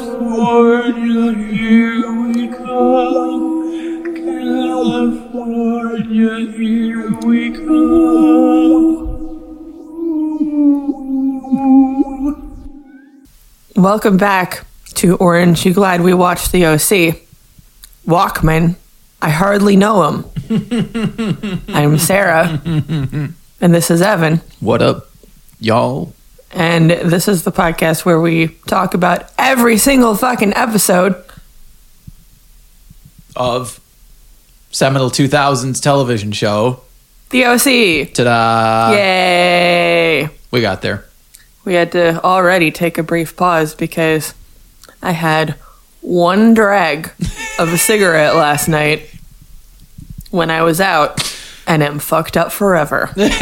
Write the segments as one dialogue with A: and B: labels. A: California, here we come. California, here we come.
B: Welcome back to Orange. You glad we watched the OC? Walkman. I hardly know him. I'm Sarah, and this is Evan,
C: What up, y'all?
B: and this is the podcast where we talk about every single fucking episode.
C: Of seminal 2000s television show.
B: The OC.
C: Ta da!
B: Yay!
C: We got there.
B: We had to already take a brief pause because I had one drag of a cigarette last night when I was out, and am fucked up forever.
C: Good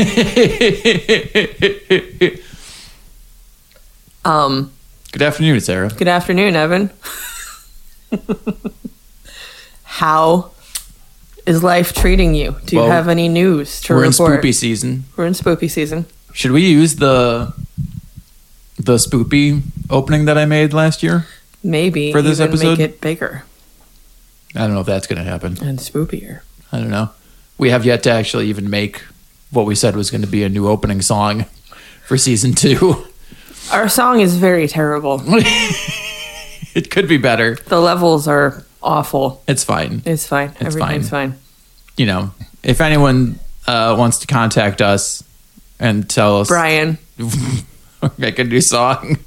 B: Um.
C: afternoon, Sarah.
B: Good afternoon, Evan. How is life treating you? Do you
C: Well,
B: have any news to
C: We're in
B: report?
C: spoopy season.
B: We're in spoopy season.
C: Should we use the the spoopy opening that I made last year?
B: Maybe
C: For this
B: even
C: episode?
B: make it bigger
C: I don't know if that's going to happen.
B: and spoopier.
C: I don't know. We have yet to actually even make what we said was going to be a new opening song for season two.
B: Our song is very terrible.
C: it could be better.
B: The levels are awful.
C: It's fine.
B: It's fine.
C: It's
B: Everything's fine.
C: you know, if anyone uh, wants to contact us and tell us
B: Brian,
C: make a new song.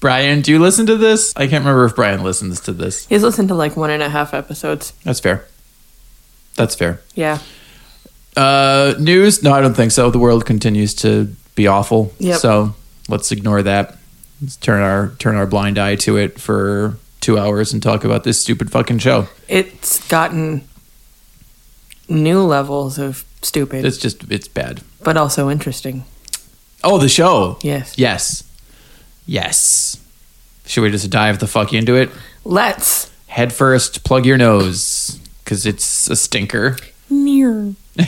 C: Brian, do you listen to this? I can't remember if Brian listens to this.
B: he's listened to like one and a half episodes.
C: That's fair. That's fair.
B: Yeah.
C: Uh, news? No, I don't think so. The world continues to be awful.
B: Yep.
C: So let's ignore that. Let's turn our turn our blind eye to it for two hours and talk about this stupid fucking show.
B: It's gotten new levels of stupid,
C: It's just it's bad.
B: but also interesting.
C: Oh, the show.
B: Yes.
C: Yes. Yes. Should we just dive the fuck into it?
B: Let's
C: Head first, plug your nose, because it's a stinker.
B: Near.
C: dive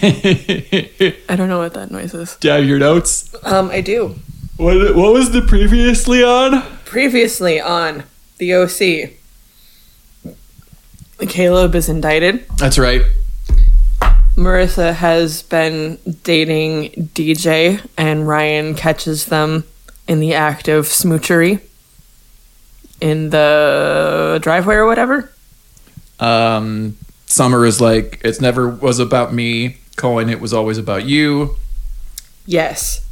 B: I don't know what that noise is.
C: your notes.
B: Um, I do.
C: What, what was the previously on?
B: Previously on the OC, Caleb is indicted.
C: That's right.
B: Marissa has been dating DJ, and Ryan catches them in the act of smoochery in the driveway or whatever.
C: Um, Summer is like, it's never was about me. Colin, it was always about you.
B: Yes.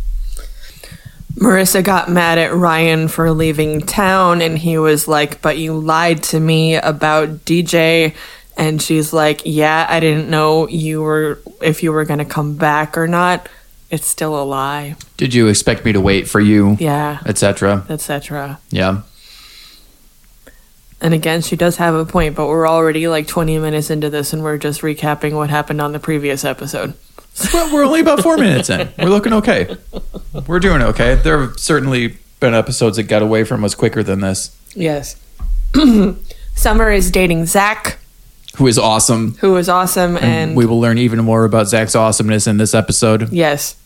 B: Marissa got mad at Ryan for leaving town, and he was like, But you lied to me about DJ. And she's like, Yeah, I didn't know you were, if you were going to come back or not. It's still a lie.
C: Did you expect me to wait for you?
B: Yeah,
C: Etc.
B: etc.
C: Yeah.
B: And again, she does have a point, but we're already like 20 minutes into this, and we're just recapping what happened on the previous episode.
C: Well, we're only about four minutes in. We're looking okay. We're doing okay. There have certainly been episodes that got away from us quicker than this.
B: Yes. Summer is dating Zach,
C: Who is awesome.
B: who is awesome, and
C: we will learn even more about Zach's awesomeness in this episode.
B: Yes.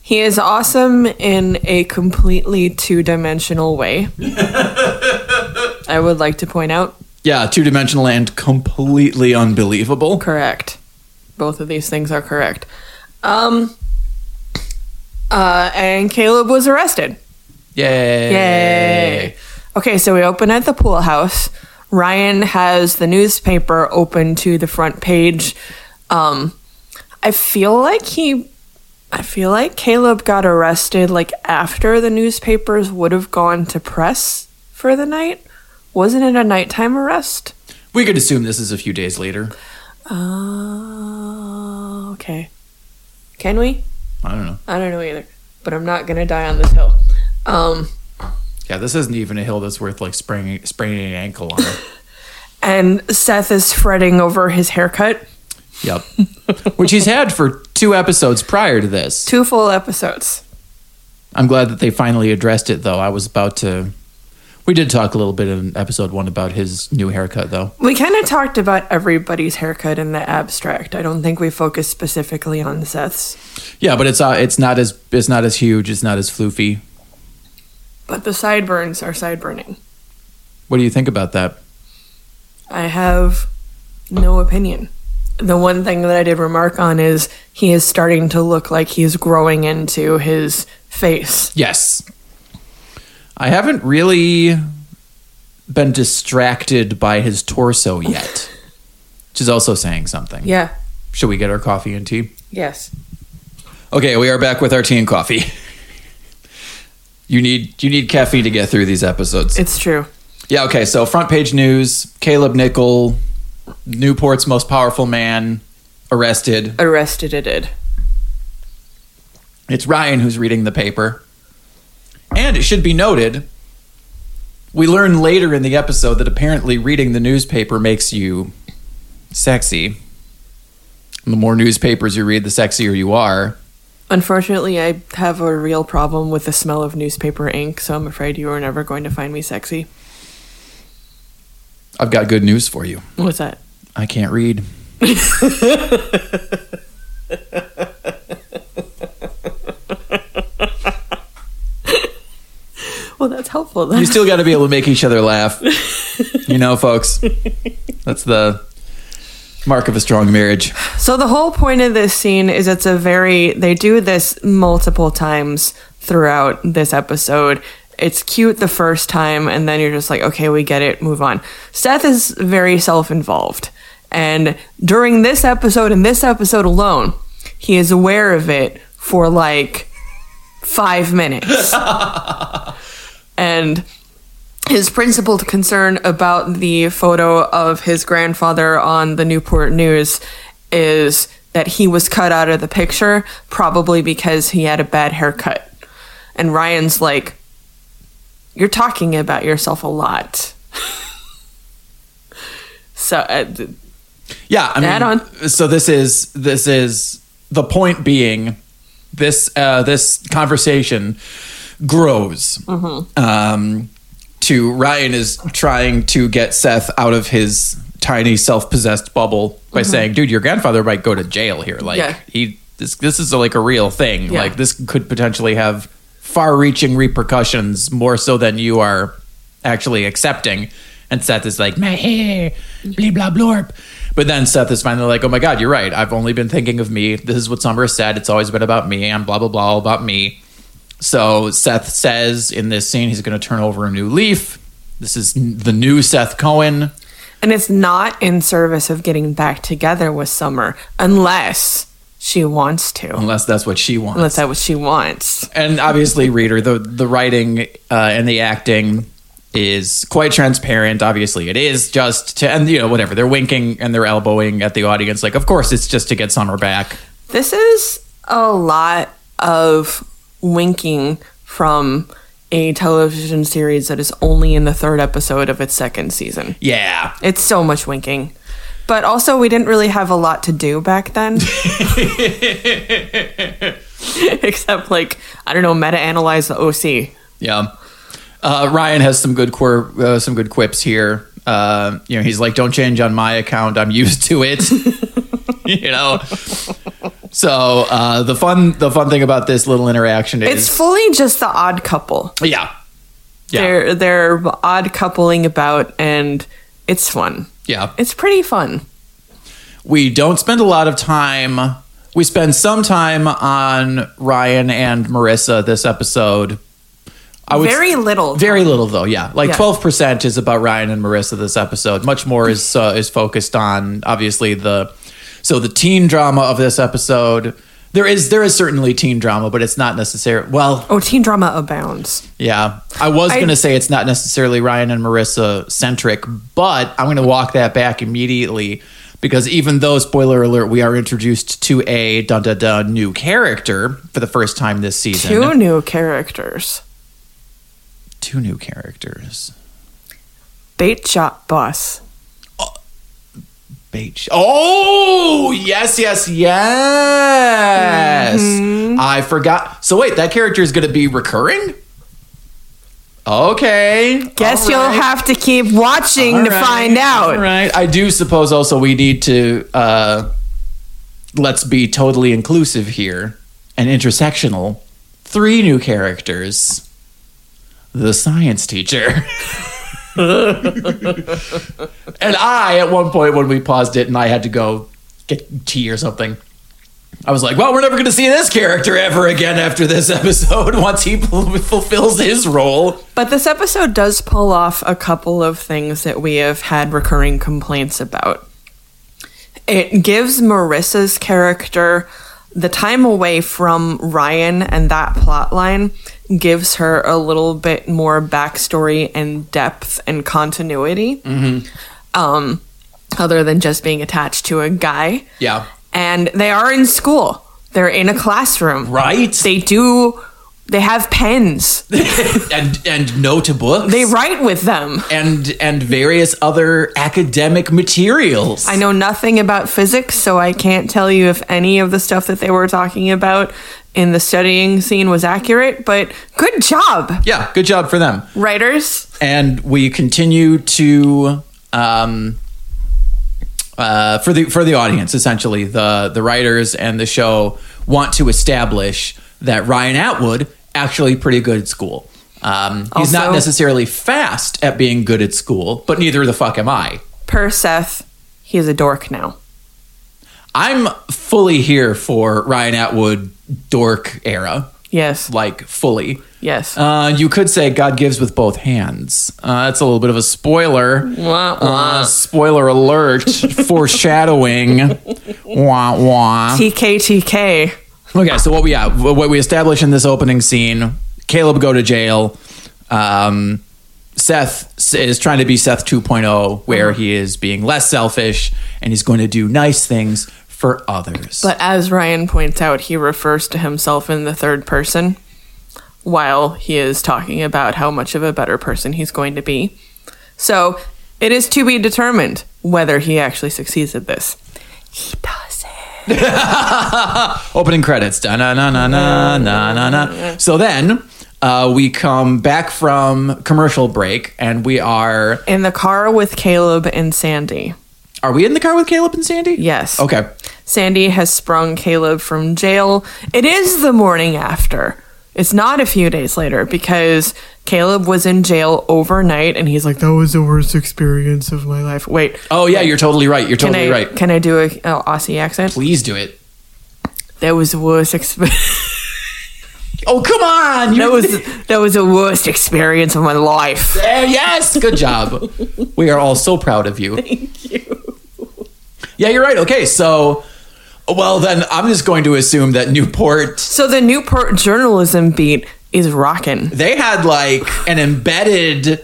B: He is awesome in a completely two dimensional way. I would like to point out
C: Yeah, two dimensional and completely unbelievable.
B: correct. Both of these things are correct. Um, uh, and Caleb was arrested.
C: Yay.
B: Yay. Okay, so we open at the pool house. Ryan has the newspaper open to the front page. Um, I feel like he, I feel like Caleb got arrested like after the newspapers would have gone to press for the night. Wasn't it a nighttime arrest?
C: We could assume this is a few days later.
B: Uh, okay. Can we?
C: I don't know.
B: I don't know either, but I'm not gonna die on this hill. Um,
C: Yeah, this isn't even a hill that's worth like spraining, spraining an ankle on.
B: and Seth is fretting over his haircut.
C: yep. Which he's had for two episodes prior to this.
B: Two full episodes.
C: I'm glad that they finally addressed it, though. I was about to. We did talk a little bit in episode one about his new haircut, though.
B: We kind of talked about everybody's haircut in the abstract. I don't think we focused specifically on Seth's,
C: Yeah, but it's uh, it's not as it's not as huge. It's not as floofy.
B: but the sideburns are sideburning.
C: What do you think about that?
B: I have no opinion. The one thing that I did remark on is he is starting to look like he's growing into his face.
C: Yes. I haven't really been distracted by his torso yet, which is also saying something.
B: Yeah.
C: Should we get our coffee and tea?
B: Yes.
C: Okay, we are back with our tea and coffee. you need you need caffeine to get through these episodes.
B: It's true.
C: yeah, okay. So front page news: Caleb Nickel, Newport's most powerful man, arrested.
B: Arrested it. did.
C: It's Ryan who's reading the paper, and it should be noted. We learn later in the episode that apparently reading the newspaper makes you sexy. The more newspapers you read, the sexier you are.
B: Unfortunately, I have a real problem with the smell of newspaper ink, so I'm afraid you are never going to find me sexy.
C: I've got good news for you.
B: What's that?
C: I can't read.
B: Well, that's helpful then.
C: You still got to be able to make each other laugh. You know, folks. That's the mark of a strong marriage.
B: So the whole point of this scene is it's a very they do this multiple times throughout this episode. It's cute the first time and then you're just like, okay, we get it, move on. Seth is very self-involved. And during this episode and this episode alone, he is aware of it for like 5 minutes. and his principal concern about the photo of his grandfather on the Newport News is that he was cut out of the picture, probably because he had a bad haircut. And Ryan's like, You're talking about yourself a lot. so, uh, th-
C: Yeah, I mean,
B: Add on.
C: so this is this is the point being this uh, this conversation grows.
B: Mm-hmm.
C: Um, to Ryan is trying to get Seth out of his tiny self possessed bubble by saying, "Dude, your grandfather might go to jail here. Like
B: Mm-hmm. Yeah.
C: he this this is like a real thing.
B: Yeah.
C: Like this could potentially have far reaching repercussions more so than you are actually accepting." And Seth is like, "My hair, blah blah blorp." But then Seth is finally like, "Oh my god, you're right. I've only been thinking of me. This is what Summer said. It's always been about me and blah blah blah all about me." So Seth says in this scene he's going to turn over a new leaf. This is n- the new Seth Cohen.
B: and it's not in service of getting back together with Summer unless she wants to.
C: Unless that's what she wants.
B: Unless that's what she wants.
C: and obviously, reader, the the writing uh, and the acting is quite transparent. Obviously, it is just to and you know whatever they're winking and they're elbowing at the audience. Like, of course, it's just to get Summer back.
B: This is a lot of winking from a television series that is only in the third episode of its second season.
C: Yeah,
B: It's so much winking. But also, we didn't really have a lot to do back then. Except, like, I don't know, meta analyze the OC.
C: yeah. Uh, Ryan has some good quir- uh, some good quips here. Uh, you know, he's like, "Don't change on my account. I'm used to it." you know. So uh, the fun the fun thing about this little interaction is
B: It's fully just the odd couple.
C: yeah Mm. Yeah.
B: They're, they're odd coupling about, and it's fun.
C: yeah
B: It's pretty fun.
C: we don't spend a lot of time. We spend some time on Ryan and Marissa this episode. I would
B: Very little.
C: very little though. Yeah, like
B: Yeah.
C: twelve percent is about Ryan and Marissa this episode. Much more is uh, is focused on obviously the so the teen drama of this episode. There is there is certainly teen drama, but it's not necessary. Well,
B: Oh, teen drama abounds.
C: yeah, I was
B: I-
C: going to say it's not necessarily Ryan and Marissa centric, but I'm going to walk that back immediately because even though spoiler alert, we are introduced to a dun dun dun new character for the first time this season.
B: two new characters
C: Two new characters.
B: bait shop boss
C: Bait. sh- Oh yes, yes,
B: Mm-hmm.
C: yes! I forgot. So wait, that character is going to be recurring. Okay.
B: Guess
C: all
B: you'll
C: right.
B: have to keep watching
C: All
B: to
C: right,
B: find out.
C: All right. I do suppose also we need to uh, let's be totally inclusive here and intersectional. Three new characters. The science teacher. and I, at one point when we paused it and I had to go get tea or something, I was like, well, we're never going to see this character ever again after this episode once he fulfills his role.
B: But this episode does pull off a couple of things that we have had recurring complaints about. It gives Marissa's character the time away from Ryan and that plot line gives her a little bit more backstory and depth and continuity.
C: Mm-hmm.
B: Um, other than just being attached to a guy.
C: Yeah.
B: And they are in school. They're in a classroom.
C: Right?
B: They do they have pens.
C: and and no to books
B: They write with them.
C: and and various other academic materials.
B: I know nothing about physics, so I can't tell you if any of the stuff that they were talking about in the studying scene was accurate, but good job,
C: Yeah, good job for them.
B: writers.
C: And we continue to um uh for the for the audience essentially the the writers and the show want to establish that Ryan Atwood actually pretty good at school. Um, he's not
B: Also-
C: necessarily fast at being good at school, but neither the fuck am I.
B: Per Seth, he is a dork now.
C: I'm fully here for Ryan Atwood dork era,
B: Yes,
C: like fully.
B: yes.
C: Uh, you could say God gives with both hands. Uh, that's a little bit of a spoiler.
B: Wah, wah.
C: Uh, spoiler alert, foreshadowing. wah, wah.
B: TKTK.
C: Okay, so what we have, what we establish in this opening scene, Caleb go to jail. Um, Seth s- is trying to be Seth 2.0, where
B: Uh-huh.
C: he is being less selfish and he's going to do nice things for others.
B: But as Ryan points out, he refers to himself in the third person while he is talking about how much of a better person he's going to be. So it is to be determined whether he actually succeeds at this. He doesn't.
C: Opening credits. Da na na na na na na na. So then uh, we come back from commercial break, and we are
B: In the car with Caleb and Sandy.
C: are we in the car with Caleb and Sandy?
B: Yes.
C: Okay.
B: Sandy has sprung Caleb from jail. It is the morning after. It's not a few days later because Caleb was in jail overnight and he's like, that was the worst experience of my life. Wait,
C: Oh yeah, you're totally right. You're
B: can
C: totally
B: I
C: right.
B: can I do a, a Aussie accent?
C: Please do it.
B: That was the worst experience.
C: Oh come on! You
B: that was that was the worst experience of my life.
C: Eh, yes. Good job. we are all so proud of you. Thank you. Yeah, you're right. Okay, so well then I'm just going to assume that Newport
B: So the Newport journalism beat is rocking.
C: they had like an embedded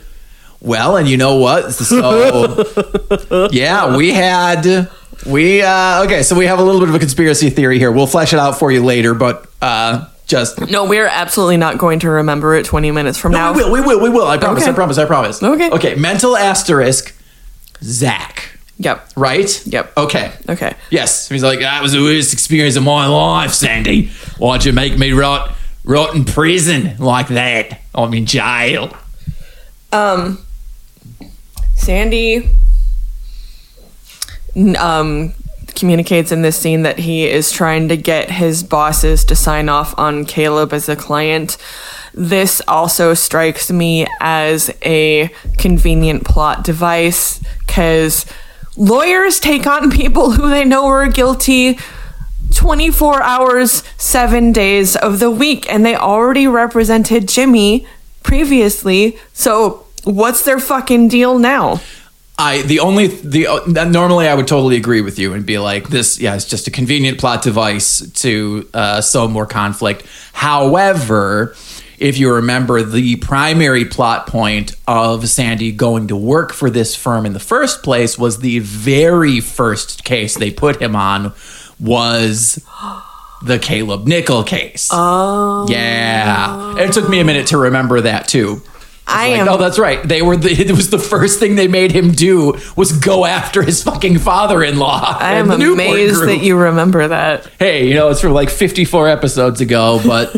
C: well and you know what so yeah we had we uh okay so we have a little bit of a conspiracy theory here we'll flesh it out for you later but uh just no,
B: No, we're absolutely not going to remember it 20 minutes from now.
C: we will we will we will i promise
B: Okay.
C: i promise i promise
B: Okay.
C: okay mental asterisk zach
B: Yep.
C: right
B: Yep.
C: okay
B: Okay.
C: Yes. He's like, that was the worst experience of my life, Sandy. Why'd you make me rot, rot in prison like that? I'm in jail.
B: Um, Sandy n- um, communicates in this scene that he is trying to get his bosses to sign off on Caleb as a client. This also strikes me as a convenient plot device because lawyers take on people who they know are guilty 24 hours, seven days of the week, and they already represented Jimmy previously. So, what's their fucking deal now?
C: I the only the uh, normally I would totally agree with you and be like this yeah it's just a convenient plot device to uh, sow more conflict. However, if you remember the primary plot point of Sandy going to work for this firm in the first place was the very first case they put him on was the Caleb Nickel case. Oh yeah, it took me a minute to remember that too.
B: I
C: Like,
B: am.
C: oh, that's right. They were. The, it was the first thing they made him do was go after his fucking father-in-law.
B: I
C: and
B: am
C: the Newport
B: amazed
C: group.
B: that you remember that.
C: Hey, you know it's from like 54 episodes ago, but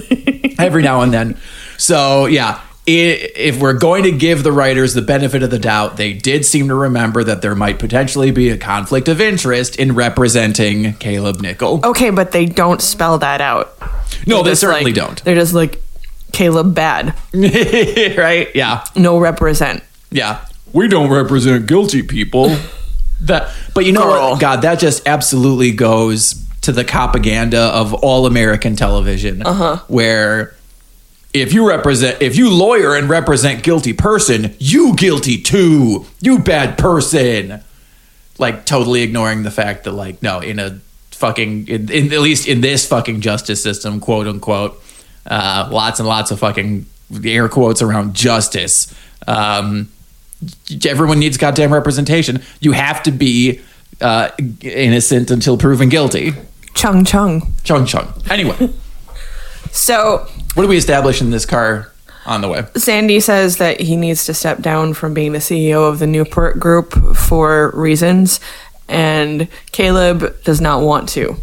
C: every now and then. So yeah, i- if we're going to give the writers the benefit of the doubt, they did seem to remember that there might potentially be a conflict of interest in representing Caleb Nickel.
B: Okay, but they don't spell that out.
C: no, Oh, they
B: Oh, Just
C: certainly
B: like-
C: don't.
B: They're just like Caleb bad.
C: right? Yeah.
B: No represent.
C: Yeah. We don't represent guilty people. that but you know
B: Girl.
C: what? God, that just absolutely goes to the propaganda of all American television. Uh-huh. Where if you represent if you lawyer and represent guilty person, you guilty too. You bad person. Like totally ignoring the fact that like no, in a fucking in, in at least in this fucking justice system, quote unquote, uh, lots and lots of fucking air quotes around justice. Um, everyone needs goddamn representation. You have to be uh, innocent until proven guilty.
B: Chung chung.
C: Chung chung. Anyway,
B: So
C: what do we establish in this car on the way?
B: Sandy says that he needs to step down from being the CEO of the Newport Group for reasons, and Caleb does not want to.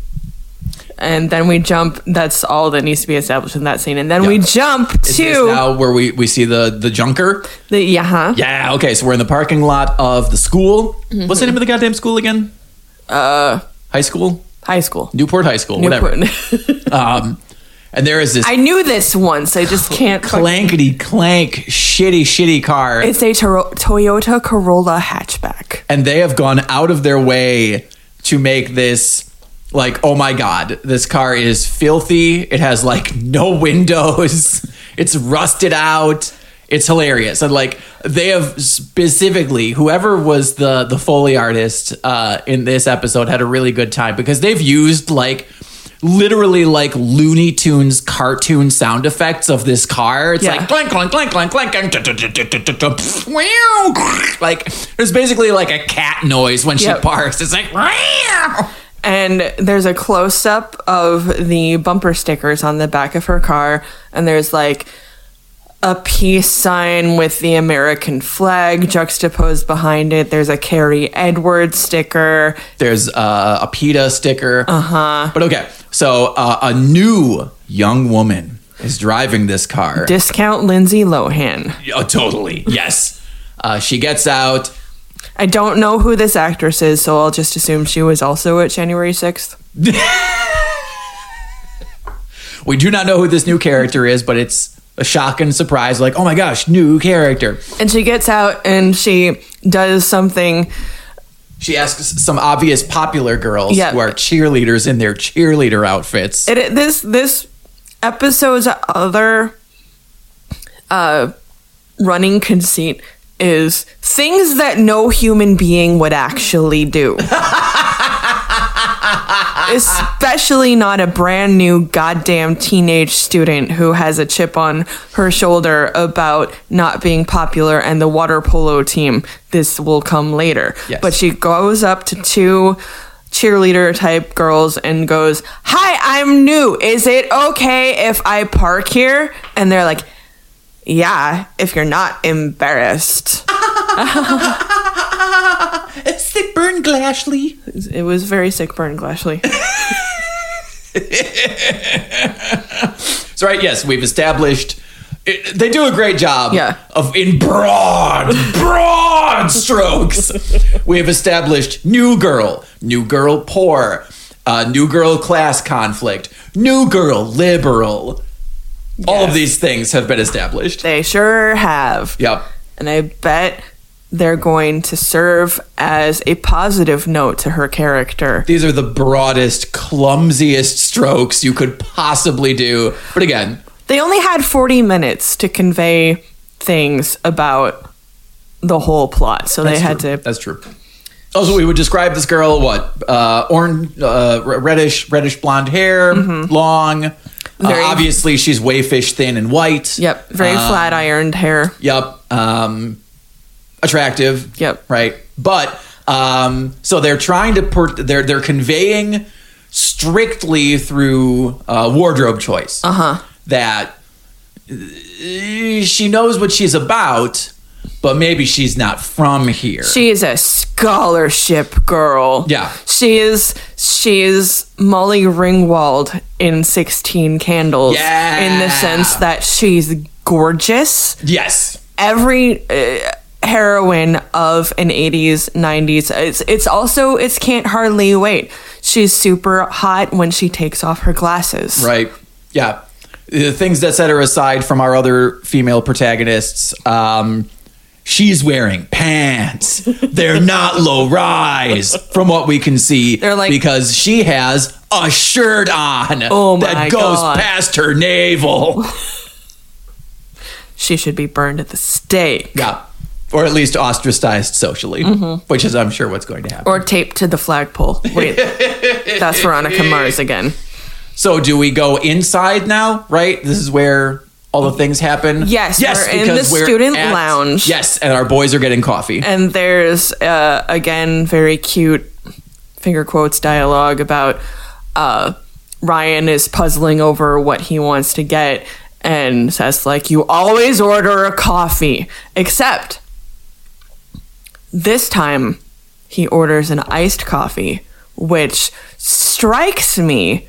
B: And then we jump. That's all that needs to be established in that scene. And then we
C: Yeah.
B: jump
C: Is this
B: to
C: now where we, we see the, the junker?
B: the yeah, huh?
C: Yeah, okay, so we're in the parking lot of the school. What's the name of the goddamn school again? Mm-hmm. Uh, High school?
B: high school.
C: Newport High School, whatever. Um, and there is this
B: I knew this once. I just can't.
C: clankety clank, shitty, shitty car.
B: It's a Toro- Toyota Corolla hatchback.
C: and they have gone out of their way to make this like oh my god this car is filthy it has like no windows it's rusted out it's hilarious and like they have specifically whoever was the the foley artist uh in this episode had a really good time because they've used like literally like looney tunes cartoon sound effects of this car it's
B: Yeah.
C: like clank clank clank clank clank clank dun, dun, dun, dun, dun, dun, dun, pff, meow. like there's basically like a cat noise when she
B: Yep.
C: parks it's like meow.
B: And there's a close up of the bumper stickers on the back of her car, and there's like a peace sign with the American flag juxtaposed behind it. There's a Carrie Edwards sticker.
C: there's uh, a PETA sticker uh-huh but okay so uh, a new young woman is driving this car
B: Discount Lindsay Lohan.
C: oh, totally yes uh, she gets out
B: I don't know who this actress is, so I'll just assume she was also at January 6th.
C: we do not know who this new character is but it's a shock and surprise like oh my gosh new character
B: And she gets out and she does something.
C: She asks some obvious popular girls
B: Yeah.
C: who are cheerleaders in their cheerleader outfits.
B: It, it- this this episode's other uh, running conceit is things that no human being would actually do. Especially not a brand new goddamn teenage student who has a chip on her shoulder about not being popular and the water polo team. This will come later.
C: Yes.
B: But she goes up to two cheerleader type girls and goes, Hi, I'm new. Is it okay if I park here? And they're like, Yeah, if you're not embarrassed.
C: It's the Burn Glashly.
B: It was very sick, Burn Glashley.
C: So, right, yes, we've established. It, they do a great job
B: Yeah.
C: of in broad, broad strokes. we have established new girl, new girl poor, uh, new girl class conflict, new girl liberal. All of these things have been established.
B: They sure have.
C: Yep.
B: And I bet they're going to serve as a positive note to her character.
C: These are the broadest, clumsiest strokes you could possibly do. But again,
B: They only had 40 minutes to convey things about the whole plot, so they had
C: true.
B: to.
C: That's true. Also, we would describe this girl what uh, orange, uh, r- reddish, reddish blonde hair, long. Uh,
B: Mm-hmm. Very-
C: obviously, she's wayfish thin and white.
B: Yep, very
C: Um,
B: flat ironed hair.
C: Yep. Um, attractive.
B: Yep.
C: Right. But um, so they're trying to put they're they're conveying strictly through uh, wardrobe choice. Uh huh. That uh, she knows what she's about, but maybe she's not from here.
B: She is a scholarship girl.
C: Yeah.
B: She is she is Molly Ringwald in 16 Candles
C: Yeah.
B: in the sense that she's gorgeous.
C: Yes.
B: every uh, heroine of an 80s 90s it's it's also it's can't hardly wait she's super hot when she takes off her glasses
C: Right. Yeah. The things that set her aside from our other female protagonists. Um, she's wearing pants. They're not low rise from what we can see.
B: They're like-
C: because she has a shirt on
B: Oh my
C: that goes
B: God.
C: past her navel.
B: she should be burned at the stake
C: yeah. Or at least ostracized socially, which is, I'm sure, what's going to happen.
B: Mm-hmm. or taped to the flagpole wait that's veronica mars again
C: So do we go inside now? Right? This is where all the things happen.
B: Yes, we're in the student lounge.
C: Yes, and our boys are getting coffee.
B: and there's uh, again very cute finger quotes dialogue about uh, Ryan is puzzling over what he wants to get and says like you always order a coffee except this time he orders an iced coffee which strikes me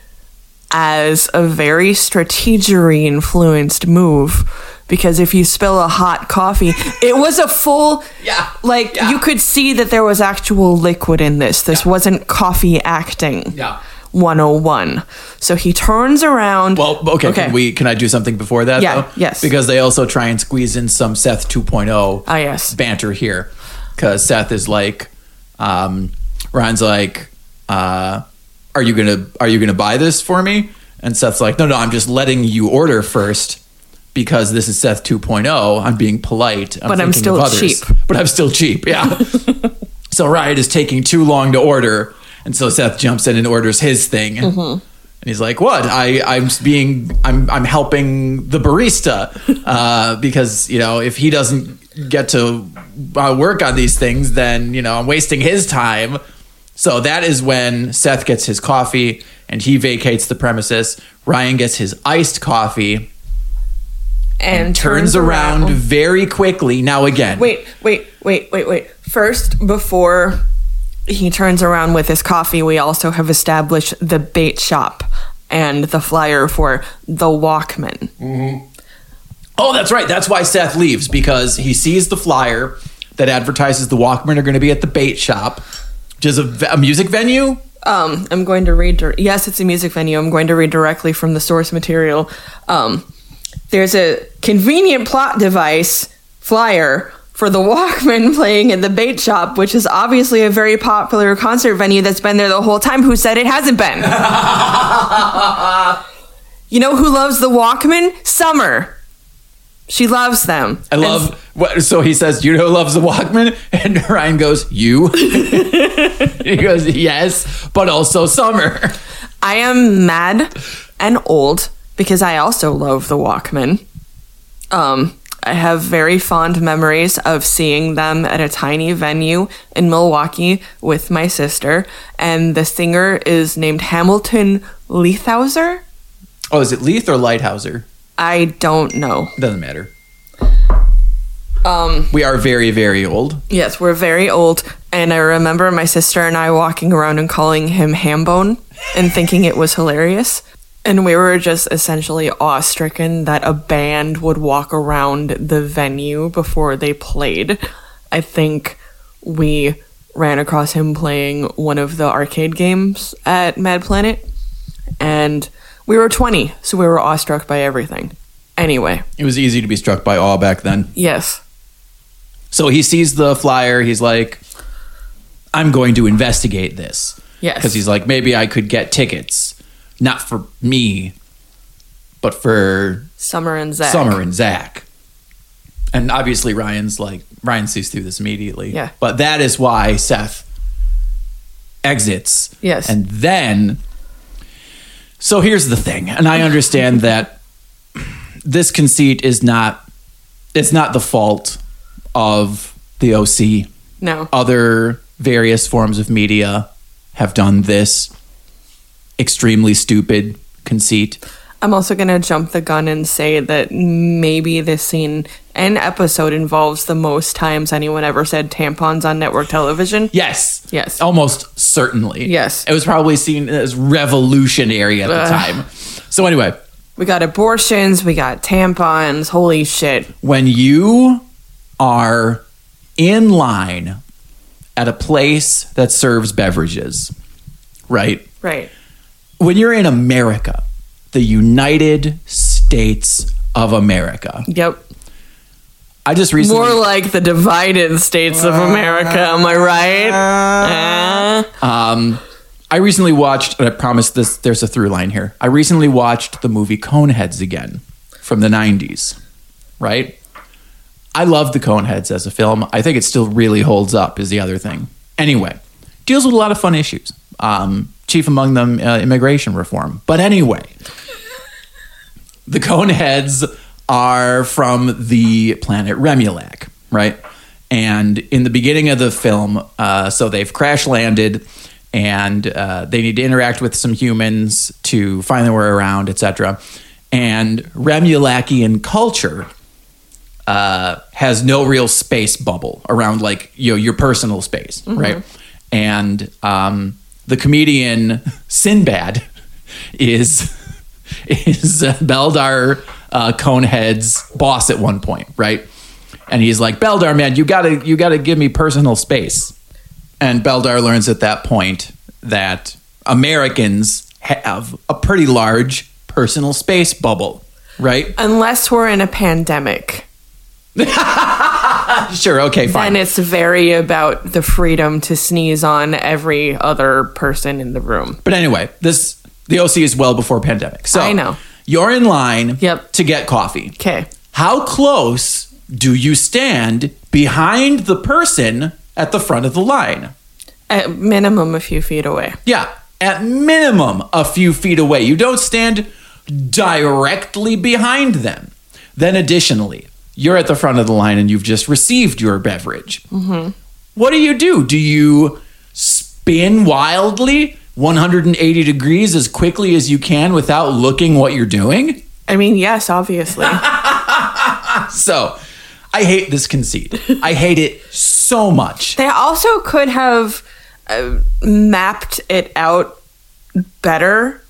B: as a very strategery influenced move because if you spill a hot coffee it was a full
C: Yeah.
B: like
C: Yeah.
B: you could see that there was actual liquid in this this wasn't coffee acting
C: Yeah.
B: 101 so he turns around
C: Well, okay, Can we can I do something before that?
B: Yeah,
C: though?
B: yes.
C: Because they also try and squeeze in some Seth 2.0
B: Ah, yes.
C: banter here, because Seth is like, um, Ryan's like, uh, are you gonna are you gonna buy this for me? And Seth's like, no, no, I'm just letting you order first because this is Seth 2.0. I'm being polite. I'm
B: But I'm
C: thinking
B: still
C: of others.
B: cheap.
C: But I'm still cheap. Yeah. so Riot is taking too long to order, and so Seth jumps in and orders his thing.
B: Mm-hmm.
C: And he's like, "What? I, I'm being, I'm, I'm helping the barista uh, because you know if he doesn't get to uh, work on these things, then you know I'm wasting his time." So that is when Seth gets his coffee and he vacates the premises. Ryan gets his iced coffee,
B: and
C: turns around very quickly. Now again,
B: wait wait wait wait wait first before he turns around with his coffee we also have established the bait shop and the flyer for the walkman
C: Oh, that's right. That's why Seth leaves because he sees the flyer that advertises the Walkmen are going to be at the bait shop, which is a, ve- a music venue.
B: um, I'm going to read. dir- Yes, it's a music venue. I'm going to read directly from the source material. Um, there's a convenient plot device flyer for the Walkman playing at the bait shop, which is obviously a very popular concert venue that's been there the whole time. Who said it hasn't been? you know who loves the Walkman? Summer. She loves them.
C: I love what. So he says, "You know, who loves the Walkman," and Ryan goes, "You." he goes, "Yes, but also summer."
B: I am mad and old because I also love the Walkman. Um, I have very fond memories of seeing them at a tiny venue in Milwaukee with my sister, and the singer is named Hamilton Leithauser.
C: Oh, is it Leith or Lighthouser?
B: I don't know.
C: Doesn't matter.
B: Um,
C: We are very, very old.
B: yes, we're very old, and I remember my sister and I walking around and calling him Hambone and thinking it was hilarious. And we were just essentially awestricken that a band would walk around the venue before they played. I think we ran across him playing one of the arcade games at Mad Planet, and we were 20, so we were awestruck by everything. Anyway,
C: It was easy to be struck by awe back then.
B: yes.
C: So he sees the flyer. He's like, I'm going to investigate this.
B: Yes.
C: Because he's like, maybe I could get tickets, not for me, but for
B: Summer and Zach.
C: Summer and Zach. And obviously, Ryan's like, Ryan sees through this immediately.
B: Yeah.
C: But that is why Seth exits.
B: Yes.
C: And then, so here's the thing. And I understand that this conceit is not, it's not the fault of the OC.
B: No.
C: Other various forms of media have done this extremely stupid conceit.
B: I'm also going to jump the gun and say that maybe this scene and episode involves the most times anyone ever said tampons on network television.
C: Yes.
B: Yes.
C: Almost certainly.
B: Yes.
C: It was probably seen as revolutionary at the time. So anyway,
B: We got abortions, we got tampons, holy shit.
C: when you are in line at a place that serves beverages, right?
B: Right.
C: When you're in America, the United States of America.
B: Yep.
C: I just recently
B: More like the divided states of America, am I right? Eh?
C: um I recently watched and I promise this there's a through line here. I recently watched the movie Coneheads again from the 90s, right? I love the Coneheads as a film. I think it still really holds up is the other thing. Anyway, deals with a lot of fun issues. Um chief among them uh, immigration reform. But anyway, the Coneheads are from the planet Remulac, right? And in the beginning of the film, uh, so they've crash landed, and uh, they need to interact with some humans to find their way around, etc. And Remulacian culture uh, has no real space bubble around like you know, your personal space, right? And um, the comedian Sinbad is is uh, Beldar uh, Conehead's boss at one point, right? And he's like, Beldar, man, you gotta you gotta give me personal space. And Beldar learns at that point that Americans have a pretty large personal space bubble, right?
B: Unless we're in a pandemic,
C: Sure, okay, fine.
B: and it's very about the freedom to sneeze on every other person in the room.
C: But anyway, this the OC is well before pandemic. So
B: I know.
C: you're in line
B: Yep.
C: to get coffee.
B: Okay.
C: How close do you stand behind the person at the front of the line?
B: At minimum, a few feet away.
C: Yeah, at minimum a few feet away. You don't stand directly behind them. Then, additionally, you're at the front of the line and you've just received your beverage. What do you do? Do you spin wildly 180 degrees as quickly as you can without looking what you're doing?
B: I mean, yes, obviously.
C: So, I hate this conceit. I hate it so much.
B: They also could have uh, mapped it out better.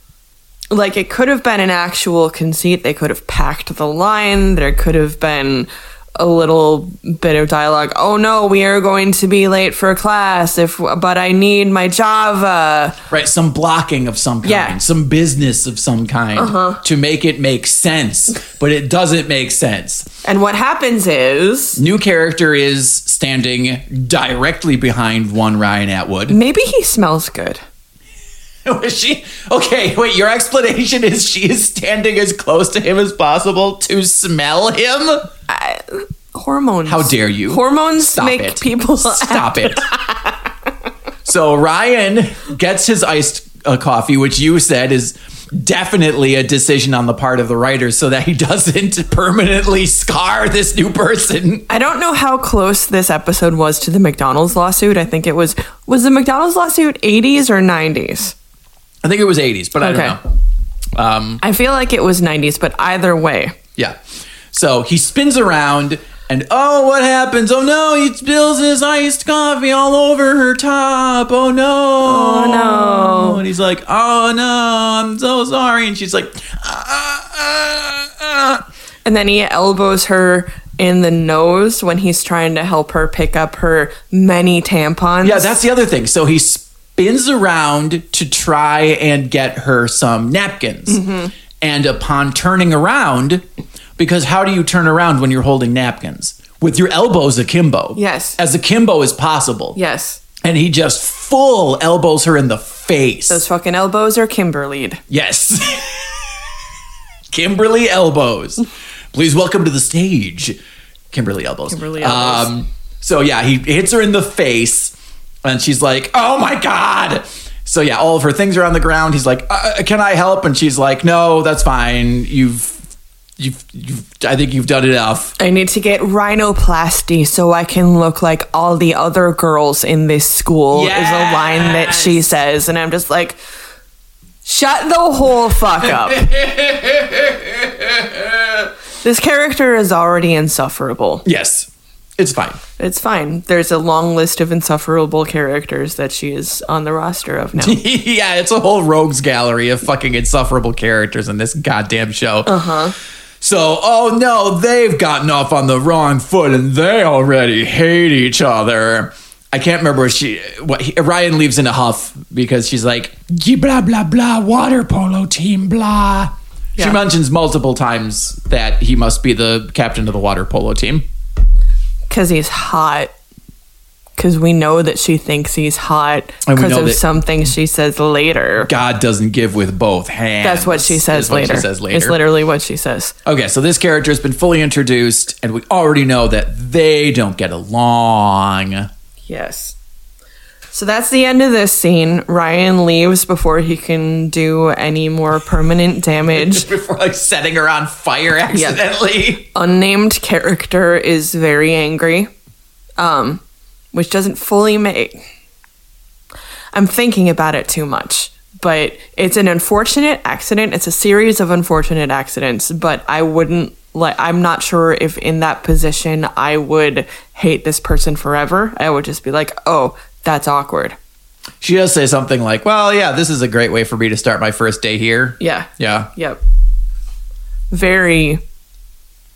B: Like it could have been an actual conceit. They could have packed the line. There could have been a little bit of dialogue. Oh no, we are going to be late for class. If but I need my Java.
C: Right, some blocking of some kind,
B: Yeah.
C: some business of some kind to make it make sense, but it doesn't make sense.
B: And what happens is
C: New character is standing directly behind one Ryan Atwood.
B: maybe he smells good.
C: Was she okay? Wait, your explanation is she is standing as close to him as possible to smell him?
B: Hormones.
C: How dare you?
B: Hormones
C: Stop
B: make
C: it.
B: people
C: Stop it. so Ryan gets his iced uh, coffee, which you said is definitely a decision on the part of the writer so that he doesn't permanently scar this new person.
B: I don't know how close this episode was to the McDonald's lawsuit. I think it was was the McDonald's lawsuit 80s or 90s.
C: I think it was 80s, but I
B: Okay.
C: don't know. Um,
B: I feel like it was 90s, but either way,
C: yeah. So he spins around and oh, what happens? Oh no, he spills his iced coffee all over her top. Oh no. Oh
B: no.
C: And he's like, oh no, I'm so sorry. And she's like, ah, ah, ah.
B: and then he elbows her in the nose when he's trying to help her pick up her many tampons.
C: Yeah, that's the other thing. So he spins around to try and get her some napkins.
B: Mm-hmm.
C: And upon turning around, because how do you turn around when you're holding napkins? With your elbows akimbo.
B: Yes.
C: As akimbo as possible.
B: yes.
C: And he just full elbows her in the face.
B: Those fucking elbows are Kimberlied.
C: Yes. Kimberly Elbows. Please welcome to the stage, Kimberly Elbows.
B: Kimberly Elbows.
C: Um, so, yeah, he hits her in the face, and she's like, oh my God. So, yeah, all of her things are on the ground. He's like, uh, can I help? And she's like, no, that's fine. You've. You've, you've, I think you've done enough.
B: I need to get rhinoplasty so I can look like all the other girls in this school is a line that she says and I'm just like shut the whole fuck up. this character is already insufferable.
C: Yes. It's fine.
B: It's fine. There's a long list of insufferable characters that she is on the roster of now.
C: yeah, it's a whole rogues gallery of fucking insufferable characters in this goddamn show. Uh
B: Uh-huh.
C: huh. So, oh no, they've gotten off on the wrong foot and they already hate each other. I can't remember what she. What he, Ryan leaves in a huff because she's like, "Gee, blah blah blah, water polo team, blah.
B: Yeah.
C: She mentions multiple times that he must be the captain of the water polo team.
B: Because he's hot. Because we know that she thinks he's hot
C: And we
B: because
C: know
B: of
C: that-
B: something she says later.
C: God doesn't give with both hands.
B: That's what she says
C: is what
B: later.
C: She says later.
B: It's literally what she says.
C: Okay, so this character has been fully introduced, and we already know that they don't get along.
B: Yes. So that's the end of this scene. Ryan leaves before he can do any more permanent damage.
C: Just before like setting her on fire accidentally.
B: Unnamed character is very angry, um, which doesn't fully make. I'm thinking about it too much, but it's an unfortunate accident. It's a series of unfortunate accidents, but I wouldn't like. I'm not sure if in that position I would hate this person forever. I would just be like, oh, that's awkward.
C: She does say something like, "Well, yeah, this is a great way for me to start my first day here."
B: Yeah.
C: Yeah.
B: Yep. Very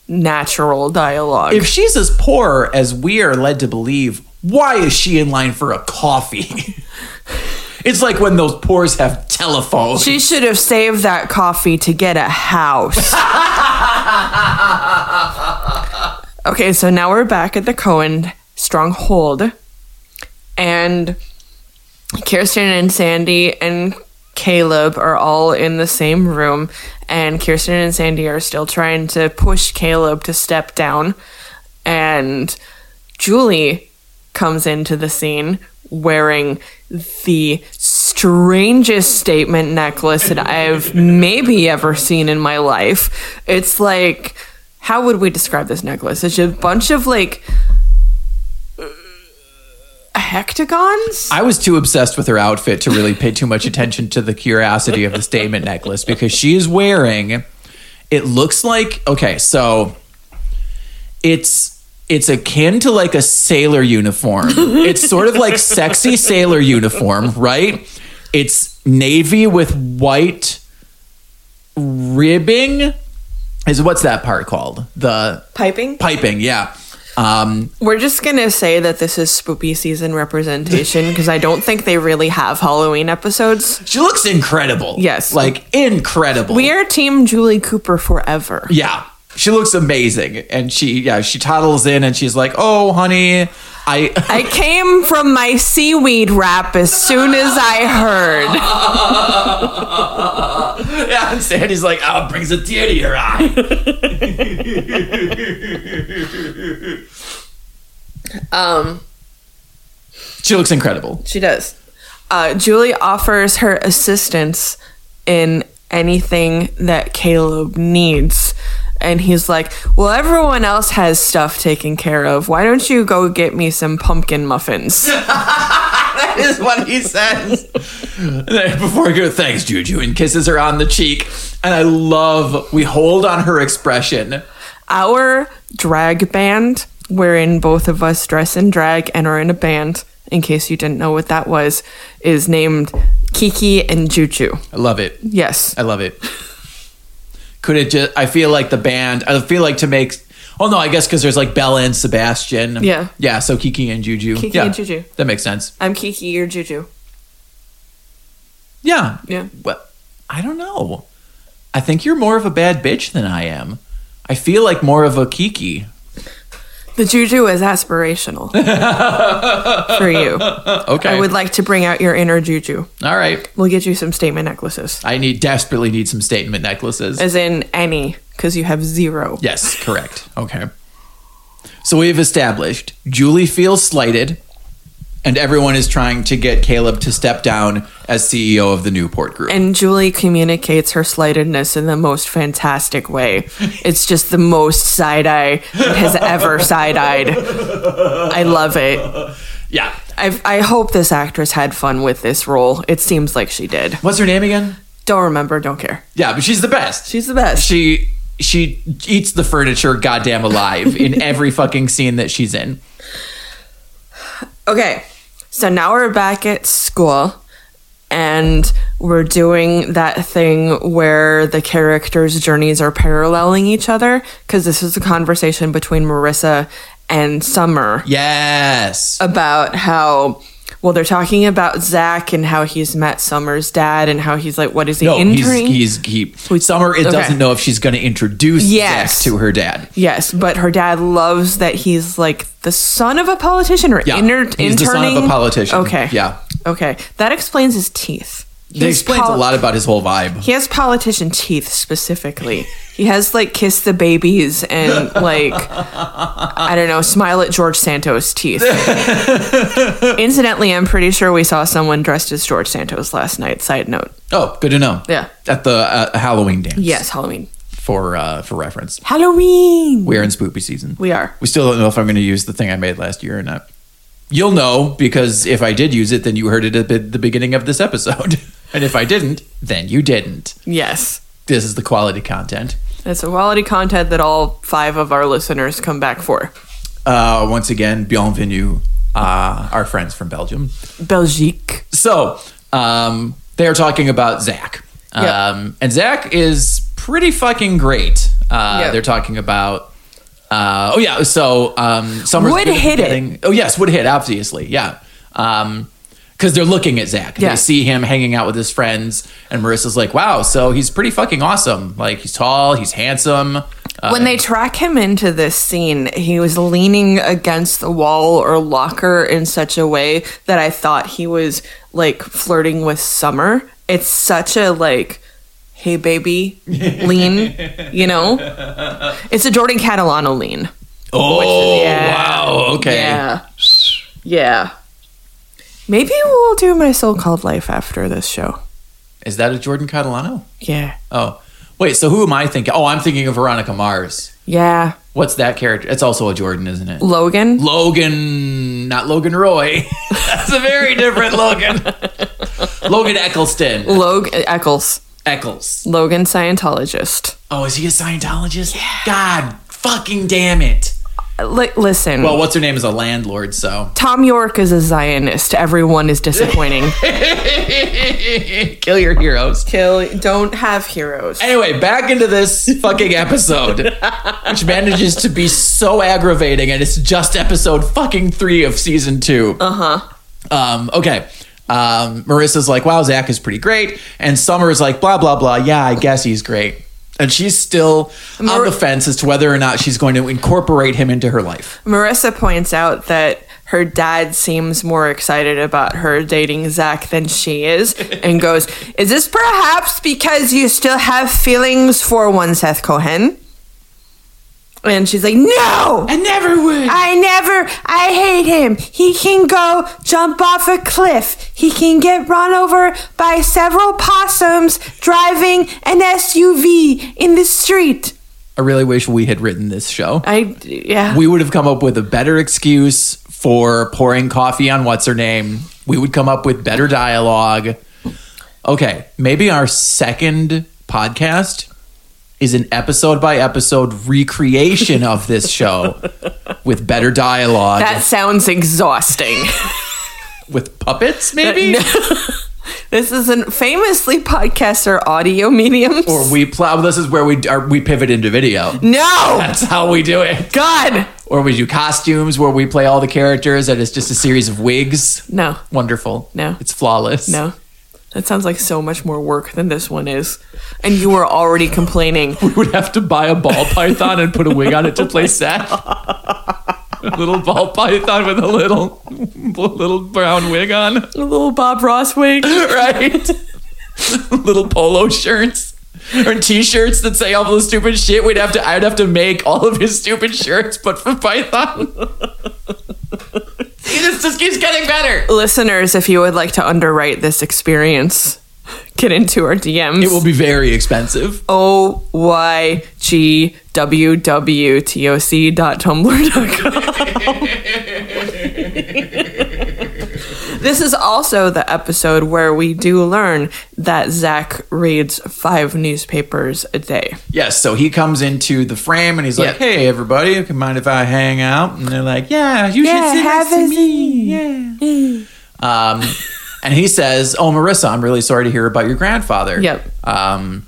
B: natural dialogue.
C: If she's as poor as we are led to believe, why is she in line for a coffee? it's like when those poors have telephones.
B: she should have saved that coffee to get a house. okay, so now we're back at the Cohen stronghold. And Kirsten and Sandy and Caleb are all in the same room. And Kirsten and Sandy are still trying to push Caleb to step down. And Julie comes into the scene wearing the strangest statement necklace that I've maybe ever seen in my life. It's like, how would we describe this necklace? It's a bunch of like uh, hectagons.
C: I was too obsessed with her outfit to really pay too much attention to the curiosity of the statement necklace because she is wearing it looks like okay, so it's it's akin to like a sailor uniform. It's sort of like sexy sailor uniform, right? It's navy with white ribbing. Is what's that part called? The
B: Piping?
C: piping, yeah. Um,
B: We're just gonna say that this is spoopy season representation because I don't think they really have Halloween episodes.
C: she looks incredible.
B: Yes.
C: like incredible.
B: We are Team Julie Cooper forever.
C: Yeah. She looks amazing. And she, yeah, she toddles in and she's like, oh, honey, I.
B: I came from my seaweed wrap as soon as I
C: Yeah, and Sandy's like, oh, it brings a tear to your eye.
B: heard. Um,
C: She looks incredible.
B: she does. Uh, Julie offers her assistance in anything that Caleb needs. And he's like, Well, everyone else has stuff taken care of. Why don't you go get me some pumpkin muffins?
C: That is what he says. And then Before I go, thanks, Juju, and kisses her on the cheek. And I love, we hold on her expression.
B: our drag band, wherein both of us dress in drag and are in a band, in case you didn't know what that was, is named Kiki and Juju.
C: I love it.
B: Yes.
C: I love it. Could it just, I feel like the band, I feel like to make, oh no, I guess because there's like Bella and Sebastian.
B: Yeah.
C: Yeah, so Kiki and Juju.
B: Kiki
C: yeah,
B: and Juju.
C: That makes sense.
B: I'm Kiki or Juju.
C: Yeah.
B: Yeah.
C: Well, I don't know. I think you're more of a bad bitch than I am. I feel like more of a kiki.
B: The Juju is aspirational for you.
C: Okay.
B: I would like to bring out your inner Juju.
C: All right.
B: We'll get you some statement necklaces,
C: I need desperately need some statement necklaces.
B: as in any, because you have zero.
C: yes, correct. Okay. So we've established Julie feels slighted and everyone is trying to get Caleb to step down as CEO of the Newport Group.
B: And Julie communicates her slightedness in the most fantastic way. It's just the most side eye that has ever side eyed. I love it.
C: yeah.
B: i I hope this actress had fun with this role. It seems like she did.
C: What's her name again?
B: Don't remember, don't care.
C: Yeah, but she's the best.
B: She's the best.
C: she she eats the furniture goddamn alive in every fucking scene that she's in.
B: Okay, so now we're back at school and we're doing that thing where the characters' journeys are paralleling each other because this is a conversation between Marissa and Summer
C: Yes.
B: about how. Well, they're talking about Zach and how he's met Summer's dad and how he's like, what is he
C: No, he's,
B: entering?
C: he's he. Summer it
B: okay.
C: doesn't know if she's going to introduce
B: Yes.
C: Zach to her dad.
B: Yes, but her dad loves that he's like the son of a politician or
C: Yeah,
B: inter-
C: he's the son of a
B: interning-
C: politician.
B: Okay,
C: Yeah.
B: okay, that explains his teeth.
C: It
B: He's
C: explains
B: pol-
C: a lot about his whole vibe.
B: He has politician teeth specifically. He has like kiss the babies and like I don't know, smile at George Santos teeth. Incidentally, I'm pretty sure we saw someone dressed as George Santos last night. Side note.
C: Oh, good to know.
B: Yeah.
C: At the uh, Halloween dance.
B: Yes, Halloween.
C: For uh, for reference,
B: Halloween.
C: we are in spoopy season.
B: We are.
C: We still don't know if I'm going to use the thing I made last year or not. You'll know because if I did use it, then you heard it at the- the beginning of this episode. and if I didn't, then you didn't.
B: Yes.
C: This is the quality content.
B: It's quality content that all five of our listeners come back for.
C: Uh, once again, bienvenue, uh, our friends from Belgium.
B: Belgique.
C: So um, they are talking about Zach. Um,
B: Yep.
C: And Zach is pretty fucking great. Uh,
B: Yep.
C: They're talking about. Uh, oh yeah, so um, Summer's
B: Would
C: good at
B: hit it.
C: getting- Oh yes, would hit obviously. Yeah, because they're looking at Zach. and
B: Yeah.
C: They see him hanging out with his friends, and Marissa's like, "Wow, so he's pretty fucking awesome. Like he's tall, he's handsome." Uh,
B: When they track him into this scene, he was leaning against the wall or locker in such a way that I thought he was like flirting with Summer. It's such a like, hey baby, lean, you know? It's a Jordan Catalano lean.
C: oh
B: yeah.
C: wow, okay.
B: Yeah. Yeah. Maybe we'll do my so called life after this show.
C: Is that a Jordan Catalano?
B: Yeah.
C: Oh, wait. So who am I thinking? Oh, I'm thinking of Veronica Mars.
B: Yeah.
C: What's that character? It's also a Jordan, isn't it?
B: Logan?
C: Logan, not Logan Roy. That's a very different Logan. Logan Eccleston.
B: Logan Eccles.
C: Eccles.
B: Logan Scientologist.
C: Oh, is he a Scientologist? God fucking damn it.
B: Like, listen.
C: Well, what's her name is a landlord, so.
B: Tom York is a Zionist. Everyone is disappointing.
C: Kill your heroes.
B: Kill. Don't have heroes.
C: Anyway, back into this fucking episode, which manages to be so aggravating, and it's just episode fucking three of season two. Uh huh. Um, okay. Um, Marissa's like, wow, Zach is pretty great. And Summer's like, blah, blah, blah. Yeah, I guess he's great. And she's still on
B: Mar-
C: the fence as to whether or not she's going to incorporate him into her life.
B: Marissa points out that her dad seems more excited about her dating Zach than she is and goes, Is this perhaps because you still have feelings for one Seth Cohen? And she's like, No!
C: I never would.
B: I never, I hate him. He can go jump off a cliff. He can get run over by several possums driving an SUV in the street.
C: I really wish we had written this show.
B: I, yeah.
C: we would have come up with a better excuse for pouring coffee on what's her name. We would come up with better dialogue. Okay, maybe our second podcast is an episode by episode recreation of this show with better dialogue,
B: that sounds exhausting.
C: with puppets, maybe?
B: this is an famously podcasts are audio mediums.
C: Or we plow. This is where we are, we pivot into video.
B: no!
C: That's how we do it.
B: God!
C: Or we do costumes where we play all the characters and it's just a series of wigs.
B: No,
C: Wonderful.
B: No.
C: It's flawless.
B: no. That sounds like so much more work than this one is. And you were already complaining.
C: we would have to buy a ball python and put a wig on it to play Zach. a little ball python with a little little brown wig on,
B: A little Bob Ross wig.
C: right? little polo shirts or t-shirts that say all the stupid shit. We'd have to I'd have to make all of his stupid shirts, but for python. See, this just keeps getting better.
B: listeners, if you would like to underwrite this experience, get into our DMs.
C: It will be very expensive.
B: O Y G W W T O C dot tumblr dot com. This is also the episode where we do learn that Zach reads five newspapers a day.
C: Yes, so he comes into the frame and he's like,
B: Yeah.
C: "Hey, everybody, mind if I hang out?" And they're like, "Yeah, you
B: Yeah,
C: should sit
B: have
C: next to
B: a Mm.
C: me." Yeah. um, and he says, "Oh, Marissa, I'm really sorry to hear about your grandfather."
B: Yep.
C: Um,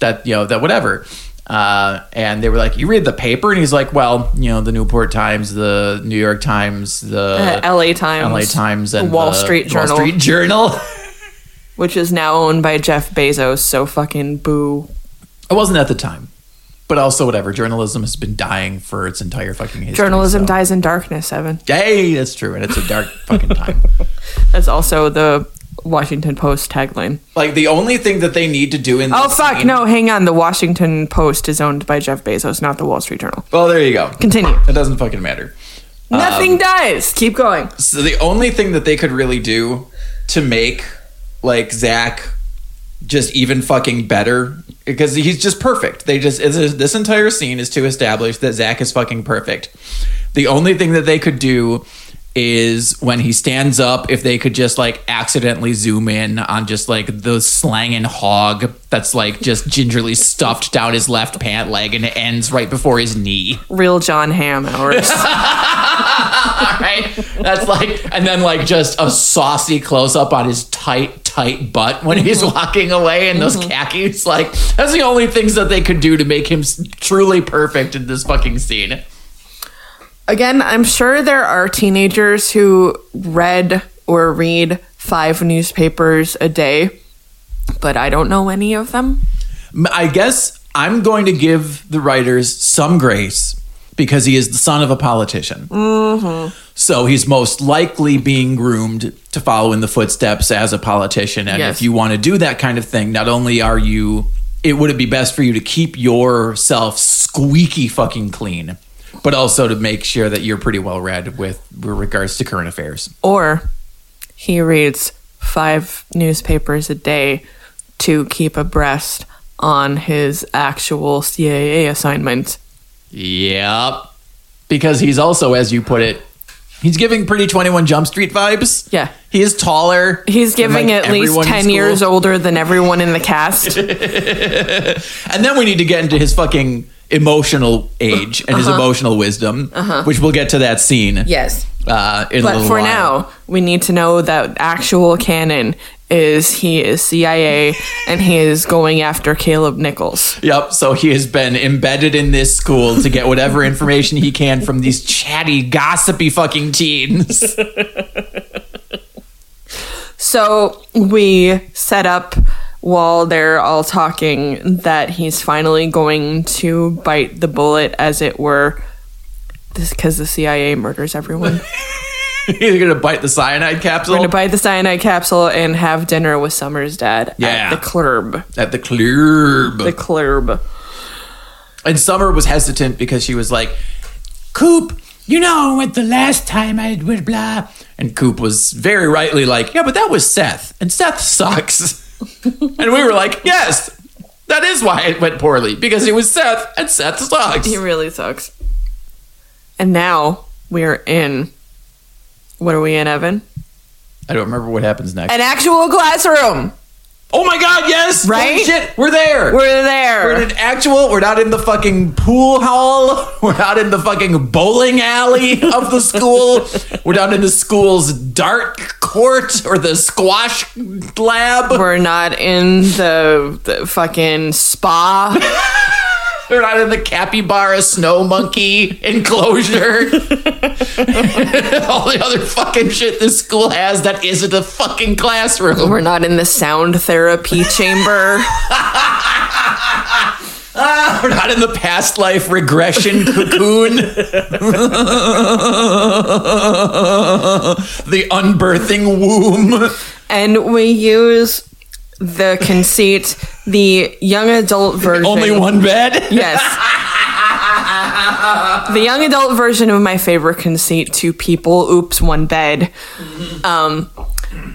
C: that you know that whatever. Uh, and they were like, "You read the paper?" And he's like, "Well, you know, the Newport Times, the New York Times,
B: Uh,
C: the
B: LA Times.
C: LA Times, and
B: Wall
C: the
B: Street Journal,
C: Wall Street Journal."
B: which is now owned by Jeff Bezos. So fucking boo.
C: I wasn't at the time. But also, whatever. Journalism has been dying for its entire fucking history.
B: Journalism
C: so-
B: dies in darkness, Evan.
C: Hey, that's true. And it's a dark fucking time.
B: That's also the Washington Post tagline.
C: Like, the only thing that they need to do in
B: Oh
C: this
B: fuck!
C: scene-
B: No, hang on. The Washington Post is owned by Jeff Bezos, not the Wall Street Journal.
C: Well, there you go.
B: Continue.
C: It doesn't fucking matter.
B: Nothing dies. Keep going.
C: So, the only thing that they could really do to make, like, Zach just even fucking better, because he's just perfect. They just, it's this entire scene is to establish that Zach is fucking perfect. The only thing that they could do is when he stands up, if they could just like accidentally zoom in on just like the slanging hog that's like just gingerly stuffed down his left pant leg and it ends right before his knee.
B: Real John Ham hours.
C: right? That's like, and then like just a saucy close up on his tight, tight butt when he's walking away in those khakis. Like, that's the only things that they could do to make him s- truly perfect in this fucking scene.
B: Again, I'm sure there are teenagers who read or read five newspapers a day, but I don't know any of them.
C: M- I guess I'm going to give the writers some grace because he is the son of a politician. So he's most likely being groomed to follow in the footsteps as a politician. And
B: Yes.
C: if you want to do that kind of thing, not only are you, it would be best for you to keep yourself squeaky fucking clean, but also to make sure that you're pretty well read with, with regards to current affairs.
B: Or he reads five newspapers a day to keep abreast on his actual CAA assignment.
C: Yep. Because he's also, as you put it, he's giving pretty 21 Jump Street vibes.
B: Yeah.
C: He is taller.
B: He's
C: than,
B: giving
C: like,
B: at least
C: everyone in
B: 10
C: school.
B: years older than everyone in the cast.
C: And then we need to get into his fucking emotional age and his
B: Uh-huh.
C: emotional wisdom, which we'll get to that scene.
B: Yes.
C: Uh, in a
B: Uh-huh. But
C: little
B: for
C: while.
B: now, we need to know that actual canon is he is CIA and he is going after Caleb Nichols.
C: Yep. So he has been embedded in this school to get whatever information he can from these chatty, gossipy fucking teens.
B: So we set up while they're all talking that he's finally going to bite the bullet, as it were, because the CIA murders everyone.
C: He's going to bite the cyanide capsule
B: We're gonna bite the cyanide capsule and have dinner with Summer's dad
C: Yeah.
B: at the club.
C: at the club.
B: The club.
C: And Summer was hesitant because she was like, Coop, you know, with the last time I did blah. And Coop was very rightly like, yeah, but that was Seth. And Seth sucks. and we were like, yes, that is why it went poorly because it was Seth and Seth sucks.
B: He really sucks. And now we're in. What are we in, Evan?
C: I don't remember what happens next.
B: An actual classroom.
C: oh my God, yes.
B: Right?
C: Holy shit, we're there.
B: We're there.
C: We're in an actual, we're not in the fucking pool hall. We're not in the fucking bowling alley of the school. we're not in the school's dart court or the squash lab.
B: We're not in the, the fucking spa.
C: We're not in the capybara snow monkey enclosure. All the other fucking shit this school has that isn't a fucking classroom.
B: We're not in the sound therapy chamber.
C: We're not in the past life regression cocoon. the unbirthing womb.
B: and we use the conceit, the young adult version.
C: Only one bed.
B: Yes. the young adult version of my favorite conceit to people, oops, one bed. Um,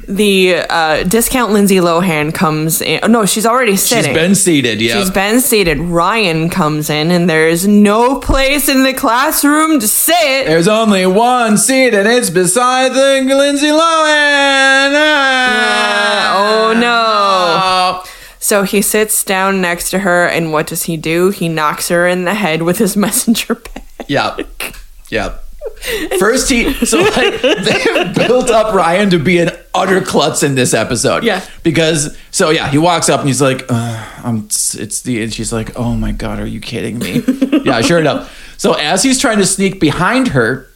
B: the uh, discount Lindsay Lohan comes in. oh, No, she's already sitting.
C: She's been seated. Yeah.
B: She's been seated. Ryan comes in, and there's no place in the classroom to sit.
C: There's only one seat, and it's beside the Lindsay Lohan. Ah.
B: Ah, oh, no.
C: Oh.
B: So he sits down next to her, and what does he do? He knocks her in the head with his messenger bag.
C: Yeah. Yeah. First, he so like they've built up Ryan to be an utter klutz in this episode.
B: Yeah.
C: because so yeah, he walks up and he's like, uh, "I'm it's the," and she's like, "Oh my god, are you kidding me?" yeah, sure enough. So as he's trying to sneak behind her,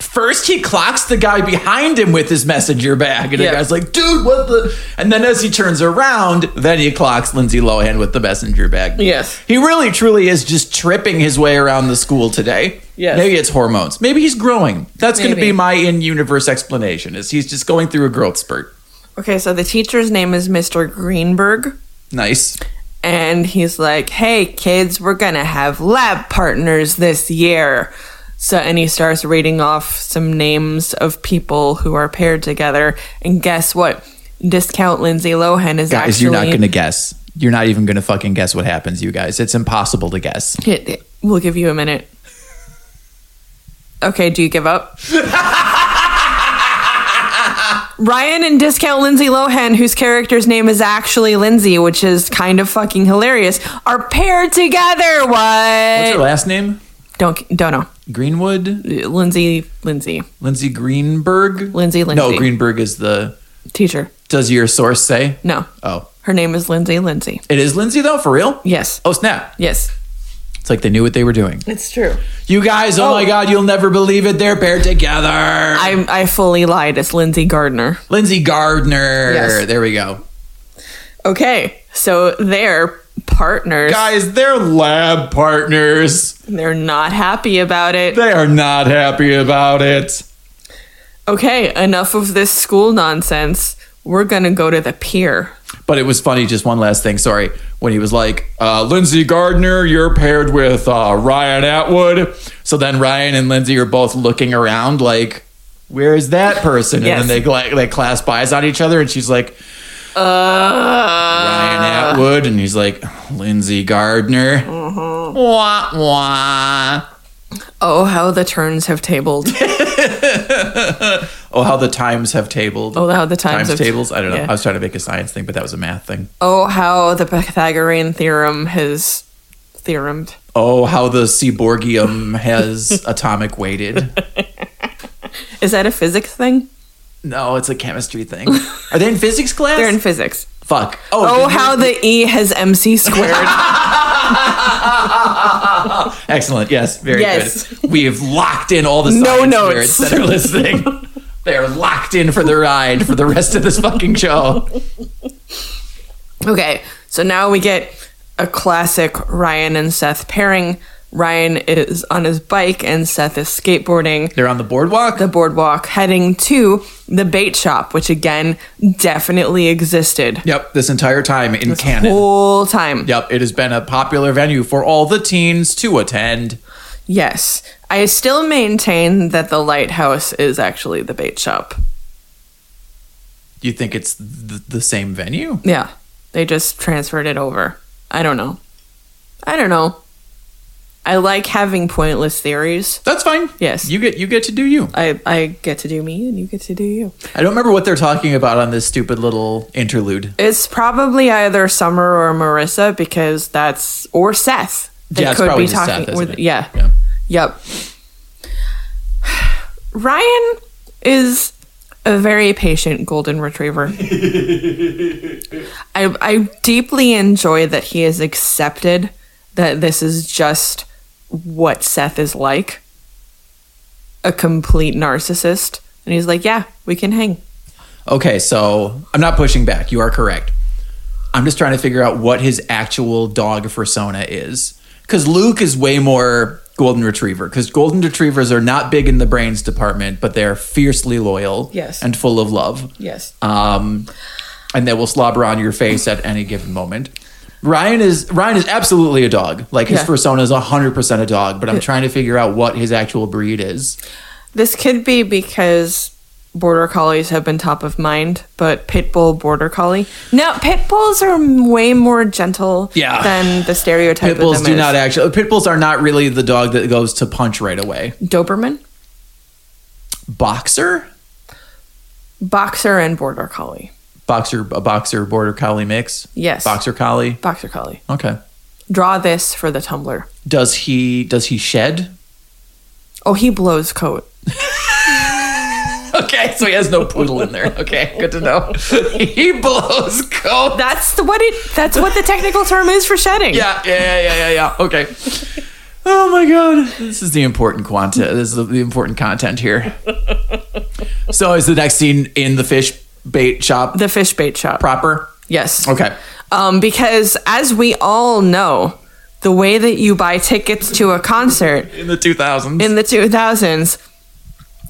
C: first he clocks the guy behind him with his messenger bag, and
B: Yeah.
C: the guy's like, "Dude, what the?" And then as he turns around, then he clocks Lindsay Lohan with the messenger bag.
B: Yes.
C: He really truly is just tripping his way around the school today.
B: Yes.
C: Maybe it's hormones. Maybe he's growing. That's going to
B: Maybe.
C: be my in-universe explanation. Is he's just going through a growth spurt.
B: Okay, so the teacher's name is Mr. Greenberg.
C: Nice.
B: and he's like, "Hey kids, we're going to have lab partners this year." So and he starts reading off some names of people who are paired together and guess what? Discount Lindsay Lohan is
C: Guys,
B: actually
C: you're not going to guess. You're not even going to fucking guess what happens, you guys. It's impossible to guess.
B: It- it- we'll give you a minute. Okay, do you give up? Ryan and discount Lindsay Lohan, whose character's name is actually Lindsay, which is kind of fucking hilarious, are paired together. What?
C: What's her last name?
B: Don't don't know.
C: Greenwood?
B: Lindsay Lindsay
C: Lindsay Greenberg?
B: Lindsay Lindsay.
C: No, Greenberg is the
B: teacher.
C: Does your source say?
B: No,
C: Oh.
B: her name is Lindsay Lindsay.
C: It is Lindsay though, for real?
B: Yes.
C: Oh, snap.
B: Yes.
C: It's like they knew what they were doing.
B: It's true.
C: You guys, oh my god, you'll never believe it. They're paired together.
B: I I fully lied. It's Lindsay Gardner.
C: Lindsay Gardner.
B: Yes.
C: There we go.
B: Okay. So they're partners.
C: Guys, they're lab partners.
B: They're not happy about it.
C: They are not happy about it.
B: Okay, enough of this school nonsense. We're gonna go to the pier.
C: But it was funny, just one last thing, sorry, when he was like, uh, Lindsay Gardner, you're paired with uh, Ryan Atwood. So then Ryan and Lindsay are both looking around like, where is that person?
B: Yes.
C: And then they like they clasp eyes on each other, and she's like,
B: Uh,
C: Ryan Atwood, and he's like, Lindsay Gardner.
B: Mm-hmm.
C: Wah, wah.
B: oh, how the turns have tabled.
C: Oh, how the times have tabled.
B: Oh, how the times,
C: times
B: have
C: tables. I don't know.
B: yeah.
C: I was trying to make a science thing, but that was a math thing.
B: Oh, how the Pythagorean theorem has theoremed.
C: Oh, how the seaborgium has atomic weighted.
B: Is that a physics thing?
C: No, it's a chemistry thing. Are they in physics class?
B: They're in physics.
C: Fuck.
B: Oh,
C: did you-
B: how the E has MC squared.
C: Excellent. Yes. Very
B: Yes.
C: good. We have locked in all the
B: No
C: science
B: notes.
C: nerds that are listening. They're locked in for the ride for the rest of this fucking show.
B: okay, so now we get a classic Ryan and Seth pairing. Ryan is on his bike and Seth is skateboarding
C: They're on the boardwalk.
B: the boardwalk heading to the bait shop, which again definitely existed
C: yep. This entire time in canon.
B: whole time.
C: yep. It has been a popular venue for all the teens to attend.
B: Yes. I still maintain that the lighthouse is actually the bait shop.
C: You think it's th- the same venue?
B: Yeah. They just transferred it over. I don't know. I don't know. I like having pointless theories.
C: That's fine.
B: Yes.
C: You get you get to do you.
B: I, I get to do me and you get to do you.
C: I don't remember what they're talking about on this stupid little interlude.
B: It's probably either Summer or Marissa because that's or Seth. They
C: Yeah, it's probably just Seth, isn't it?
B: yeah.
C: Yeah.
B: Yep. Ryan is a very patient golden retriever. I I deeply enjoy that he has accepted that this is just what Seth is like. A complete narcissist. And he's like, "Yeah, we can hang."
C: Okay, so I'm not pushing back. You are correct. I'm just trying to figure out what his actual dog persona is. Because Luke is way more golden retriever. Because golden retrievers are not big in the brains department, but they're fiercely loyal
B: Yes.
C: and full of love.
B: Yes.
C: um, and they will slobber on your face at any given moment. Ryan is Ryan is absolutely a dog. Like his
B: Yeah.
C: persona is hundred percent a dog, but I'm trying to figure out what his actual breed is.
B: This could be because border collies have been top of mind, but pit bull border collie. Now, pit bulls are m- way more gentle
C: Yeah.
B: than the stereotype
C: Pit bulls
B: of them
C: do
B: is.
C: not actually. Pit bulls are not really the dog that goes to punch right away.
B: Doberman,
C: Boxer,
B: boxer and border collie.
C: boxer, a boxer border collie mix.
B: Yes.
C: Boxer collie.
B: Boxer collie.
C: Okay.
B: Draw this for the tumbler.
C: Does he does he shed?
B: Oh, he blows coat.
C: Okay, so he has no poodle in there. Okay, good to know. he blows coat.
B: That's the, what it. That's what the technical term is for shedding.
C: Yeah, yeah, yeah, yeah, yeah, yeah. Okay. Oh my god, this is the important content. This is the, the important content here. So is the next scene in the fish bait shop
B: The fish bait shop.
C: proper?
B: yes.
C: Okay.
B: Um, because as we all know, the way that you buy tickets to a concert
C: In the 2000s.
B: in the 2000s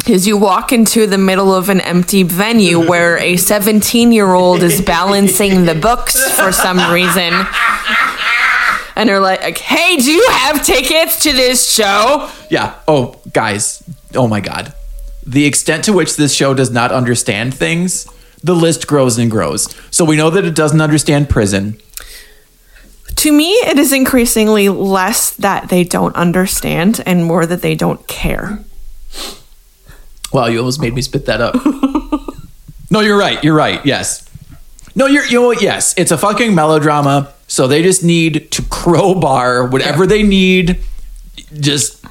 B: is you walk into the middle of an empty venue where a 17 year old is balancing the books for some reason. And they're like, hey, do you have tickets to this show?
C: yeah. Oh, guys. Oh my god. The extent to which this show does not understand things, the list grows and grows. So we know that it doesn't understand prison.
B: To me, it is increasingly less that they don't understand and more that they don't care.
C: Wow, you almost made me spit that up. no, you're right. You're right. Yes. No, you're you know what? Yes, it's a fucking melodrama. So they just need to crowbar whatever they need, just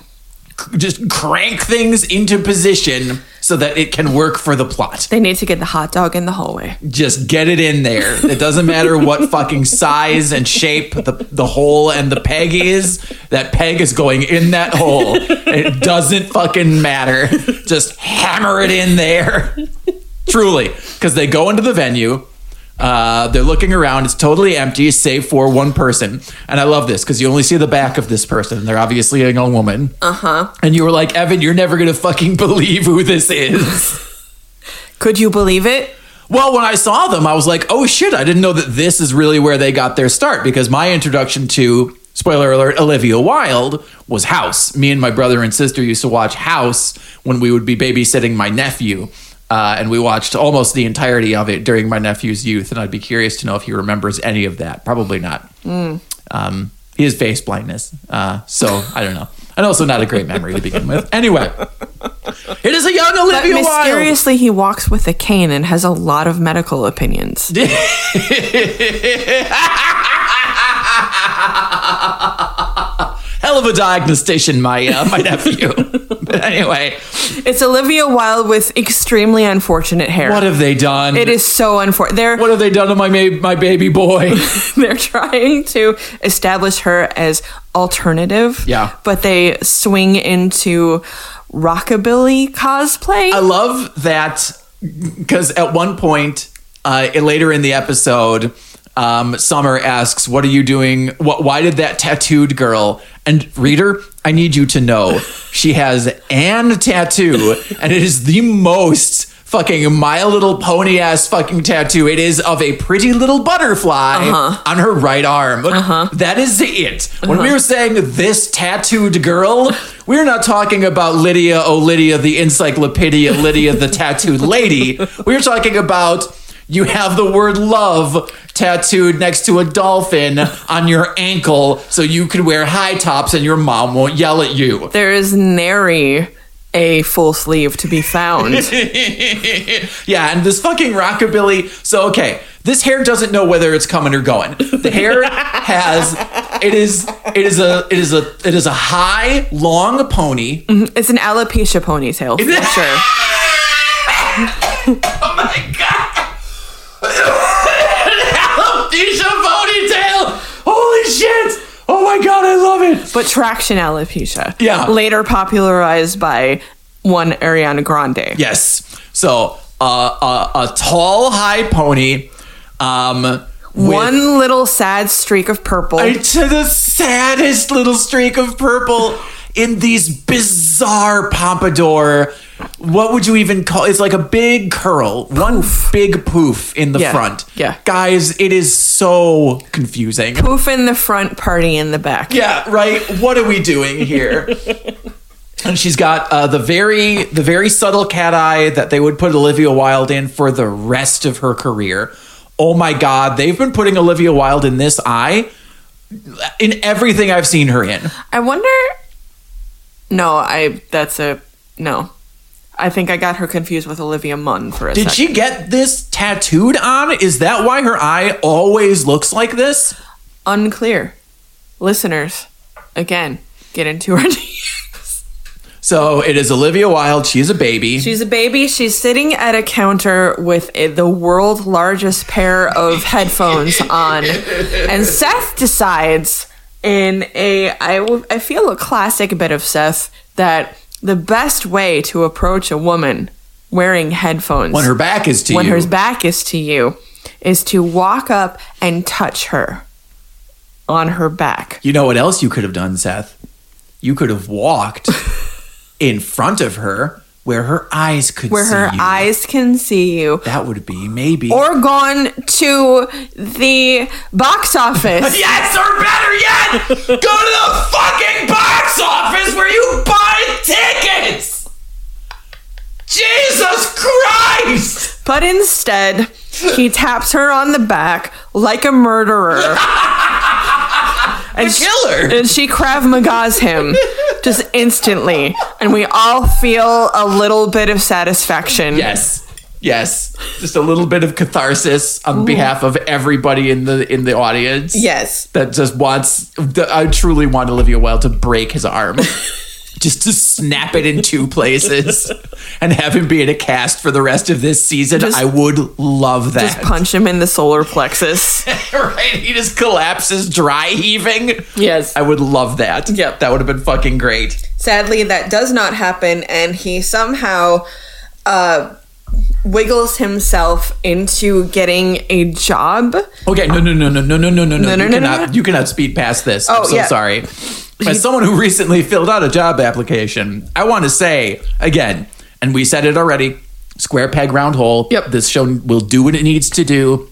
C: just crank things into position so that it can work for the plot.
B: They need to get the hot dog in the hallway.
C: Just get it in there. It doesn't matter what fucking size and shape the, the hole and the peg is. That peg is going in that hole. It doesn't fucking matter. Just hammer it in there. Truly. Because they go into the venue. Uh, they're looking around. It's totally empty, save for one person. And I love this because you only see the back of this person. They're obviously a young woman. Uh huh. And you were like, Evan, you're never going to fucking believe who this is.
B: Could you believe it?
C: Well, when I saw them, I was like, oh shit, I didn't know that this is really where they got their start because my introduction to, spoiler alert, Olivia Wilde was House. Me and my brother and sister used to watch House when we would be babysitting my nephew. Uh, and we watched almost the entirety of it during my nephew's youth. And I'd be curious to know if he remembers any of that. Probably not. Um, he has face blindness. Uh, so I don't know. And also not a great memory to begin with. Anyway, it is a young
B: But
C: Olivia Wilde.
B: mysteriously, he walks with a cane and has a lot of medical opinions.
C: Hell of a diagnostician, my uh, my nephew. but anyway,
B: It's Olivia Wilde with extremely unfortunate hair.
C: what have they done?
B: it is so unfortunate. They're
C: What have they done to my ma- my baby boy?
B: they're trying to establish her as alternative.
C: Yeah.
B: but they swing into rockabilly cosplay.
C: I love that because at one point, uh, later in the episode, um, Summer asks, "What are you doing? What? Why did that tattooed girl?" And reader, I need you to know she has an tattoo, and it is the most fucking My Little Pony ass fucking tattoo. It is of a pretty little butterfly on her right arm. That is it. When we were saying this tattooed girl, we're not talking about Lydia, oh Lydia, the encyclopedia, Lydia, the tattooed lady. We're talking about you have the word love tattooed next to a dolphin on your ankle so you can wear high tops and your mom won't yell at you.
B: there is nary a full sleeve to be found.
C: yeah, and this fucking rockabilly. So okay, this hair doesn't know whether it's coming or going. The hair has it is it is a it is a it is a high long pony.
B: it's an alopecia ponytail for sure.
C: Oh my god! Alopecia ponytail. Holy shit! Oh my god, I love it.
B: But traction alopecia.
C: Yeah.
B: Later popularized by one Ariana Grande.
C: Yes. So uh, uh, a tall high pony. Um, with-
B: One little sad streak of purple.
C: to the saddest little streak of purple in these bizarre pompadour. What would you even call? It's like a big curl, one big poof in the
B: Yeah,
C: front.
B: yeah.
C: guys, it is so confusing.
B: Poof in the front, party in the back.
C: Yeah, right. What are we doing here? and she's got uh, the very the very subtle cat eye that they would put Olivia Wilde in for the rest of her career. Oh my God, they've been putting Olivia Wilde in this eye in everything I've seen her in.
B: I wonder. No, I. That's a no. I think I got her confused with Olivia Munn for a
C: Did
B: second.
C: she get this tattooed on? Is that why her eye always looks like this?
B: Unclear. Listeners, again, get into her.
C: So it is Olivia Wilde. She's a baby.
B: She's a baby. She's sitting at a counter with a, the world's largest pair of headphones on, and Seth decides, in a I w- I feel a classic bit of Seth, that the best way to approach a woman wearing headphones
C: when her back is to
B: when
C: you.
B: her back is to you is to walk up and touch her on her back.
C: you know what else you could have done, Seth? You could have walked in front of her where her eyes could
B: Where
C: see
B: her
C: you.
B: eyes can see you,
C: That would be maybe.
B: or gone to the box office.
C: yes, or better yet, go to the fucking box office where you buy tickets. Jesus Christ!
B: But instead, he taps her on the back like a murderer. and she,
C: Killer.
B: and she Krav Maga's him just instantly. And we all feel a little bit of satisfaction.
C: Yes. Yes. Just a little bit of catharsis on behalf of everybody in the in the audience.
B: Yes.
C: That just wants I truly want Olivia Wilde to break his arm. just to snap it in two places and have him be in a cast for the rest of this season. I would love that.
B: Just punch him in the solar plexus.
C: right? He just collapses, dry heaving.
B: Yes.
C: I would love that.
B: Yep.
C: That would have been fucking great.
B: Sadly, that does not happen, and he somehow uh, wiggles himself into getting a job.
C: Okay, no, no, no, no, no, no, no, no, no.
B: no,
C: You
B: no,
C: cannot,
B: no.
C: you cannot speed past this. I'm
B: Oh,
C: so
B: yeah.
C: sorry. As someone who recently filled out a job application, I want to say again, and we said it already: square peg, round hole.
B: Yep.
C: This show will do what it needs to do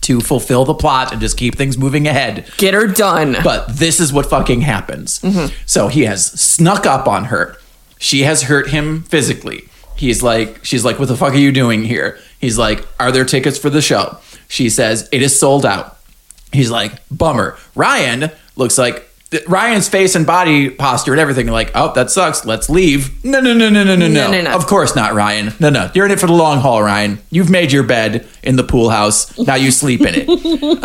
C: to fulfill the plot and just keep things moving ahead.
B: Get her done.
C: But this is what fucking happens.
B: Mm-hmm.
C: So he has snuck up on her. She has hurt him physically. He's like, she's like, what the fuck are you doing here? He's like, are there tickets for the show? She says, it is sold out. He's like, bummer. Ryan looks like, Ryan's face and body posture and everything, like, oh, that sucks. Let's leave. No, no, no, no, no, no, no.
B: No, no, no.
C: Of course not, Ryan. No, no. You're in it for the long haul, Ryan. You've made your bed in the pool house. Now you sleep in it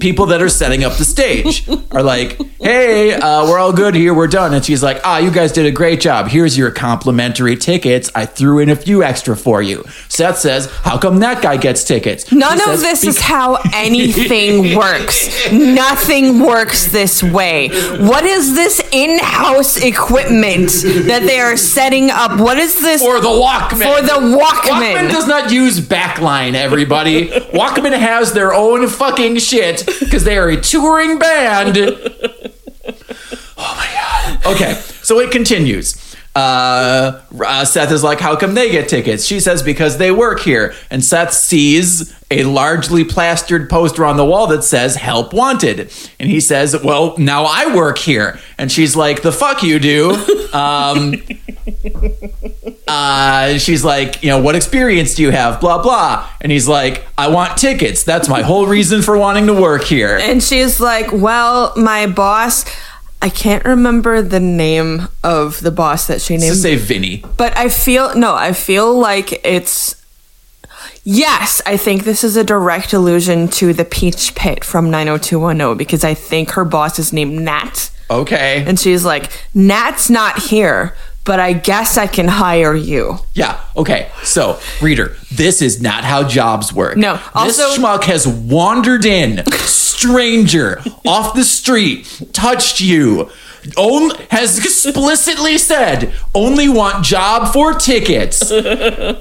C: people that are setting up the stage are like, "Hey, uh, we're all good here. We're done." And she's like, "Ah, you guys did a great job. Here's your complimentary tickets. I threw in a few extra for you." Seth says, "How come that guy gets tickets?"
B: None
C: She
B: of
C: says,
B: this is how anything works. Nothing works this way. What is this in house equipment that they are setting up? What is this?
C: for the Walkman.
B: For the Walkman.
C: Walkman does not use backline, everybody. Walkman has their own fucking shit because they are a touring band. Oh my god. Okay, so it continues. Uh, uh, Seth is like, "How come they get tickets?" She says, "Because they work here." And Seth sees a largely plastered poster on the wall that says "Help Wanted," and he says, "Well, now I work here." And she's like, "The fuck you do." Um, uh, she's like, you know, what experience do you have? Blah blah. And he's like, I want tickets. That's my whole reason for wanting to work here.
B: And she's like, Well, my boss, I can't remember the name of the boss that she named,
C: Just say Vinny.
B: but I feel, no, I feel like it's. Yes, I think this is a direct allusion to the Peach Pit from 90210 because I think her boss is named Nat.
C: Okay.
B: And she's like, Nat's not here, but I guess I can hire you.
C: yeah. Okay. So, reader, this is not how jobs work.
B: No,
C: this
B: also-
C: schmuck has wandered in, stranger, off the street, touched you. Only, has explicitly said only want job for tickets.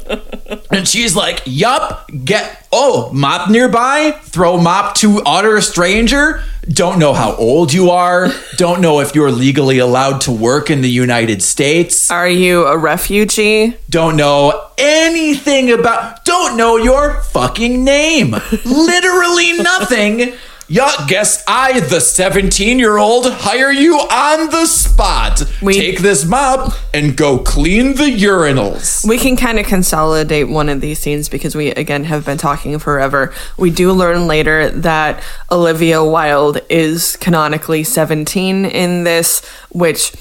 C: And she's like, Yup, get, oh, mop nearby, throw mop to utter stranger. Don't know how old you are, don't know if you're legally allowed to work in the United States,
B: Are you a refugee?
C: don't know anything about, don't know your fucking name. Literally nothing. Yeah, guess I, the 17 year old, hire you on the spot.
B: We-
C: Take this mop and go clean the urinals.
B: We can kind of consolidate one of these scenes because we again have been talking forever. We do learn later that Olivia Wilde is canonically 17 in this, which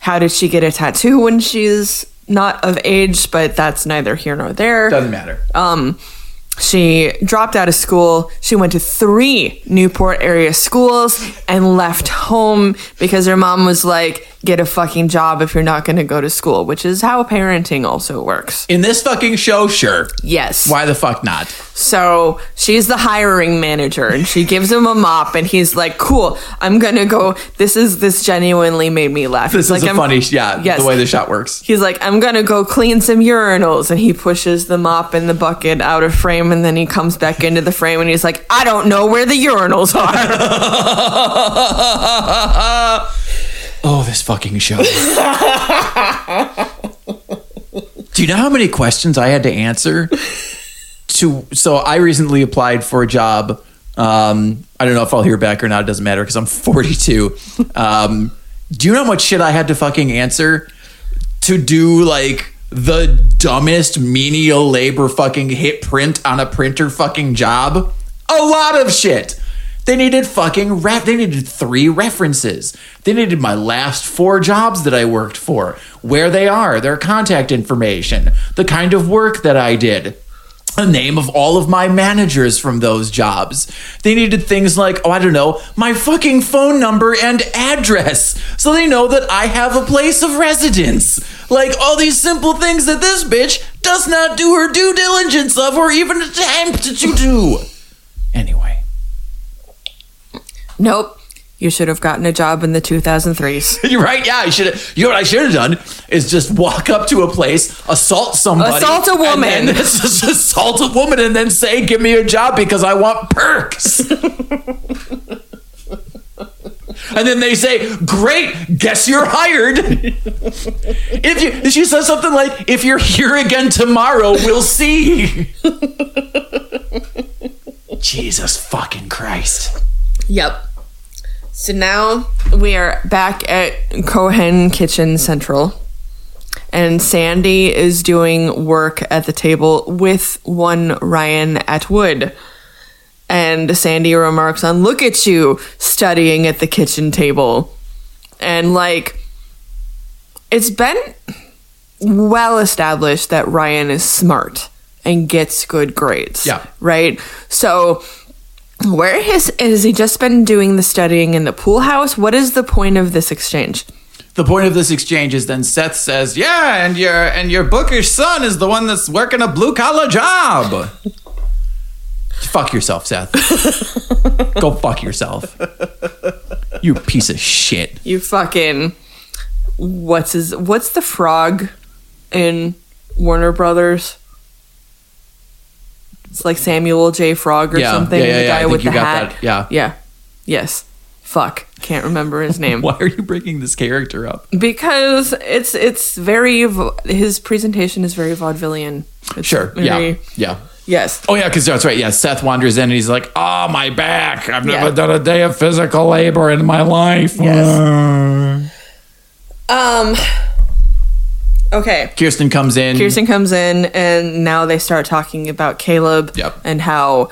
B: how did she get a tattoo when she's not of age, but that's neither here nor there.
C: Doesn't matter.
B: Um, she dropped out of school. She went to three Newport area schools and left home because her mom was like, get a fucking job if you're not going to go to school, which is how parenting also works.
C: In this fucking show, sure.
B: Yes.
C: Why the fuck not?
B: So she's the hiring manager and she gives him a mop and he's like, cool, I'm going to go. This is, this genuinely made me laugh.
C: This
B: He's like,
C: is a
B: "I'm-
C: funny, sh- yeah,
B: Yes.
C: the way the shot works.
B: He's like, I'm gonna go clean some urinals. And he pushes the mop and the bucket out of frame. And then he comes back into the frame and he's like, I don't know where the urinals are.
C: Oh, this fucking show. Do you know how many questions I had to answer? To so I recently applied for a job. Um, I don't know if I'll hear back or not. It doesn't matter because I'm 42. Um, do you know how much shit I had to fucking answer to do like the dumbest menial labor fucking hit print on a printer fucking job? A lot of shit. They needed fucking ref. They needed three references. They needed my last four jobs that I worked for, where they are, their contact information, the kind of work that I did, the name of all of my managers from those jobs. They needed things like, oh, I don't know, my fucking phone number and address, so they know that I have a place of residence. Like all these simple things that this bitch does not do her due diligence of or even attempt to do. Anyway.
B: nope. You should have gotten a job in the 2003s.
C: You're right. Yeah, I should. You know what I should have done is just walk up to a place, assault somebody,
B: Assault a woman.
C: and then just assault a woman, and then say, "Give me a job because I want perks." and then they say, "Great, guess you're hired." if you, she says something like, "If you're here again tomorrow, we'll see." Jesus fucking Christ!
B: Yep. So now we are back at Cohen Kitchen Central. And Sandy is doing work at the table with one Ryan Atwood. And Sandy remarks on, Look at you studying at the kitchen table. And like, it's been well established that Ryan is smart and gets good grades.
C: Yeah.
B: Right? So, where has, has he just been doing the studying in the pool house? What is the point of this exchange?
C: the point of this exchange is then Seth says, "Yeah, and your and your bookish son is the one that's working a blue collar job." fuck yourself, Seth. Go fuck yourself. You piece of shit.
B: You fucking what's his what's the frog in Warner Brothers? It's like Samuel J. Frog or
C: Yeah,
B: something.
C: yeah, yeah,
B: the
C: yeah, I
B: guy
C: think
B: with
C: you
B: the
C: got
B: hat.
C: that, yeah.
B: Yeah. Yes. Fuck. Can't remember his name.
C: Why are you bringing this character up?
B: because it's it's very va- his presentation is very vaudevillian. It's
C: Sure. Yeah.
B: very-
C: Yeah.
B: Yes.
C: Oh yeah, because that's right. Yeah, Seth wanders in and he's like, "Oh, my back! I've never
B: Yeah.
C: done a day of physical labor in my life."
B: Yes. Um Okay.
C: Kirsten comes in.
B: Kirsten comes in, and now they start talking about Caleb
C: Yep.
B: and how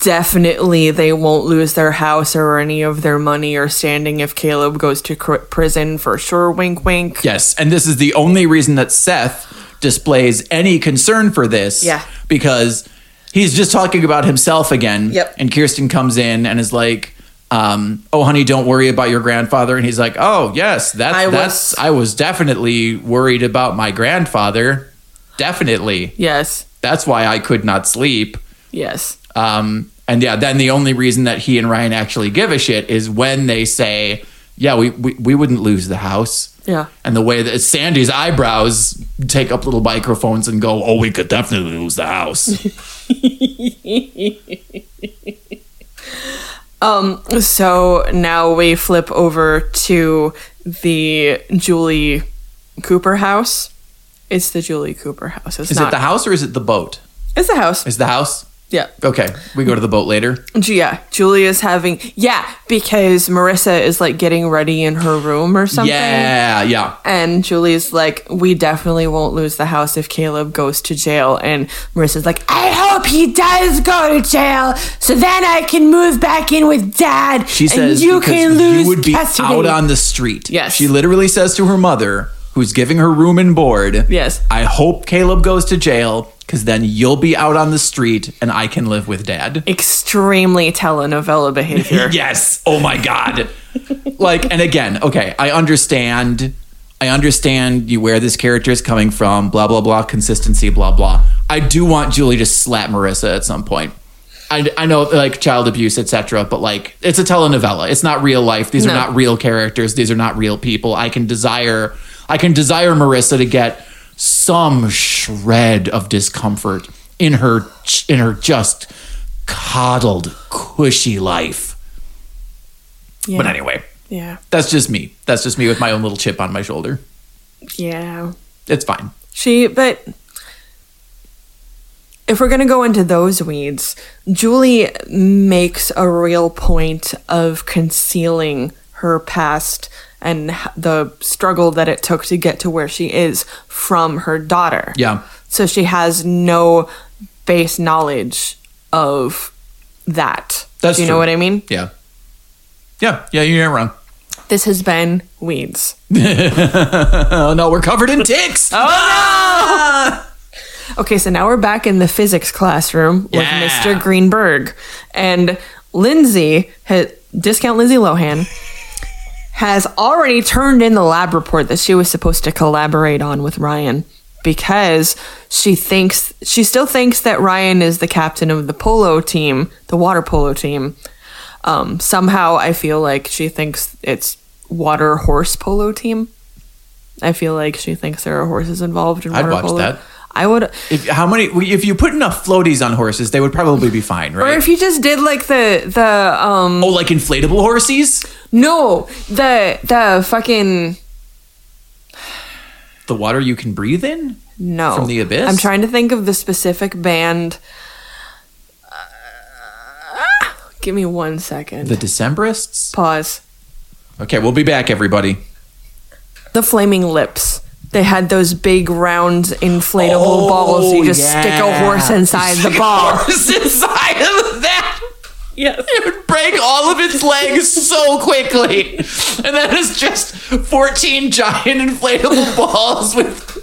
B: definitely they won't lose their house or any of their money or standing if Caleb goes to cr- prison for sure. Wink, wink.
C: Yes, and this is the only reason that Seth displays any concern for this.
B: Yeah.
C: Because he's just talking about himself again.
B: Yep.
C: And Kirsten comes in and is like, um, oh honey, don't worry about your grandfather. And he's like, Oh yes, that's
B: I was-
C: that's I was definitely worried about my grandfather. Definitely.
B: Yes,
C: That's why I could not sleep.
B: yes,
C: Um, and yeah, then the only reason that he and Ryan actually give a shit is when they say, yeah, we, we, we wouldn't lose the house.
B: Yeah.
C: And the way that Sandy's eyebrows take up little microphones and go, oh, we could definitely lose the house.
B: Um, So now we flip over to the Julie Cooper house. It's the Julie Cooper house. It's
C: is
B: not.
C: it the house or is it the boat?
B: it's the house.
C: Is the house?
B: Yeah.
C: Okay, we go to the boat later.
B: Ju- Yeah. Julia's having yeah because Marissa is like getting ready in her room or something.
C: Yeah, yeah.
B: And Julie's like, we definitely won't lose the house if Caleb goes to jail. And Marissa's like, I hope he does go to jail, so then I can move back in with Dad.
C: She
B: and
C: says
B: you
C: because
B: can lose
C: you would be
B: custody.
C: out on the street.
B: Yes.
C: She literally says to her mother, who's giving her room and board,
B: Yes.
C: I hope Caleb goes to jail because then you'll be out on the street and I can live with dad.
B: Extremely telenovela behavior.
C: Yes. Oh my God. like, and again, okay, I understand. I understand you where this character is coming from, blah, blah, blah, consistency, blah, blah. I do want Julie to slap Marissa at some point. I, I know like child abuse etc but like it's a telenovela it's not real life these are
B: No.
C: not real characters these are not real people i can desire i can desire marissa to get some shred of discomfort in her in her just coddled cushy life
B: Yeah.
C: but anyway
B: Yeah.
C: that's just me that's just me with my own little chip on my shoulder
B: Yeah.
C: it's fine
B: She, but if we're going to go into those weeds, Julie makes a real point of concealing her past and h- the struggle that it took to get to where she is from her daughter.
C: Yeah.
B: So she has no base knowledge of that.
C: That's
B: Do you know
C: true.
B: what I mean?
C: yeah yeah yeah you're not wrong
B: This has been Weeds.
C: oh no we're covered in ticks
B: Okay, so now we're back in the physics classroom
C: Yeah.
B: with Mr. Greenberg. And Lindsay, ha- discount Lindsay Lohan, has already turned in the lab report that she was supposed to collaborate on with Ryan because she thinks, she still thinks that Ryan is the captain of the polo team, the water polo team. Um, somehow I feel like she thinks it's water horse polo team. I feel like she thinks there are horses involved in
C: I'd
B: water
C: watch
B: polo.
C: that.
B: I would.
C: If, how many? If you put enough floaties on horses, they would probably be fine,
B: Or
C: right?
B: if you just did like the the um
C: oh, like inflatable horses?
B: no the the fucking
C: The water you can breathe in?
B: no
C: From the abyss?
B: I'm trying to think of the specific band. Uh, Give me one second.
C: The Decemberists?
B: Pause.
C: Okay, we'll be back, everybody.
B: The flaming lips. They had those big round inflatable
C: Oh,
B: balls. You just stick a
C: yeah.
B: horse inside the ball.
C: Horse inside of that!
B: Yes.
C: It would break all of its legs so quickly. And that is just 14 giant inflatable balls with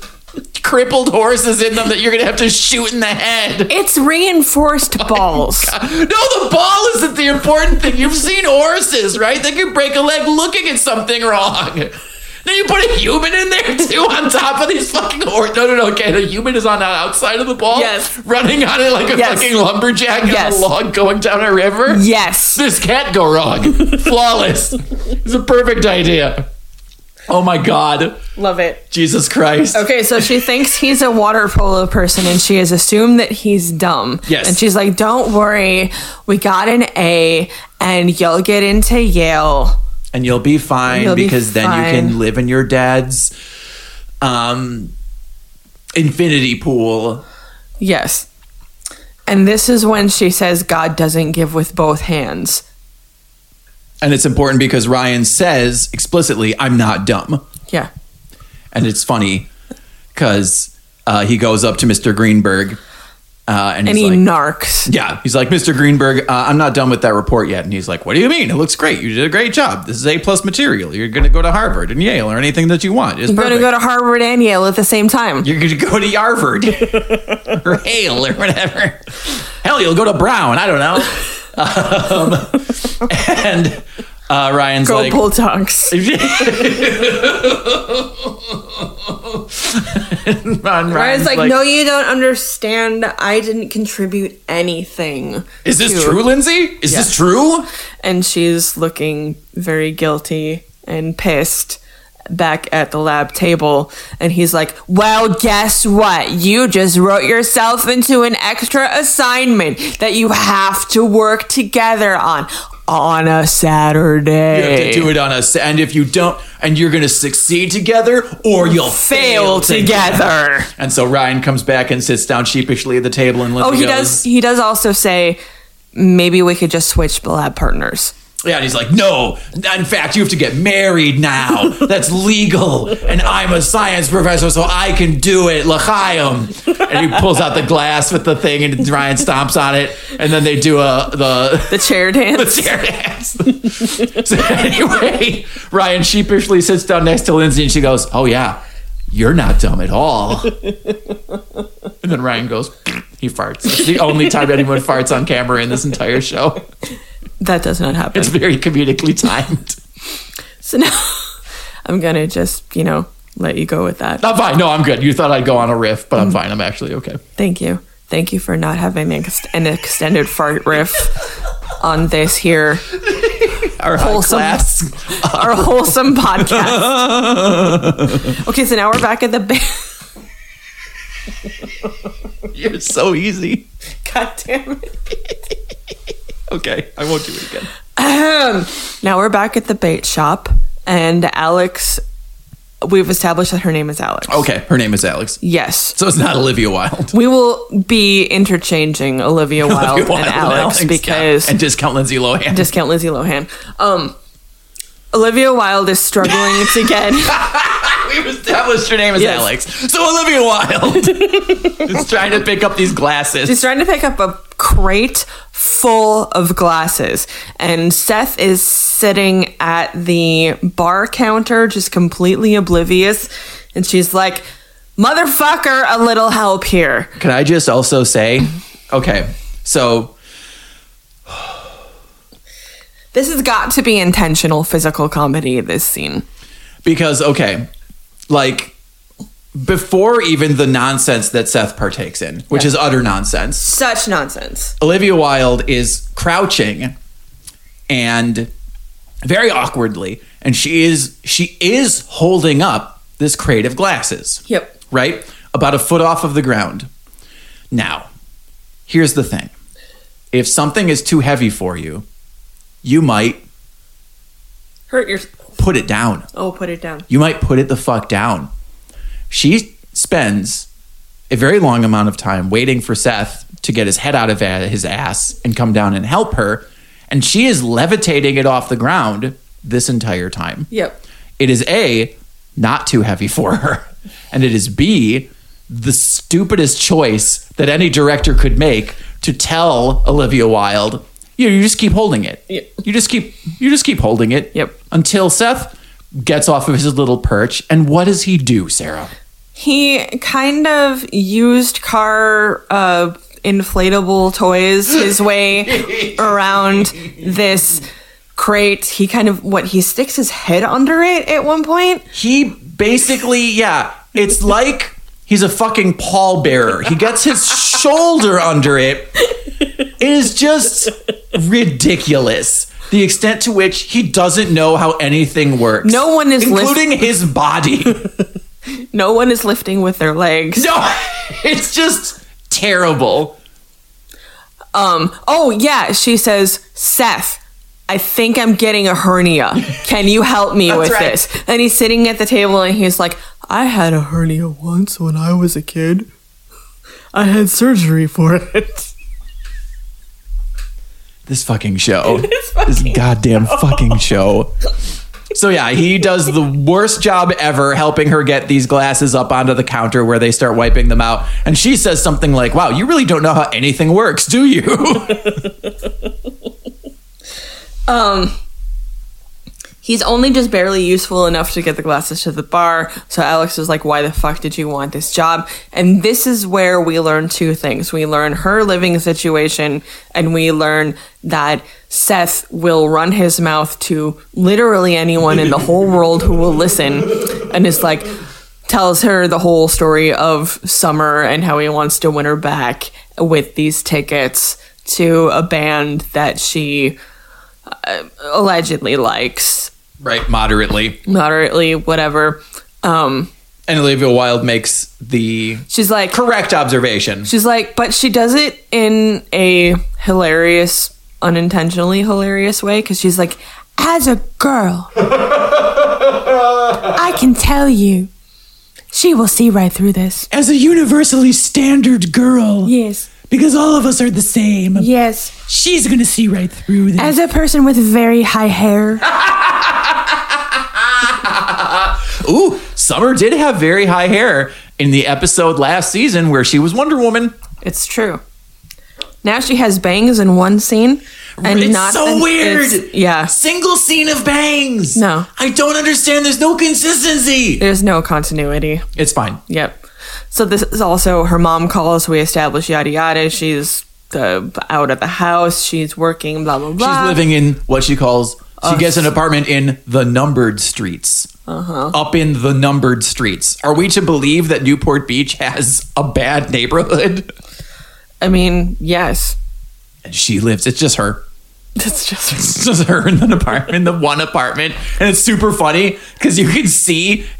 C: crippled horses in them that you're going to have to shoot in the head.
B: It's reinforced
C: Oh
B: balls.
C: No, the ball isn't the important thing. You've seen horses, right? They can break a leg looking at something wrong. Then you put a human in there too on top of these fucking horses. No, no, no. Okay, the human is on the outside of the ball.
B: Yes.
C: Running on it like a
B: Yes.
C: fucking lumberjack
B: Yes.
C: on a log going down a river.
B: Yes.
C: This can't go wrong. Flawless. It's a perfect idea. Oh my God.
B: Love it.
C: Jesus Christ.
B: Okay, so she thinks he's a water polo person and she has assumed that he's dumb.
C: Yes.
B: And she's like, don't worry, we got an A and you'll get into Yale.
C: and you'll be fine
B: You'll be
C: because then you
B: fine.
C: can live in your dad's um infinity pool
B: Yes. And this is when she says, God doesn't give with both hands.
C: and it's important because ryan says explicitly i'm not dumb
B: Yeah.
C: and it's funny because uh, he goes up to mr greenberg uh, and,
B: And
C: he's
B: he
C: like,
B: narcs.
C: yeah he's like mr greenberg uh, i'm not done with that report yet and he's like what do you mean it looks great you did a great job this is a plus material you're going to go to harvard and yale or anything that you want it's
B: You're going to
C: perfect.
B: go to Harvard and Yale at the same time.
C: You're going to go to Yarvard or Hale or whatever. Hell, you'll go to Brown. I don't know. Um, and uh, Ryan's
B: Go
C: like,
B: Bulldogs.
C: and
B: Ryan's
C: Ryan's
B: like, no, you don't understand. I didn't contribute anything.
C: Is this
B: to-
C: true, Lindsay? Is this true?
B: and she's looking very guilty and pissed. back at the lab table and he's like, Well, guess what? You just wrote yourself into an extra assignment that you have to work together on on a Saturday.
C: You have to do it on us, and if you don't, and you're gonna succeed together, or you'll fail,
B: fail together.
C: And so Ryan comes back and sits down sheepishly at the table and.
B: Oh, he does. He does also say maybe we could just switch the lab partners.
C: Yeah, and he's like, no. In fact, you have to get married now. That's legal. And I'm a science professor, so I can do it. L'chaim. And he pulls out the glass with the thing, and Ryan stomps on it. And then they do a the
B: The chair dance.
C: chair dance. so anyway, Ryan sheepishly sits down next to Lindsay, and she goes, "Oh yeah, you're not dumb at all." and then Ryan goes, he farts. It's the only time anyone farts on camera in this entire show.
B: that does not happen.
C: It's very comedically timed.
B: so now I'm gonna just you know let you go with that.
C: I'm fine. No, I'm good. You thought I'd go on a riff, but I'm fine. I'm actually okay.
B: Thank you. Thank you for not having an ex- an extended fart riff on this here
C: Our
B: Wholesome.
C: class.
B: our wholesome podcast. Okay, so now we're back at the ba-
C: You're so easy.
B: God damn it.
C: Okay, I won't do it again.
B: Ahem. now we're back at the bait shop, and Alex. We've established that her name is Alex.
C: Okay, her name is Alex.
B: Yes.
C: So it's not Olivia Wilde.
B: We will be interchanging Olivia Wilde,
C: Olivia Wilde
B: and Alex
C: yeah.
B: because
C: and discount Lindsay Lohan.
B: discount Lizzie Lohan. Um, Olivia Wilde is struggling to get.
C: We've established her name is
B: Yes.
C: Alex. So Olivia Wilde is trying to pick up these glasses.
B: She's trying to pick up a crate full of glasses, and Seth is sitting at the bar counter, just completely oblivious, and she's like, "Motherfucker, a little help here."
C: Can I just also say, okay, so
B: This has got to be intentional physical comedy. This scene.
C: because okay like before even the nonsense that seth partakes in which is utter nonsense
B: Such nonsense.
C: olivia wilde is crouching and very awkwardly and she is she is holding up this crate of glasses
B: Yep.
C: right about a foot off of the ground now here's the thing if something is too heavy for you you might
B: Hurt your.
C: put it down
B: Oh, put it down.
C: you might put it the fuck down. She spends a very long amount of time waiting for Seth to get his head out of a- his ass and come down and help her. And she is levitating it off the ground this entire time.
B: Yep.
C: It is A, not too heavy for her. And it is B, the stupidest choice that any director could make to tell Olivia Wilde, you, you just keep holding it.
B: Yeah.
C: You just keep you just keep holding it.
B: Yep.
C: Until Seth gets off of his little perch. And what does he do, Sarah?
B: He kind of used car uh, inflatable toys his way around this crate. He kind of what he sticks his head under it at one point.
C: He basically, yeah, it's like he's a fucking pallbearer. He gets his shoulder under it. It is just ridiculous. The extent to which he doesn't know how anything works.
B: No one is lis-
C: including his body.
B: No one is lifting with their legs.
C: No, it's just terrible.
B: Um. Oh yeah, she says, Seth. I think I'm getting a hernia. Can you help me with
C: right.
B: this? And he's sitting at the table and he's like, I had a hernia once when I was a kid. I had surgery for it.
C: This fucking show. This, goddamn fucking show. So yeah, he does the worst job ever helping her get these glasses up onto the counter where they start wiping them out. And she says something like, "Wow, you really don't know how anything works, do you?"
B: Um, he's only just barely useful enough to get the glasses to the bar. So Alex is like, "Why the fuck did you want this job?" And this is where we learn two things: we learn her living situation, and we learn that Seth will run his mouth to literally anyone in the whole world who will listen, and is like. Tells her the whole story of Summer and how he wants to win her back with these tickets to a band that she allegedly likes
C: right moderately.
B: moderately, whatever. Um,
C: And Olivia Wilde makes the
B: she's like,
C: correct observation.
B: she's like, but she does it in a hilarious, unintentionally hilarious way because she's like, as a girl, I can tell you, she will see right through this.
C: As a universally standard girl,
B: Yes.
C: because all of us are the same,
B: Yes,
C: she's gonna see right through this.
B: as a person with very high hair.
C: Ooh, Summer did have very high hair in the episode last season where she was Wonder Woman.
B: It's true. Now she has bangs in one scene, and
C: it's
B: not
C: so
B: the-
C: weird.
B: it's- yeah,
C: Single scene of bangs.
B: No.
C: I don't understand. There's no consistency.
B: there's no continuity.
C: It's fine.
B: Yep. So this is also her mom calls. We establish yada yada. She's uh, out of the house. She's working. Blah blah blah.
C: She's living in what she calls. She gets an apartment in the numbered streets. Up in the numbered streets. Are we to believe that Newport Beach has a bad neighborhood?
B: I mean, yes,
C: And she lives. It's just her.
B: that's just
C: It's just her in an apartment, the one apartment, and it's super funny because you can see.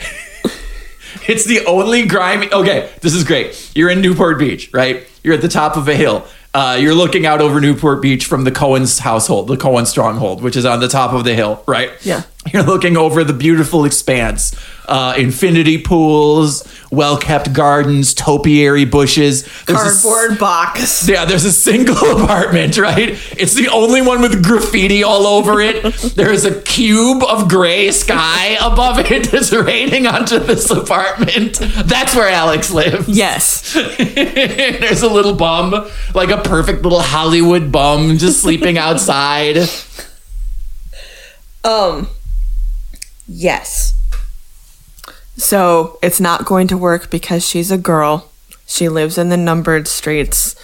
C: It's the only grimy. Okay, this is great. You're in Newport Beach, right? You're at the top of a hill. Uh, you're looking out over Newport Beach from the Cohen's household, the Cohen stronghold, which is on the top of the hill, right?
B: Yeah.
C: You're looking over the beautiful expanse, uh, infinity pools, well kept gardens, topiary bushes, There's a s-
B: cardboard box.
C: yeah, there's a single apartment, right? It's the only one with graffiti all over it. There is a cube of gray sky above it that's raining onto this apartment. That's where Alex lives.
B: Yes,
C: there's a little bum, like a perfect little Hollywood bum just sleeping outside.
B: Um, yes. So it's not going to work because she's a girl. She lives in the numbered streets.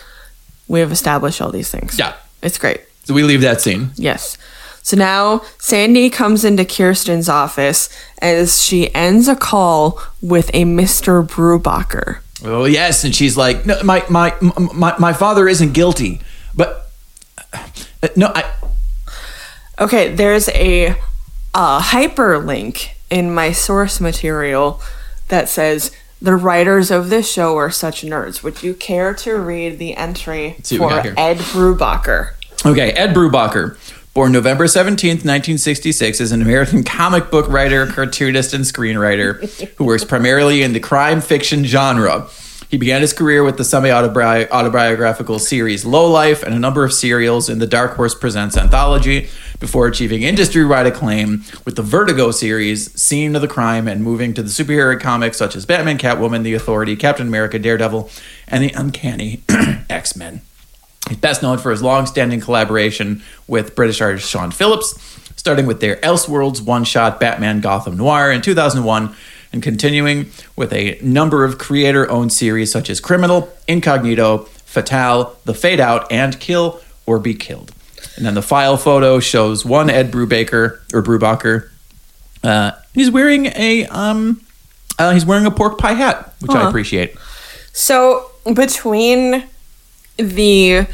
B: We have established all these things.
C: Yeah.
B: It's great.
C: So we leave that scene.
B: Yes. So now Sandy comes into Kirsten's office as she ends a call with a Mr. Brubacher.
C: Oh yes, and she's like, no, my my m- my my father isn't guilty, but uh, no, I
B: Okay, there's a, uh hyperlink in my source material that says the writers of this show are such nerds. Would you care to read the entry
C: see
B: for
C: what we got here.
B: Ed Brubacher?
C: Okay, Ed Brubacher, born November 17th, 1966, is an American comic book writer, cartoonist, and screenwriter who works primarily in the crime fiction genre. He began his career with the semi autobiographical series Low Life and a number of serials in the Dark Horse Presents anthology before achieving industry wide acclaim with the Vertigo series, Scene of the Crime, and moving to the superhero comics such as Batman, Catwoman, The Authority, Captain America, Daredevil, and the Uncanny X Men. He's best known for his long-standing collaboration with British artist Sean Phillips, starting with their Elseworlds one-shot Batman Gotham Noir in 2001 and continuing with a number of creator-owned series such as Criminal, Incognito, Fatale, The Fade Out, and Kill or Be Killed. And then the file photo shows one Ed Brubaker or Brubaker. Uh, he's wearing a um, uh, he's wearing a pork pie hat, which I appreciate.
B: So between the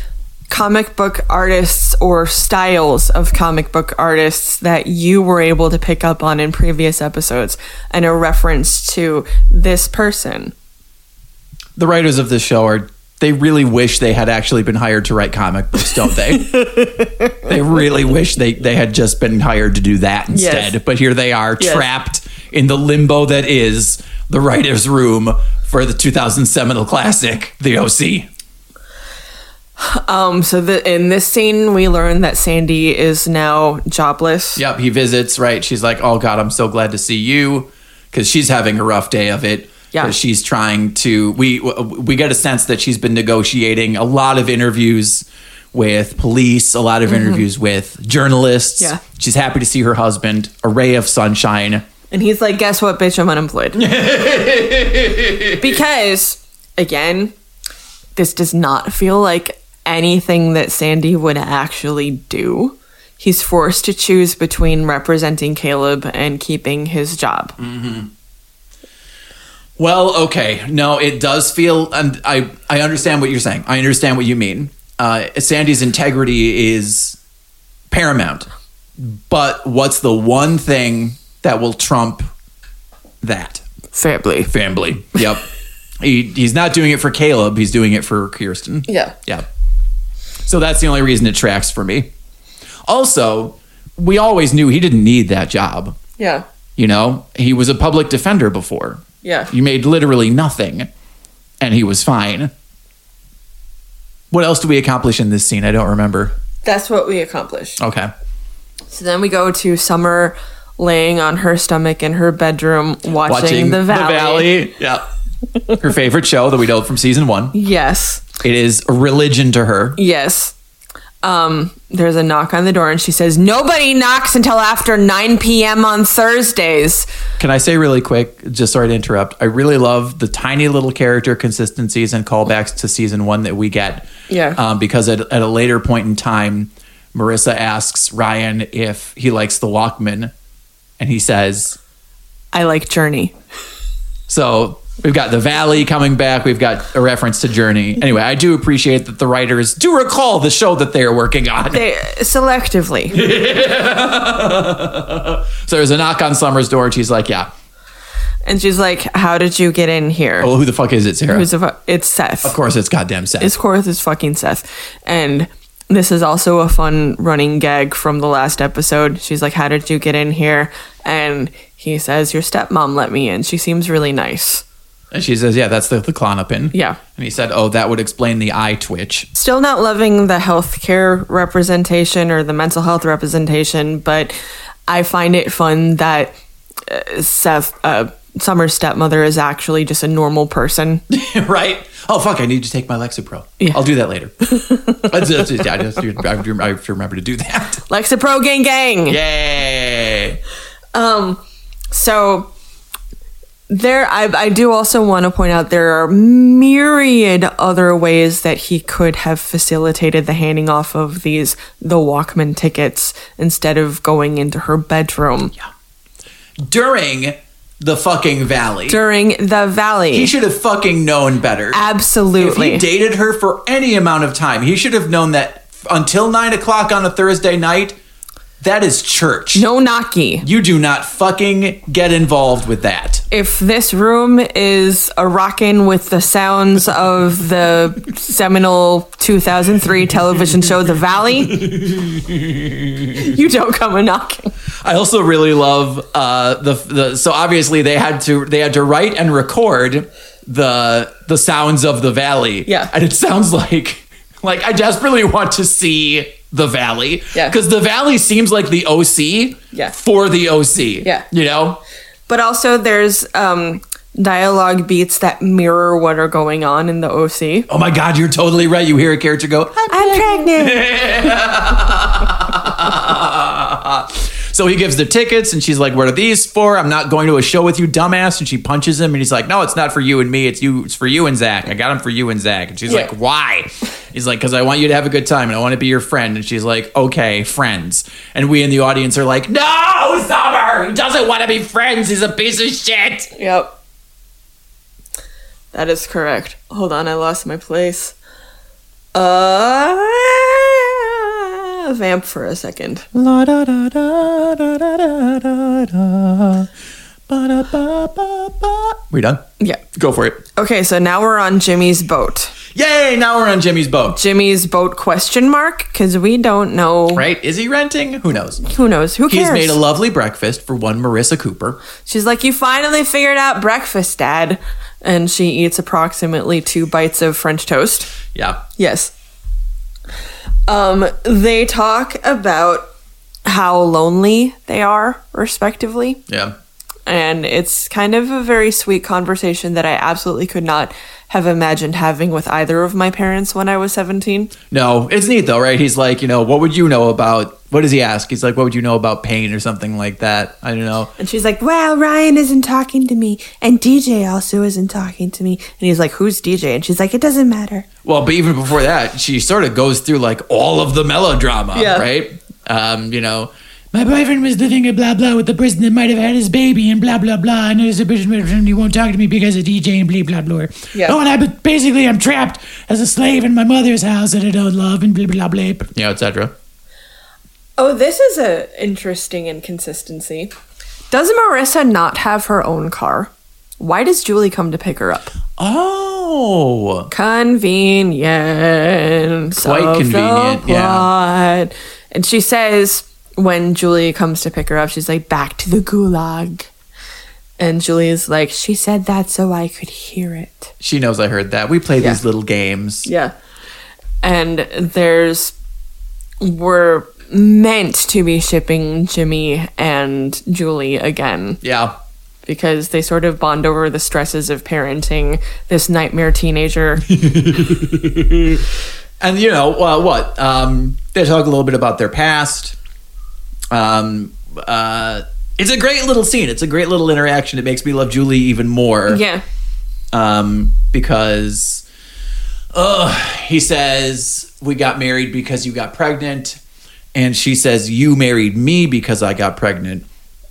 B: comic book artists or styles of comic book artists that you were able to pick up on in previous episodes and a reference to this person.
C: the writers of this show are they really wish they had actually been hired to write comic books, don't they? they really wish they, they had just been hired to do that instead. But here they are
B: Yes.
C: trapped in the limbo that is the writer's room for the 2007 classic, The OC.
B: Um so the, in this scene we learn that Sandy is now jobless.
C: Yep, he visits, right? She's like, oh God, I'm so glad to see you. Because she's having a rough day of it.
B: Yeah.
C: 'Cause She's trying to, we, we get a sense that she's been negotiating a lot of interviews with police, a lot of interviews with journalists.
B: Mm-hmm. Yeah.
C: She's happy to see her husband, a ray of sunshine.
B: And he's like, guess what, bitch, I'm unemployed. because, again, this does not feel like anything that Sandy would actually do. He's forced to choose between representing Caleb and keeping his job.
C: Well, okay. No, it does feel, and I, I understand what you're saying. I understand what you mean. Uh, Sandy's integrity is paramount. But what's the one thing that will trump that?
B: Family.
C: Family. Yep. he, he's not doing it for Caleb. He's doing it for Kirsten.
B: Yeah.
C: Yeah. So that's the only reason it tracks for me. Also, we always knew he didn't need that job.
B: Yeah.
C: You know, he was a public defender before.
B: Yeah.
C: You made literally nothing and he was fine. What else do we accomplish in this scene? I don't remember.
B: That's what we accomplished.
C: Okay.
B: So then we go to Summer laying on her stomach in her bedroom watching, the, valley.
C: The Valley. Yeah. Her favorite show that we know from season one.
B: Yes.
C: It is a religion to her.
B: Yes. Um, there's a knock on the door and she says, Nobody knocks until after 9 p.m. on Thursdays.
C: Can I say really quick, just sorry to interrupt, I really love the tiny little character consistencies and callbacks to season one that we get.
B: Yeah.
C: Um, because at, at a later point in time, Marissa asks Ryan if he likes the Walkman, and he says,
B: I like Journey.
C: So we've got the Valley coming back. We've got a reference to Journey. Anyway, I do appreciate that the writers do recall the show that they are working on.
B: They selectively.
C: So there's a knock on Summer's door, and she's like, "Yeah,
B: and she's like, How did you get in here?
C: well, who the fuck is it, Sarah?
B: Who's the fu- it's Seth.
C: Oh. of course, it's goddamn Seth.
B: His course is fucking Seth. And this is also a fun running gag from the last episode. She's like, How did you get in here? And he says, Your stepmom let me in. She seems really nice.
C: and she says, "Yeah, that's the, the Clonopin."
B: Yeah.
C: And he said, "Oh, that would explain the eye twitch."
B: Still not loving the healthcare representation or the mental health representation, but I find it fun that uh, Seth, uh, Summer's stepmother, is actually just a normal person.
C: right? Oh fuck! I need to take my Lexapro.
B: Yeah.
C: I'll do that later. I just- I just- I have to I have to remember to do that.
B: Lexapro gang gang!
C: Yay!
B: Um, so there, I, I do also want to point out there are myriad other ways that he could have facilitated the handing off of these the Walkman tickets instead of going into her bedroom
C: During the fucking valley,
B: during the
C: he
B: valley.
C: should have fucking known better. If
B: Absolutely.
C: he dated her for any amount of time, he should have known that until nine o'clock on a Thursday night, that is church.
B: no knocky.
C: You do not fucking get involved with that.
B: If this room is a rockin' with the sounds of the seminal 2003 television show The Valley, you don't come a knocking.
C: I also really love uh, the the. So obviously they had to they had to write and record the the sounds of the valley.
B: Yeah.
C: and it sounds like like I desperately want to see the valley.
B: Yeah.
C: because the valley seems like the OC.
B: Yeah.
C: for the OC.
B: Yeah.
C: you know.
B: But also, there's um, dialogue beats that mirror what are going on in the OC.
C: Oh my God, you're totally right. You hear a character go. "Ah."
B: I'm pregnant.
C: So he gives the tickets, and she's like, "What are these for? I'm not going to a show with you, dumbass." And she punches him, and he's like, "No, it's not for you and me. It's you. It's for you and Zach. I got them for you and Zach." And she's
B: Yeah.
C: like, "Why?" He's like, "Cause I want you to have a good time, and I want to be your friend." And she's like, "Okay, friends." And we in the audience are like, "No, Summer. He doesn't want to be friends. He's a piece of shit."
B: yep. That is correct. Hold on, I lost my place. Uh, vamp for a second.
C: La da da da da da da da da. Ba da ba ba ba. We done?
B: Yeah.
C: Go for it.
B: Okay, so now we're on Jimmy's boat.
C: Yay! Now we're on Jimmy's boat.
B: Jimmy's boat question mark? Because we don't know.
C: Right? Is he renting? Who knows?
B: Who knows? Who
C: He's
B: cares?
C: made a lovely breakfast for one Marissa Cooper.
B: She's like, You finally figured out breakfast, Dad. And she eats approximately two bites of French toast.
C: Yeah.
B: Yes. Um, they talk about how lonely they are, respectively.
C: Yeah.
B: And it's kind of a very sweet conversation that I absolutely could not have imagined having with either of my parents when I was 17.
C: No, it's neat though, right? He's like, you know, what would you know about what does he ask? He's like, what would you know about pain or something like that? I don't know.
B: And she's like, Well, Ryan isn't talking to me. And DJ also isn't talking to me. And he's like, Who's DJ? And she's like, It doesn't matter.
C: Well, but even before that, she sort of goes through like all of the melodrama,
B: Yeah.
C: right? Um, you know, my boyfriend was living a blah blah with the person that might have had his baby and blah blah blah, and there's a person and he won't talk to me because of DJ and blah blah blah.
B: Yeah.
C: Oh, and I but basically I'm trapped as a slave in my mother's house that I don't love and blah blah blah, you know, etc.
B: Oh, this is a interesting inconsistency. Does Marissa not have her own car? Why does Julie come to pick her up?
C: Oh,
B: Convenience.
C: Quite
B: of the
C: convenient, yeah.
B: plot. And she says when Julie comes to pick her up, she's like, back to the gulag. And Julie's like, she said that so I could hear it.
C: she knows I heard that. We play these little games.
B: Yeah. And there's we're meant to be shipping Jimmy and Julie again
C: Yeah.
B: because they sort of bond over the stresses of parenting this nightmare teenager.
C: And you know, well, what? Um, they talk a little bit about their past. Um, uh, it's a great little scene. It's a great little interaction. It makes me love Julie even more.
B: yeah.
C: um, because uh, he says we got married because you got pregnant and she says you married me because i got pregnant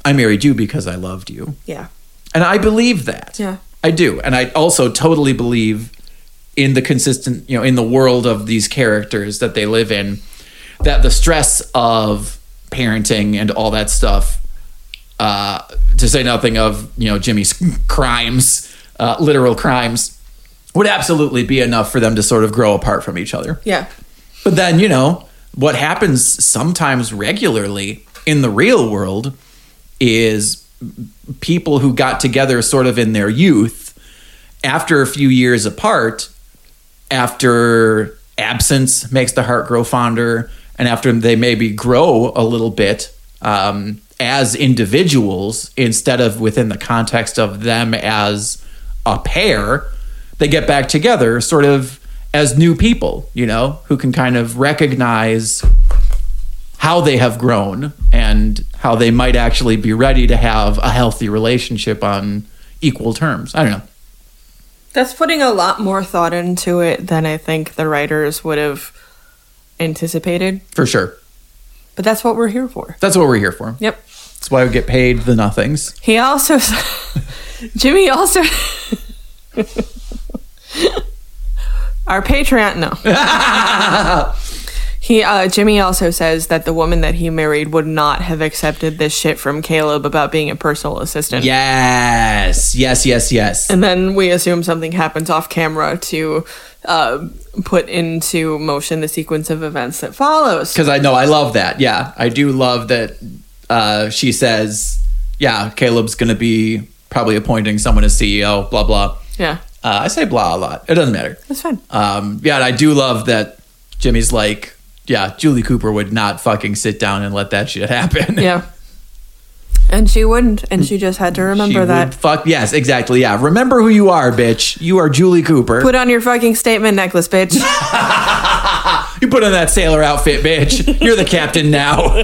C: i married you because i loved you
B: Yeah.
C: and i believe that
B: Yeah.
C: i do and i also totally believe in the consistent you know in the world of these characters that they live in that the stress of parenting and all that stuff uh, to say nothing of you know Jimmy's crimes, uh, literal crimes, would absolutely be enough for them to sort of grow apart from each other.
B: Yeah.
C: But then you know what happens sometimes regularly in the real world is people who got together sort of in their youth after a few years apart after absence makes the heart grow fonder and after they maybe grow a little bit um, as individuals instead of within the context of them as a pair they get back together sort of as new people you know who can kind of recognize how they have grown and how they might actually be ready to have a healthy relationship on equal terms i don't know
B: That's putting a lot more thought into it than I think the writers would have anticipated,
C: for sure
B: but that's what we're here for.
C: that's what we're here for
B: Yep.
C: That's why we get paid the nothings.
B: He also, Jimmy also, our Patreon, no. he, uh, Jimmy also says that the woman that he married would not have accepted this shit from Caleb about being a personal assistant.
C: Yes, yes, yes, yes.
B: And then we assume something happens off camera to uh, put into motion the sequence of events that follows.
C: Because I know I love that. Yeah, I do love that. Uh, she says, "Yeah, Caleb's going to be probably appointing someone as CEO." Blah blah.
B: Yeah,
C: Uh, I say blah a lot. It doesn't matter.
B: that's fine.
C: Um, yeah, and I do love that Jimmy's like, "Yeah, Julie Cooper would not fucking sit down and let that shit happen."
B: Yeah. And she wouldn't, and she just had to remember
C: She
B: that.
C: would fuck yes, exactly. Yeah, remember who you are, bitch. You are Julie Cooper.
B: Put on your fucking statement necklace, bitch.
C: You put on that sailor outfit, bitch. You're the captain now.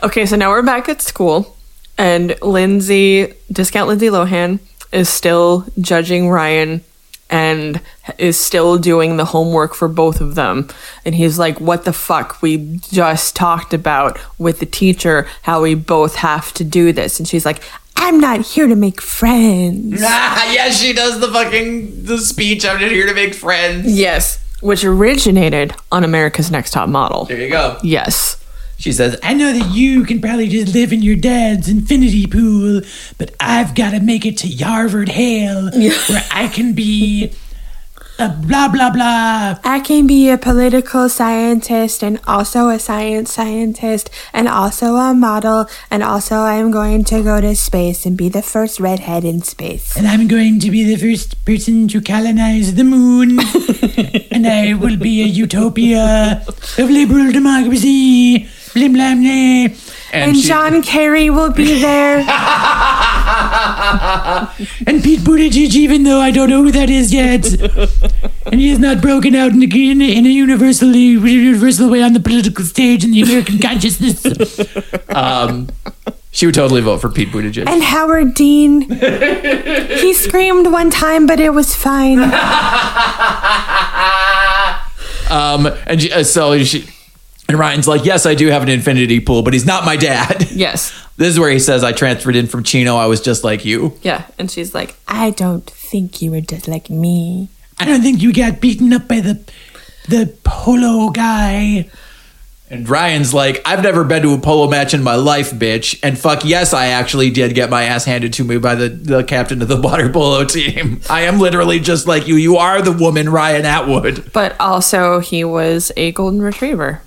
B: Okay, so now we're back at school, and Lindsay, discount Lindsay Lohan, is still judging Ryan and is still doing the homework for both of them. And he's like, What the fuck? We just talked about with the teacher how we both have to do this. And she's like, I'm not here to make friends.
C: Ah, yes, she does the fucking the speech. I'm just here to make friends.
B: Yes. Which originated on America's Next Top Model.
C: There you go.
B: Yes.
C: She says, I know that you can probably just live in your dad's infinity pool, but I've got to make it to Yarvard Hale where I can be a blah, blah, blah.
D: I can be a political scientist and also a science scientist and also a model and also I'm going to go to space and be the first redhead in space.
E: and I'm going to be the first person to colonize the moon. and I will be a utopia of liberal democracy. Blim, blam, blam.
C: And,
D: And
C: she-
D: John Kerry will be there.
E: And Pete Buttigieg, even though I don't know who that is yet, and he is not broken out in a, in a, in a universally universal way on the political stage in the American consciousness.
C: Um, she would totally vote for Pete Buttigieg.
D: and Howard Dean. he screamed one time, but it was fine.
C: Um, and she, uh, so she, and Ryan's like, yes, I do have an infinity pool, but he's not my dad.
B: Yes.
C: This is where he says, I transferred in from Chino. I was just like you.
B: Yeah. And she's like,
D: I don't think you were just like me.
E: I don't think you got beaten up by the the polo guy.
C: And Ryan's like, I've never been to a polo match in my life, bitch. And fuck yes, I actually did get my ass handed to me by the, the captain of the water polo team. I am literally just like you. You are the woman, Ryan Atwood.
B: But also, he was a golden retriever.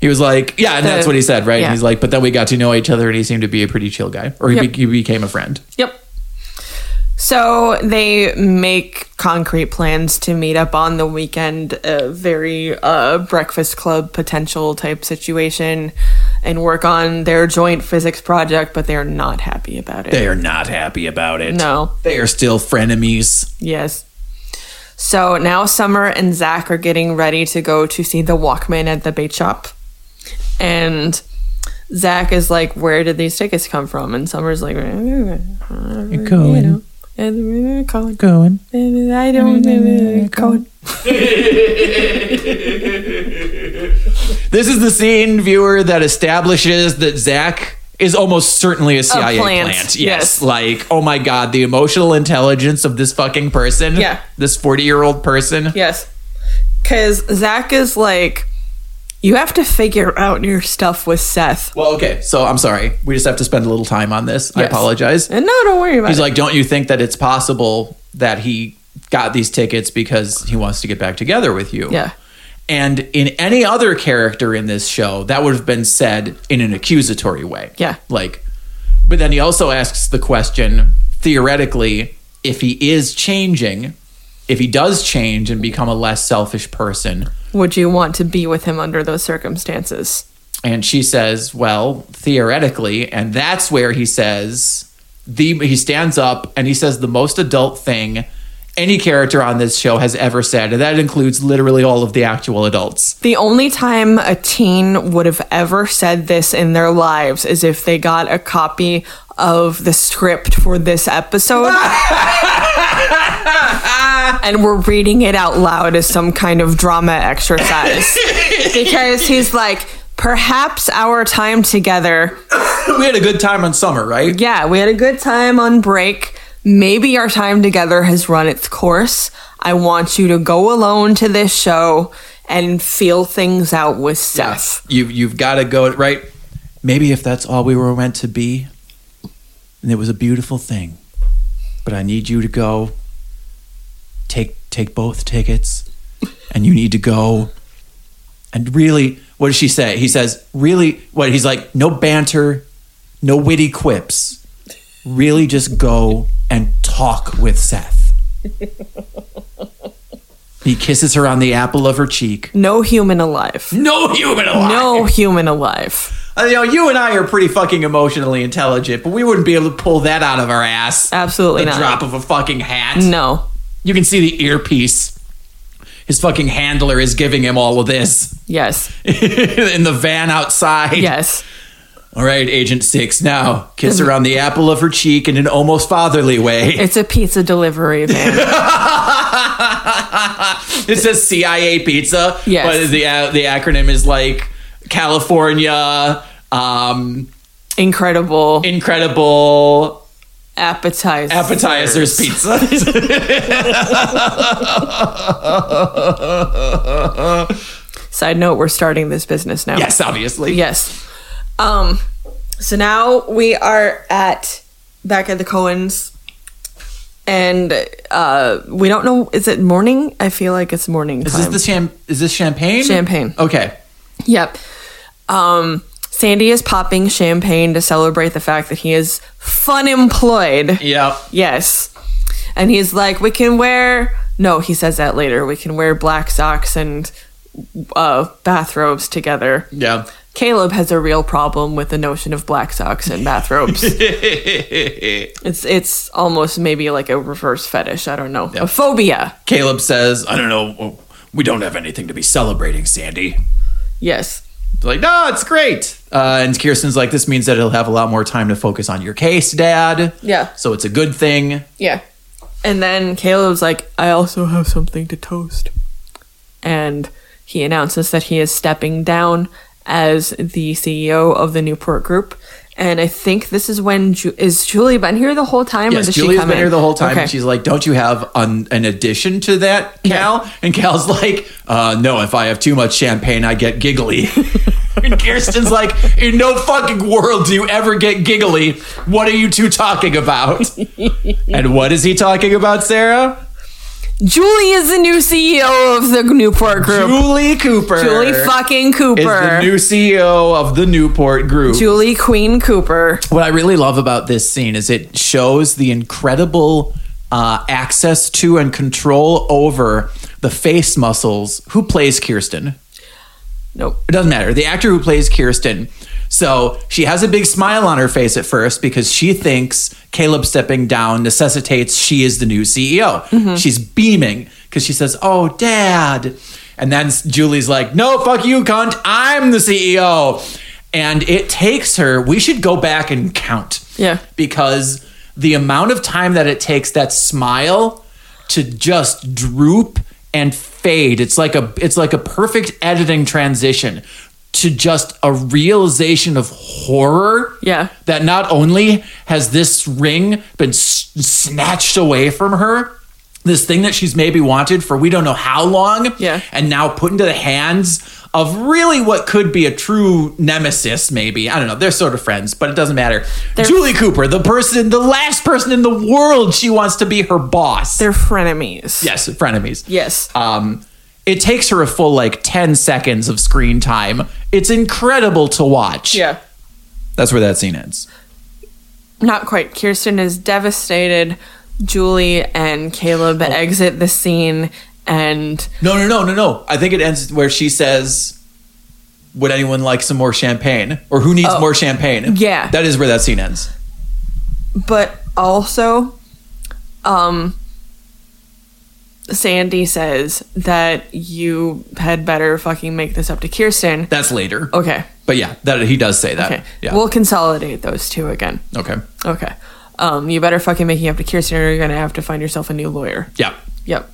C: He was like, yeah, and that's
B: The-
C: what he said, right?
B: yeah.
C: And he's like, but then we got to know each other and he seemed to be a pretty chill guy. Or he,
B: Yep.
C: be- he became a friend.
B: Yep. So they make concrete plans to meet up on the weekend, a very uh, breakfast club potential type situation, and work on their joint physics project, but they're not happy about it.
C: They are not happy about it.
B: No.
C: They are still frenemies.
B: Yes. So now Summer and Zach are getting ready to go to see the Walkman at the bait shop. And Zach is like, Where did these tickets come from? And Summer's like, You're
E: going.
B: know, Colin.
E: Going.
B: I don't Colin.
C: This is the scene, viewer, that establishes that Zach is almost certainly a CIA
B: plant,
C: plant. Yes.
B: yes.
C: Like, oh my God, the emotional intelligence of this fucking person.
B: Yeah.
C: This 40 year old person.
B: Yes. Because Zach is like, You have to figure out your stuff with Seth.
C: Well, okay. So I'm sorry. We just have to spend a little time on this. I
B: Yes.
C: apologize.
B: And no, don't worry about
C: He's
B: it.
C: like, don't you think that it's possible that he got these tickets because he wants to get back together with you?
B: Yeah.
C: And in any other character in this show, that would have been said in an accusatory way.
B: Yeah.
C: Like, but then he also asks the question theoretically, if he is changing, if he does change and become a less selfish person,
B: Would you want to be with him under those circumstances?
C: and she says, "Well, theoretically," and that's where he says the he stands up and he says the most adult thing any character on this show has ever said, and that includes literally all of the actual adults.
B: The only time a teen would have ever said this in their lives is if they got a copy of the script for this episode
C: Ah!
B: and were reading it out loud as some kind of drama exercise. because he's like, perhaps our time together,
C: We had a good time on summer, right?
B: yeah, we had a good time on break. Maybe our time together has run its course. I want you to go alone to this show and feel things out with Seth.
C: You you've got to go right. Maybe if that's all we were meant to be, and it was a beautiful thing, but I need you to go. Take take both tickets, and you need to go. And really, what does she say? He says, really, what? He's like, no banter, no witty quips. Really, just go and talk with Seth. he kisses her on the apple of her cheek.
B: No human alive.
C: No human alive.
B: No human alive.
C: Uh, You know, you and I are pretty fucking emotionally intelligent, but we wouldn't be able to pull that out of our ass.
B: Absolutely
C: the
B: not.
C: drop of a fucking hat.
B: No.
C: You can see the earpiece. His fucking handler is giving him all of this
B: Yes.
C: in the van outside.
B: Yes.
C: All right, Agent Six, now kiss her on the apple of her cheek in an almost fatherly way.
B: It's a pizza delivery van.
C: It says CIA Pizza,
B: Yes.
C: but the uh, the acronym is like California, um,
B: Incredible
C: incredible,
B: appetizer.
C: appetizers pizza.
B: Side note, we're starting this business now.
C: yes, obviously.
B: Yes. Um so now we are at back at the Cohens and uh we don't know is it morning? I feel like it's morning
C: Is
B: time.
C: this the cham- is this champagne?
B: Champagne.
C: Okay.
B: Yep. Um, Sandy is popping champagne to celebrate the fact that he is fun employed.
C: Yeah.
B: Yes. And he's like, we can wear. No, he says that later. We can wear black socks and uh, bathrobes together.
C: Yeah.
B: Caleb has a real problem with the notion of black socks and bathrobes. it's it's almost maybe like a reverse fetish. I don't know. A phobia.
C: Caleb says, I don't know. We don't have anything to be celebrating, Sandy.
B: Yes.
C: It's like, no, it's great. Uh, and Kirsten's like, this means that he'll have a lot more time to focus on your case, Dad.
B: Yeah.
C: So it's a good thing.
B: Yeah. And then Caleb's like, I also have something to toast. And he E announces that he is stepping down as the CEO of the Newport Group And I think this is when Ju- is Julie been here the whole time? or
C: Yes,
B: does
C: Julie's
B: she come
C: been
B: in?
C: here the whole time,
B: Okay.
C: and she's like, "Don't you have an, an addition to that, Cal?" And Cal's like, uh, "No, if I have too much champagne, I get giggly." and Kirsten's like, "In no fucking world do you ever get giggly. What are you two talking about?" and what is he talking about, Sarah?
B: Julie is the new CEO of the Newport Group.
C: Julie Cooper.
B: Julie fucking
C: is the
B: Cooper.
C: new CEO of the Newport Group.
B: Julie Queen Cooper.
C: what I really love about this scene is it shows the incredible uh, access to and control over the face muscles. Who plays Kirsten?
B: Nope.
C: It doesn't matter. The actor who plays Kirsten. So she has a big smile on her face at first because she thinks Caleb stepping down necessitates she is the new CEO. She's beaming because she says, Oh, dad. And then Julie's like, No, fuck you, cunt. I'm the CEO. And it takes her, we should go back and count.
B: Yeah.
C: Because the amount of time that it takes that smile to just droop and fade. It's like a it's like a perfect editing transition to just a realization of horror.
B: Yeah.
C: That not only has this ring been s- snatched away from her, this thing that she's maybe wanted for we don't know how long,
B: Yeah.
C: and now put into the hands of really what could be a true nemesis, maybe. I don't know. They're sort of friends, but it doesn't matter. Julie Cooper, the person, the last person in the world she wants to be her boss.
B: They're frenemies.
C: Yes, frenemies.
B: Yes.
C: Um, it takes her a full like ten seconds of screen time. It's incredible to watch.
B: Yeah.
C: that's where that scene ends.
B: Not quite. Kirsten is devastated. Julie and
C: Oh.
B: Caleb exit the scene and
C: No, no, no, no, no. I think it ends where she says, "Would anyone like some more champagne?" Or who needs more champagne?
B: Oh. Yeah.
C: that is where that scene ends.
B: but also um Sandy says that you had better fucking make this up to Kirsten.
C: That's later.
B: Okay.
C: But yeah, that he does say that.
B: Okay.
C: Yeah.
B: We'll consolidate those two again.
C: okay.
B: Okay. Um, you better fucking make it up to Kirsten or you're gonna have to find yourself a new lawyer.
C: Yeah.
B: Yep.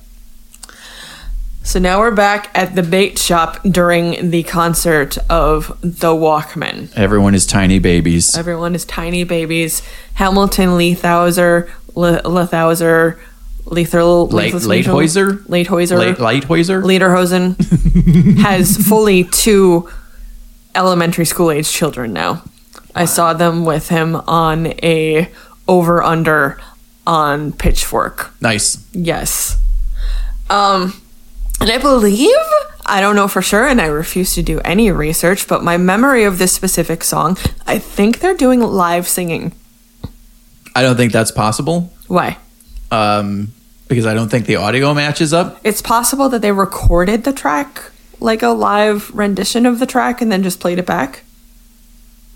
B: So now we're back at the bait shop during the concert of The Walkmen.
C: Everyone is tiny babies.
B: Everyone is tiny babies. Hamilton, Leithauser, Le- Lethauser, Lethal,
C: Late, Latehoiser? Late,
B: Leithauser,
C: Lighthoiser?
B: Lederhosen has fully two elementary school age children now. I saw them with him on a over under on Pitchfork.
C: nice.
B: Yes. Um, and I believe, I don't know for sure, and I refuse to do any research, but my memory of this specific song, I think they're doing live singing.
C: I don't think that's possible
B: Why?
C: um, because I don't think the audio matches up.
B: It's possible that they recorded the track, like a live rendition of the track, and then just played it back.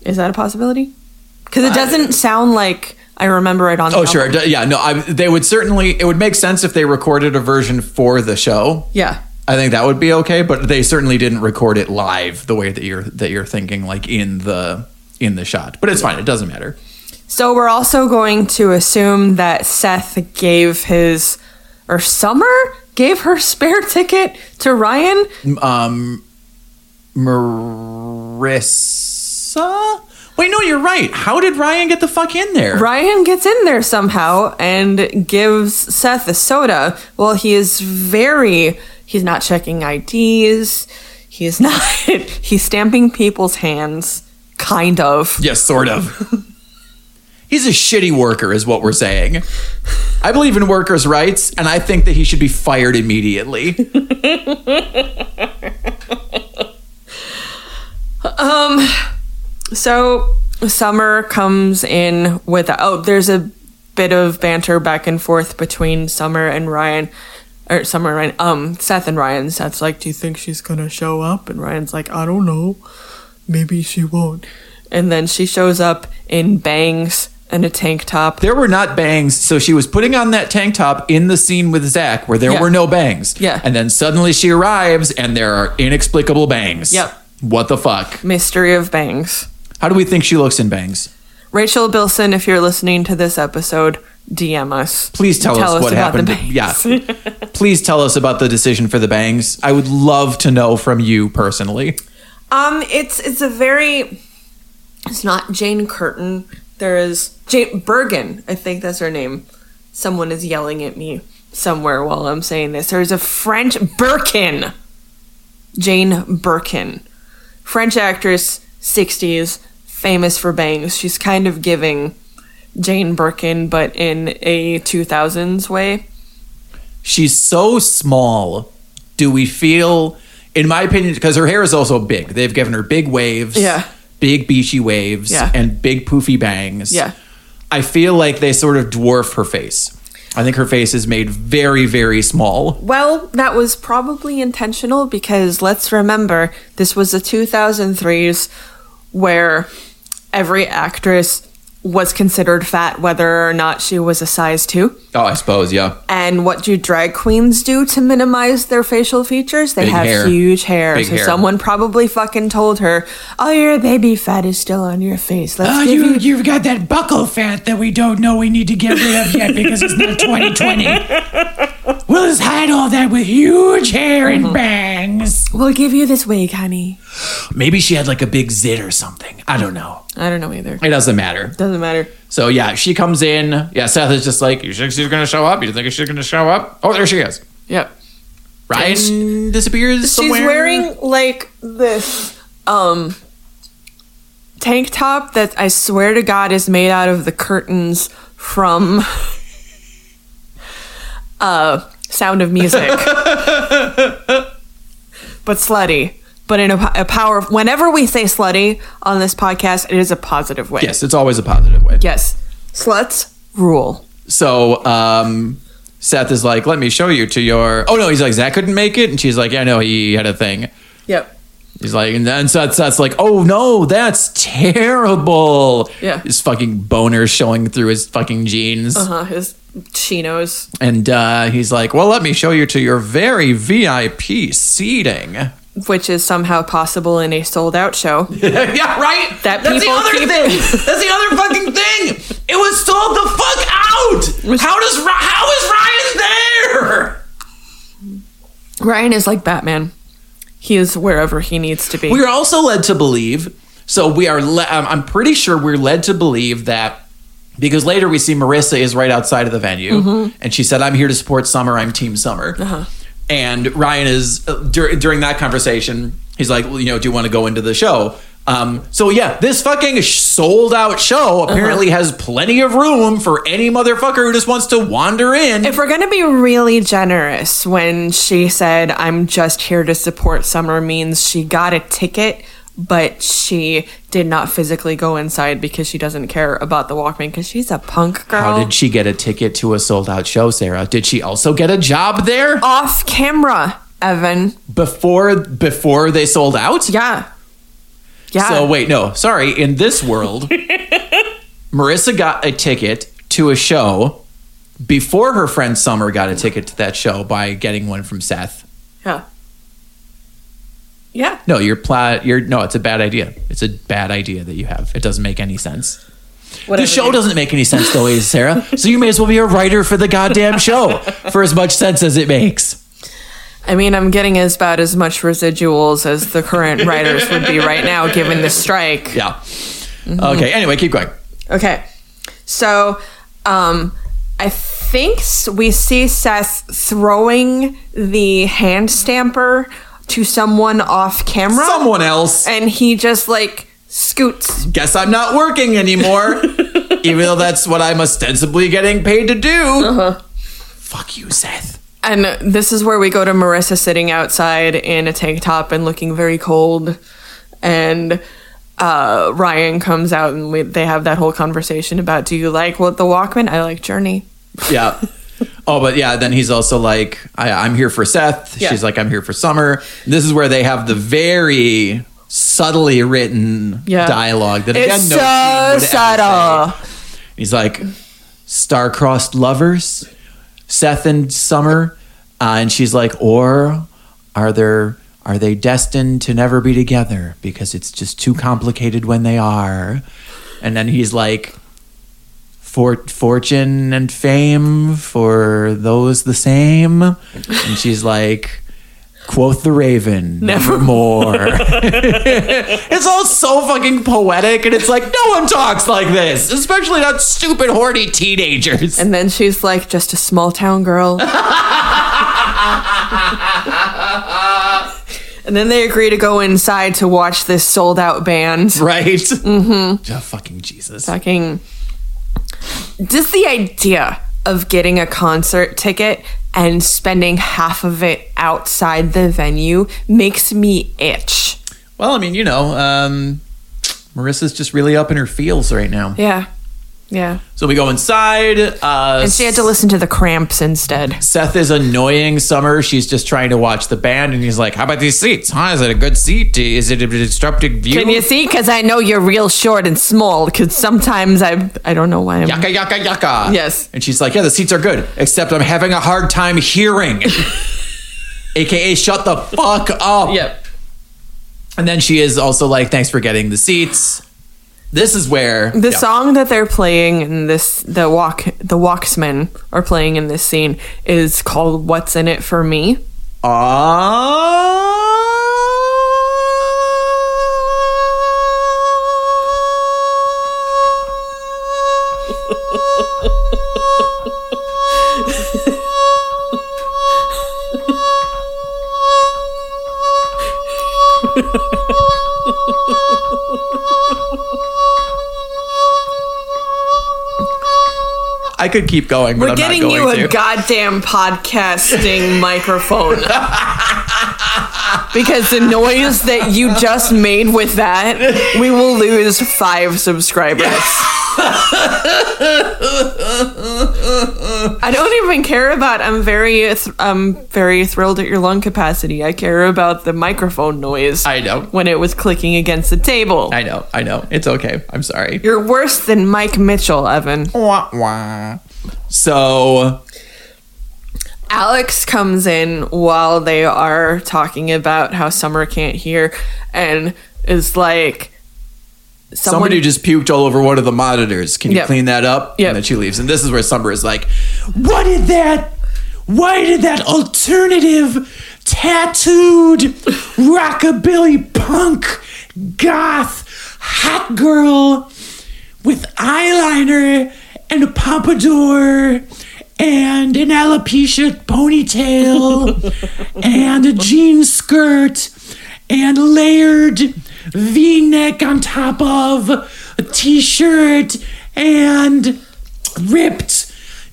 B: Is that a possibility? Because it doesn't sound like I remember it on the
C: Oh,
B: album.
C: sure. D- Yeah, no, I, they would certainly, it would make sense if they recorded a version for the show.
B: Yeah.
C: I think that would be okay, but they certainly didn't record it live the way that you're that you're thinking, like in the in the shot. But it's fine; it doesn't matter.
B: So we're also going to assume that Seth gave his or Summer gave her spare ticket to Ryan.
C: Um, Marissa. Wait, no, you're right. How did Ryan get the fuck in there?
B: Ryan gets in there somehow and gives Seth a soda. Well, he is very he's not checking IDs. He is not he's stamping people's hands kind of.
C: Yes, sort of. He's a shitty worker, is what we're saying. I believe in workers' rights, and I think that he should be fired immediately.
B: Um, So Summer comes in with oh, there's a bit of banter back and forth between Summer and Ryan, or Summer and Ryan, um, Seth and Ryan. Seth's like, "Do you think she's gonna show up?" And Ryan's like, "I don't know, maybe she won't." And then she shows up in bangs and a tank top.
C: there were not bangs. So she was putting on that tank top in the scene with Zach where there
B: Yeah.
C: were no bangs.
B: Yeah.
C: And then suddenly she arrives and there are inexplicable bangs.
B: Yep.
C: What the fuck?
B: Mystery of bangs.
C: How do we think she looks in bangs?
B: Rachel Bilson, if you're listening to this episode, DM us.
C: Please tell, us, what
B: about
C: happened.
B: The
C: to-
B: bangs.
C: yeah. Please tell us about the decision for the bangs. I would love to know from you personally.
B: Um, it's it's a very It's not Jane Curtin. There is Jane Bergen. I think that's her name. Someone is yelling at me somewhere while I'm saying this. There's a French Birkin. Jane Birkin. French actress, 60s, famous for bangs. She's kind of giving Jane Birkin, but in a 2000s way.
C: She's so small. Do we feel, in my opinion, because her hair is also big. They've given her big waves,
B: Yeah.
C: big beachy waves,
B: Yeah.
C: and big poofy bangs.
B: Yeah.
C: I feel like they sort of dwarf her face. I think her face is made very, very small.
B: Well, that was probably intentional because let's remember this was the 2003s where every actress was considered fat whether or not she was a size 2.
C: Oh, I suppose, yeah.
B: And what do drag queens do to minimize their facial features? They
C: Big
B: have
C: hair.
B: huge hair.
C: Big
B: so
C: hair.
B: someone probably fucking told her, "Oh, your baby fat is still on your face. Let's
E: Oh,
B: give
E: you,
B: you
E: you've got that buckle fat that we don't know we need to get rid of yet because it's not 2020. We'll just hide all that with huge hair
C: Mm-hmm.
E: and bangs.
B: We'll give you this wig, honey."
C: Maybe she had like a big zit or something. I don't know.
B: I don't know either.
C: It doesn't matter.
B: Doesn't matter.
C: So yeah, she comes in. Yeah, Seth is just like, you think she's gonna show up? You think she's gonna show up? Oh, there she is.
B: Yep.
C: Ryan disappears somewhere.
B: She's wearing like this um tank top that I swear to God is made out of the curtains from uh Sound of Music. but slutty. But in a, po- a power, whenever we say slutty on this podcast, it is a positive way.
C: Yes, it's always a positive way.
B: Yes. Sluts rule.
C: So um, Seth is like, let me show you to your. Oh no, he's like Zach couldn't make it, and she's like, yeah, no, he had a thing.
B: Yep.
C: He's like, and then Seth, Seth's like, oh no, that's terrible.
B: Yeah.
C: his fucking boner showing through his fucking jeans,
B: Uh huh. His chinos.
C: and uh, he's like, well, let me show you to your very VIP seating.
B: which is somehow possible in a sold out show.
C: yeah, right.
B: That
C: That's the
B: people
C: other
B: keep-
C: thing. That's the other fucking thing. It was sold the fuck out. How does Ri- how is Ryan there?
B: Ryan is like Batman. He is wherever he needs to be.
C: We are also led to believe. So we are. Le- I'm I'm pretty sure we're led to believe that because later we see Marissa is right outside of the venue, and she said, "I'm here to support Summer. I'm Team Summer." And Ryan is uh, dur- during that conversation. He's like, well, "You know, do you want to go into the show?" Um, so yeah, this fucking sold out show apparently has plenty of room for any motherfucker who just wants to wander in.
B: if we're going to be really generous, when she said, I'm just here to support Summer, means she got a ticket, but she did not physically go inside because she doesn't care about the Walkman because she's a punk girl.
C: How did she get a ticket to a sold out show, Sarah? Did she also get a job there?
B: Off camera, Evan.
C: before before they sold out.
B: Yeah. Yeah.
C: So wait, no, sorry. In this world, Marissa got a ticket to a show before her friend Summer got a ticket to that show by getting one from Seth.
B: Yeah. Yeah.
C: No, you're pla- you're no, it's a bad idea. It's a bad idea that you have. It doesn't make any sense.
B: Whatever,
C: the show
B: dude.
C: doesn't make any sense though, is Sarah. So you may as well be a writer for the goddamn show for as much sense as it makes.
B: I mean, I'm getting as about as much residuals as the current writers would be right now, given the strike.
C: Yeah.
B: Mm-hmm.
C: Okay. Anyway, keep going.
B: Okay, so um, I think s- we see Seth throwing the hand stamper to someone off camera,
C: Someone else.
B: and he just like scoots.
C: guess I'm not working anymore, even though that's what I'm ostensibly getting paid to do. Fuck you, Seth.
B: And this is where we go to Marissa sitting outside in a tank top and looking very cold, and uh, Ryan comes out and we, they have that whole conversation about, do you like what the Walkman? I like Journey.
C: Yeah. Oh, but yeah, then he's also like, I, I'm here for Seth.
B: Yeah.
C: She's like, I'm here for Summer. This is where they have the very subtly written
B: Yeah.
C: dialogue that again,
B: It's
C: no teen would
B: so
C: ever say.
B: subtle.
C: He's like, star-crossed lovers, Seth and Summer, uh, and she's like, or are there are they destined to never be together because it's just too complicated when they are? And then he's like, for fortune and fame for those the same, and she's like. Quoth the Raven, nevermore. it's all so fucking poetic, and it's like no one talks like this, especially not stupid horny teenagers.
B: And then she's like, just a small town girl. and then they agree to go inside to watch this sold out band.
C: right? Mm-hmm. fucking Jesus.
B: Fucking. Just the idea of getting a concert ticket and spending half of it outside the venue makes me itch.
C: Well, I mean, you know, um, Marissa's just really up in her feels right now.
B: Yeah. Yeah.
C: So we go inside. Uh,
B: And she had to listen to the cramps instead.
C: Seth is annoying Summer. She's just trying to watch the band, and he's like, "How about these seats? Huh? Is it a good seat? Is it a disruptive view?"
B: Can you see? Because I know you're real short and small. Because sometimes I I don't know why I'm.
C: Yaka yaka yaka.
B: Yes.
C: And she's like, "Yeah, the seats are good, except I'm having a hard time hearing." AKA, shut the fuck up.
B: Yep.
C: And then she is also like, "Thanks for getting the seats." This is where
B: The
C: Yeah.
B: song that they're playing in this, the walk, the Walksmen are playing in this scene is called "What's in It for Me."
C: Ah. I could keep going, but
B: We're
C: I'm
B: getting
C: not
B: you
C: going
B: a
C: to.
B: goddamn podcasting microphone because the noise that you just made with that, we will lose five subscribers. I don't even care about. I'm very, th- I'm very thrilled at your lung capacity. I care about the microphone noise.
C: I know.
B: when it was clicking against the table.
C: I know, I know. It's okay. I'm sorry.
B: You're worse than Mike Mitchell, Evan.
C: Wah, wah. So
B: Alex comes in while they are talking about how Summer can't hear and is like, someone,
C: somebody just puked all over one of the monitors. Can you
B: Yep.
C: clean that up?
B: Yep.
C: And then she leaves. And this is where Summer is like,
E: What did that? Why did that alternative, tattooed, rockabilly punk, goth, hot girl with eyeliner and a pompadour and an alopecia ponytail and a jean skirt and a layered v neck on top of a t shirt and ripped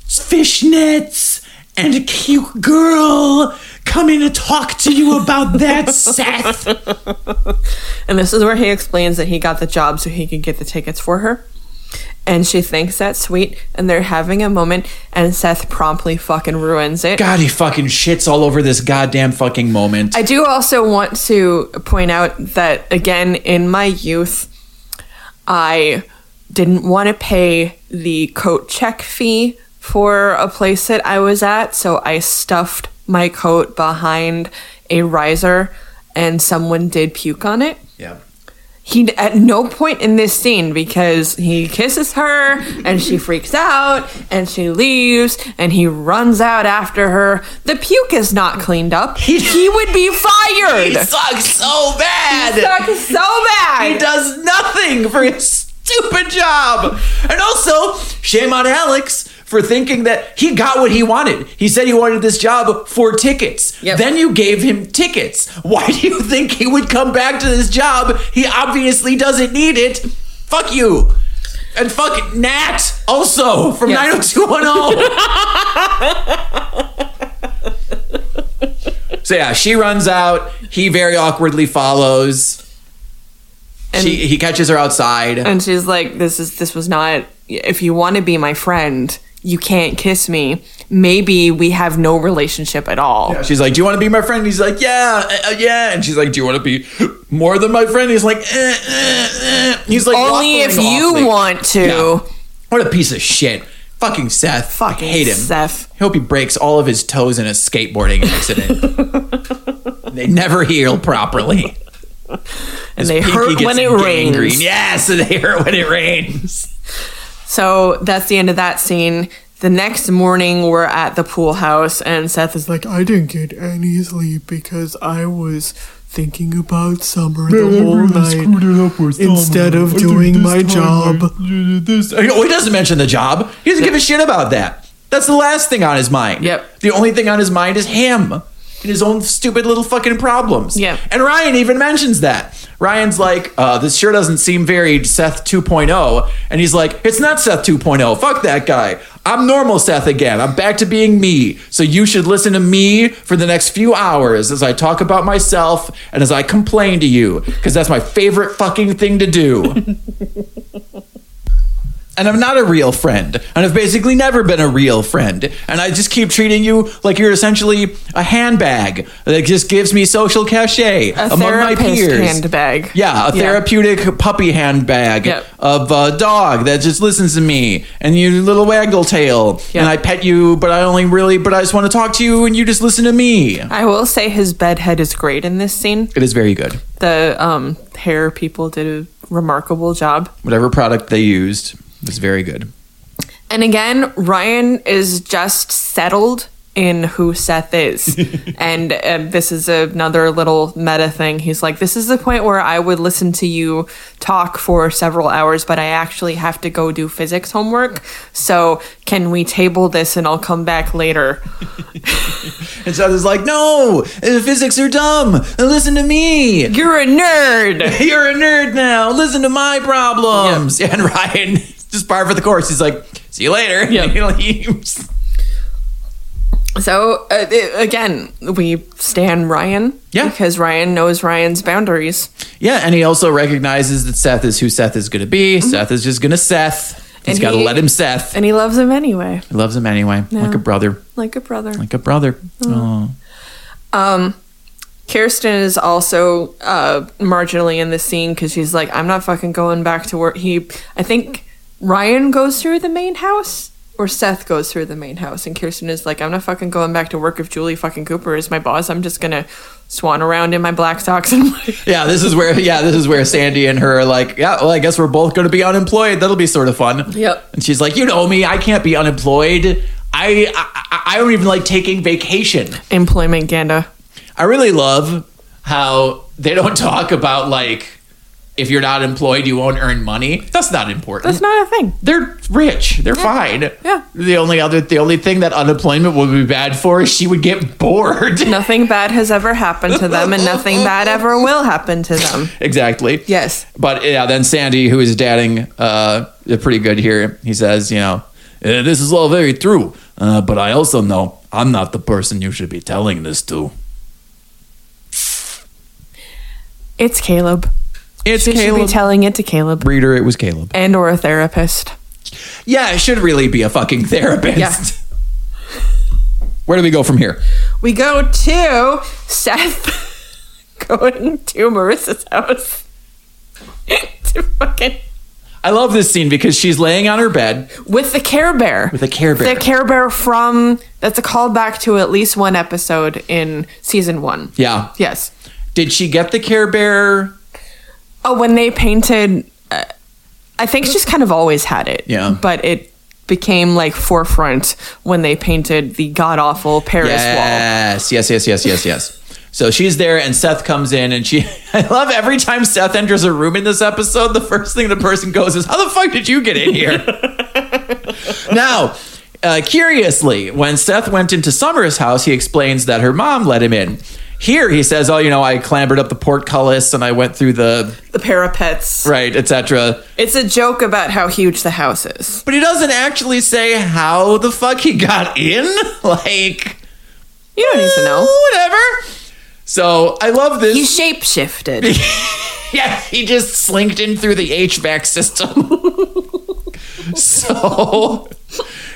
E: fishnets and a cute girl coming to talk to you about that, Seth.
B: and this is where he explains that he got the job so he could get the tickets for her. And she thinks that's sweet, and they're having a moment, and Seth promptly fucking ruins it.
C: God, he fucking shits all over this goddamn fucking moment.
B: I do also want to point out that, again, in my youth, I didn't want to pay the coat check fee for a place that I was at, so I stuffed my coat behind a riser and someone did puke on it.
C: yeah.
B: He at no point in this scene because he kisses her and she freaks out and she leaves and he runs out after her. The puke is not cleaned up. He would be fired.
C: He sucks so bad.
B: sucks so
C: He
B: bad.
C: does nothing for his stupid job. And also, shame on Alex for thinking that he got what he wanted. He said he wanted this job for tickets.
B: Yep.
C: Then you gave him tickets. Why do you think he would come back to this job? He obviously doesn't need it. Fuck you. And fuck Nat also from
B: Yes.
C: 90210. oh. so yeah, she runs out. He very awkwardly follows she, he catches her outside.
B: And she's like, "This is this was not. If you want to be my friend, you can't kiss me. Maybe we have no relationship at all."
C: she's like, "Do you want to be my friend?" He's like, "Yeah, uh, uh, yeah." And she's like, "Do you want to be more than my friend?" He's like, eh, eh, eh. "He's like,
B: Only if
C: waffling
B: you
C: awfully.
B: want to.
C: Yeah. What a piece of shit! Fucking Seth.
B: Fucking
C: hate him.
B: Seth.
C: Hope he breaks all of his toes in a skateboarding accident. they never heal properly.
B: And they
C: Pinky
B: hurt
C: gets
B: when it
C: gangrene.
B: rains.
C: Yes, they hurt when it rains.
B: So that's the end of that scene. The next morning, we're at the pool house, and Seth is like,
F: I didn't get any sleep because I was thinking about summer the whole night instead of doing my job.
C: Oh, he doesn't mention the job. He doesn't give a shit about that. That's the last thing on his mind.
B: Yep.
C: The only thing on his mind is him and his own stupid little fucking problems.
B: Yep.
C: And Ryan even mentions that. Ryan's like, uh, this sure doesn't seem very Seth 2.0. And he's like, it's not Seth 2.0. Fuck that guy. I'm normal Seth again. I'm back to being me. So you should listen to me for the next few hours as I talk about myself and as I complain to you because that's my favorite fucking thing to do and I'm not a real friend, and I've basically never been a real friend, and I just keep treating you like you're essentially a handbag that just gives me social cachet
B: a
C: among my
B: therapist
C: peers.
B: handbag.
C: Yeah, a therapeutic puppy handbag
B: Yep.
C: of a dog that just listens to me, and you little waggle tail,
B: Yeah.
C: and I pet you, but I only really, but I just want to talk to you, and you just listen to me.
B: I will say his bedhead is great in this scene.
C: It is very good.
B: The um, hair people did a remarkable job.
C: Whatever product they used was very good.
B: And again, Ryan is just settled in who Seth is. and um, this is another little meta thing. He's like, This is the point where I would listen to you talk for several hours, but I actually have to go do physics homework. So can we table this and I'll come back later?
C: And so I was like, no, uh, physics are dumb. Uh, Listen to me.
B: You're a nerd!
C: You're a nerd now. Listen to my problems. And Ryan, just par for the course. He's like, see you later.
B: Yeah.
C: And he leaves.
B: So uh, it- again, we stand Ryan.
C: Yeah.
B: Because Ryan knows Ryan's boundaries.
C: yeah, and he also recognizes that Seth is who Seth is going to be. Seth is just going to Seth. He's
B: And
C: got to
B: he-
C: let him Seth.
B: And he loves him anyway,
C: He loves him anyway, like a brother.
B: like a brother.
C: Like a brother. Oh.
B: Um, Kirsten is also uh, marginally in this scene because she's like, I'm not fucking going back to work. He, I think Ryan goes through the main house or Seth goes through the main house, and Kirsten is like, I'm not fucking going back to work if Julie fucking Cooper is my boss. I'm just gonna swan around in my black socks and my
C: Yeah, this is where yeah, this is where Sandy and her are like, yeah, well, I guess we're both going to be unemployed. That'll be sort of fun.
B: Yep.
C: And she's like, you know me, I can't be unemployed. I I, I don't even like taking vacation.
B: employment ganda.
C: I really love how they don't talk about like if you're not employed, you won't earn money. That's not important.
B: That's not a thing.
C: They're rich. They're fine.
B: Yeah.
C: The only other, the only thing that unemployment would be bad for is she would get bored.
B: Nothing bad has ever happened to them, and nothing bad ever will happen to them.
C: exactly.
B: Yes.
C: But yeah, then Sandy, who is dadding uh, pretty good here, he says, you know, "Eh, this is all very true, uh, but I also know I'm not the person you should be telling this to.
B: It's Caleb.
C: It's
B: She should be telling it to Caleb
C: Reader, it was Caleb.
B: and or a therapist.
C: Yeah, it should really be a fucking therapist. Where do we go from here?
B: We go to Seth going to Marissa's house to fucking
C: I love this scene because she's laying on her bed.
B: with the Care Bear. With
C: the Care Bear.
B: The Care Bear from that's a callback to at least one episode in season one.
C: Yeah.
B: Yes.
C: Did she get the Care Bear?
B: Oh, when they painted, uh, I think she's kind of always had it.
C: Yeah.
B: But it became like forefront when they painted the god awful Paris wall.
C: Yes, yes, yes, yes, yes, yes. So she's there, and Seth comes in, and she. I love every time Seth enters a room in this episode, the first thing the person goes is, How the fuck did you get in here? now, uh, curiously, when Seth went into Summer's house, he explains that her mom let him in. Here, he says, Oh, you know, I clambered up the portcullis and I went through the
B: The parapets.
C: right, etc.
B: It's a joke about how huge the house is.
C: But he doesn't actually say how the fuck he got in. Like,
B: You don't need to know.
C: whatever. So I love this.
B: You shapeshifted.
C: yeah, he just slinked in through the HVAC system. so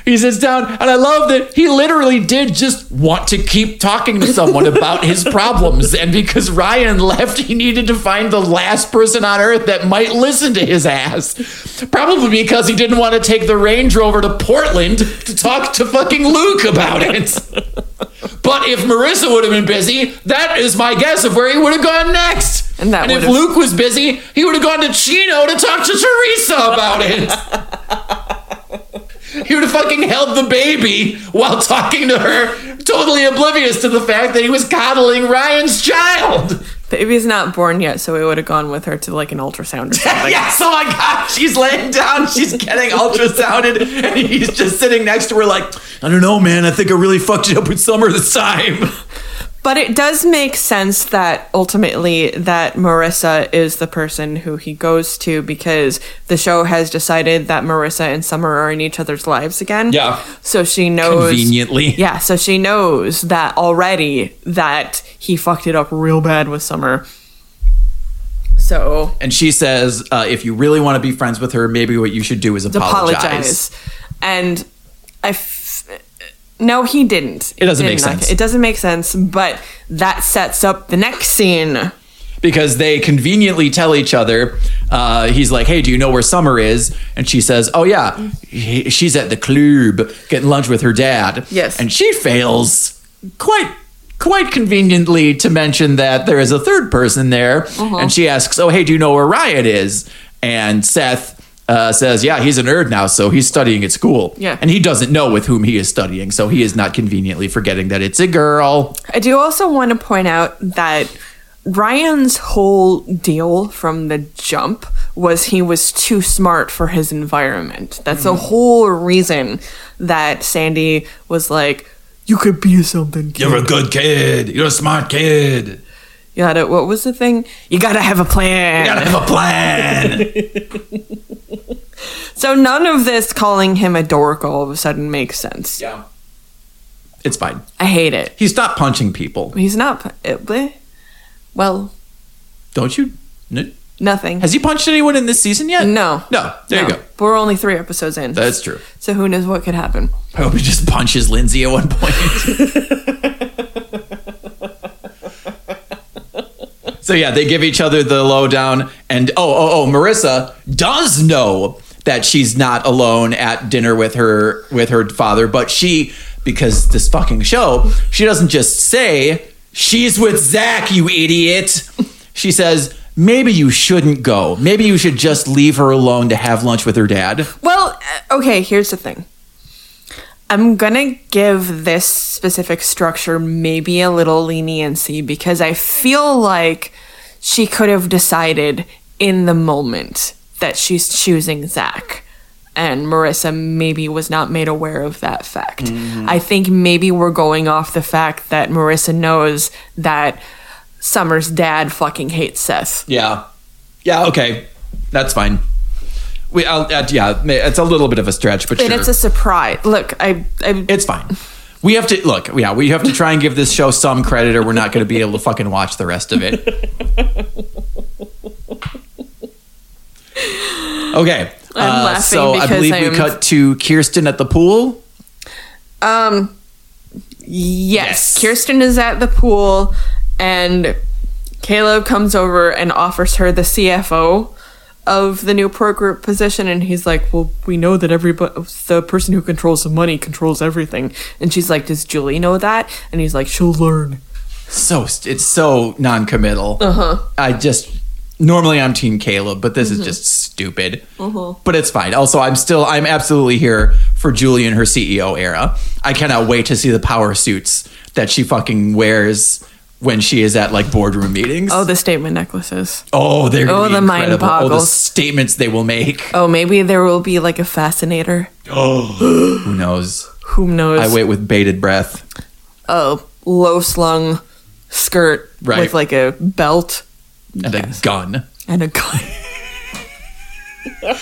C: he sits down, and I love that he literally did just want to keep talking to someone about his problems. And because Ryan left, he needed to find the last person on earth that might listen to his ass. Probably because he didn't want to take the Range Rover to Portland to talk to fucking Luke about it. But if Marissa would have been busy, that is my guess of where he would have gone next.
B: And that
C: if
B: would've-
C: Luke was busy, he would have gone to Chino to talk to Teresa about it. he He would have fucking held the baby while talking to her, totally oblivious to the fact that he was coddling Ryan's child.
B: Baby's not born yet, so we would have gone with her to like an ultrasound. Or something.
C: yeah, so my god, she's laying down, she's getting ultrasounded, and he's just sitting next to her like, I don't know, man, I think I really fucked it up with Summer this time.
B: But it does make sense that ultimately that Marissa is the person who he goes to because the show has decided that Marissa and Summer are in each other's lives again.
C: Yeah.
B: So she knows
C: Conveniently.
B: Yeah, so she knows that already that he fucked it up real bad with Summer. So
C: And she says, uh, if you really want to be friends with her, maybe what you should do is apologize.
B: apologize. And I. F- no, he didn't.
C: It doesn't make
B: didn't.
C: sense.
B: It doesn't make sense, but that sets up the next scene.
C: Because they conveniently tell each other, uh, he's like, hey, do you know where Summer is? And she says, oh, yeah, he- she's at the club getting lunch with her dad.
B: Yes.
C: And she fails quite. Quite conveniently to mention that there is a third person there,
B: Uh-huh.
C: and she asks, "Oh, hey, do you know where Riot is?" And Seth uh, says, "Yeah, he's a nerd now, so he's studying at school,
B: Yeah.
C: and he doesn't know with whom he is studying, so he is not conveniently forgetting that it's a girl."
B: I do also want to point out that Ryan's whole deal from the jump was he was too smart for his environment. That's the
C: Mm-hmm.
B: whole reason that Sandy was like,
F: You could be something. Kid.
E: You're a good kid. You're a smart kid.
B: you gotta, what was the thing? You gotta have a plan.
E: Gotta have a plan.
B: So none of this calling him a dork all of a sudden makes sense.
C: Yeah, it's fine.
B: I hate it.
C: He stopped punching people.
B: He's not, it, bleh. well,
C: Don't you? n-
B: nothing.
C: Has he punched anyone in this season yet?
B: no.
C: No. There you
B: No.
C: go.
B: We're only three episodes in.
C: That's true.
B: so who knows what could happen.
C: I hope he just punches Lindsay at one point. so yeah, they give each other the lowdown, and oh oh oh, Marissa does know that she's not alone at dinner with her with her father, but she because this fucking show, she doesn't just say she's with Zach, you idiot. She says. Maybe you shouldn't go. Maybe you should just leave her alone to have lunch with her dad.
B: Well, uh, okay, here's the thing. I'm gonna give this specific structure maybe a little leniency because I feel like she could have decided in the moment that she's choosing Zach. And Marissa maybe was not made aware of that fact. I think maybe we're going off the fact that Marissa knows that Summer's dad fucking hates Seth.
C: Yeah. Yeah. Okay. That's fine. We. I'll, uh, yeah. ma- It's a little bit of a stretch, but
B: And
C: sure.
B: it's a surprise. Look, I, I
C: it's fine. We have to look. Yeah, we have to try and give this show some credit, or we're not going to be able to fucking watch the rest of it. Okay.
B: I'm
C: uh,
B: laughing
C: so I
B: because
C: believe
B: I
C: we
B: am-
C: cut to Kirsten at the pool.
B: Um, yes.
C: Yes.
B: Kirsten is at the pool, and Caleb comes over and offers her the CFO of the new pro group position, and he's like, "Well, we know that everybody, the person who controls the money, controls everything." And she's like, "Does Julie know that?" And he's like, "She'll learn."
C: So st- it's so non-committal. Uh-huh. I just normally I'm team Caleb, but this
B: Mm-hmm.
C: is just stupid. Uh-huh. But it's fine. Also, I'm still I'm absolutely here for Julie and her CEO era. I cannot wait to see the power suits that she fucking wears when she is at like boardroom meetings.
B: Oh, the statement necklaces.
C: oh they're gonna
B: oh,
C: be
B: the mind
C: incredible. Oh, the
B: boggles.
C: statements they will make.
B: Oh, maybe there will be like a fascinator.
C: Who knows?
B: Who knows?
C: I wait with bated breath.
B: A low slung skirt
C: Right.
B: with like a belt
C: And a gun.
B: and a gun.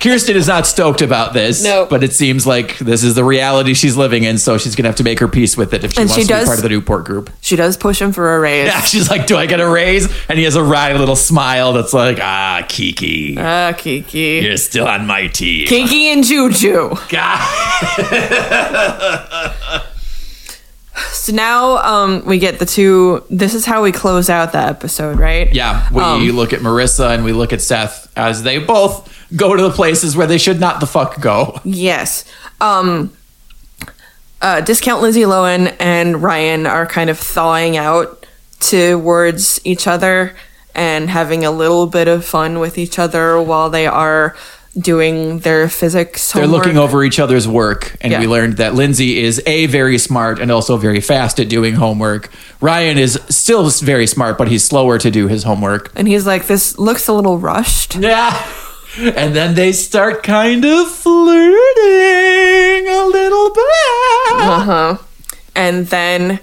C: Kirsten is not stoked about this,
B: No.
C: but it seems like this is the reality she's living in, so she's gonna have to make her peace with it if she
B: And
C: wants
B: she
C: to be
B: does-
C: part of the Newport group.
B: She does push him for a raise.
C: Yeah, she's like, "Do I get a raise?" And he has a wry little smile that's like, "Ah, Kiki,
B: Ah, Kiki.
E: You're still on my team.
B: Kiki and Juju.
C: God."
B: So now um, we get the two. This is how we close out the episode, right?
C: Yeah, we
B: Um,
C: look at Marissa and we look at Seth as they both go to the places where they should not the fuck go.
B: Yes. Um, uh, Discount Lizzie Lohan and Ryan are kind of thawing out towards each other and having a little bit of fun with each other while they are doing their physics.
C: They're
B: homework.
C: looking over each other's work, and
B: Yeah.
C: we learned that Lindsay is a very smart and also very fast at doing homework. Ryan is still very smart, but he's slower to do his homework.
B: and he's like, "This looks a little rushed."
C: Yeah. And then they start kind of flirting a little bit.
B: Uh-huh. And then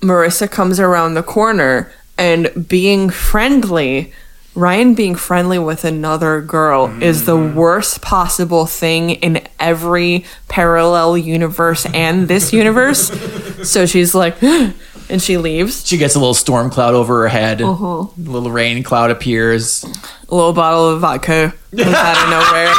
B: Marissa comes around the corner and being friendly, Ryan being friendly with another girl is the
C: Mm-hmm.
B: worst possible thing in every parallel universe and this universe. so she's like and she leaves.
C: She gets a little storm cloud over her head.
B: Uh-huh.
C: A little rain cloud appears.
B: A little bottle of vodka comes out of nowhere.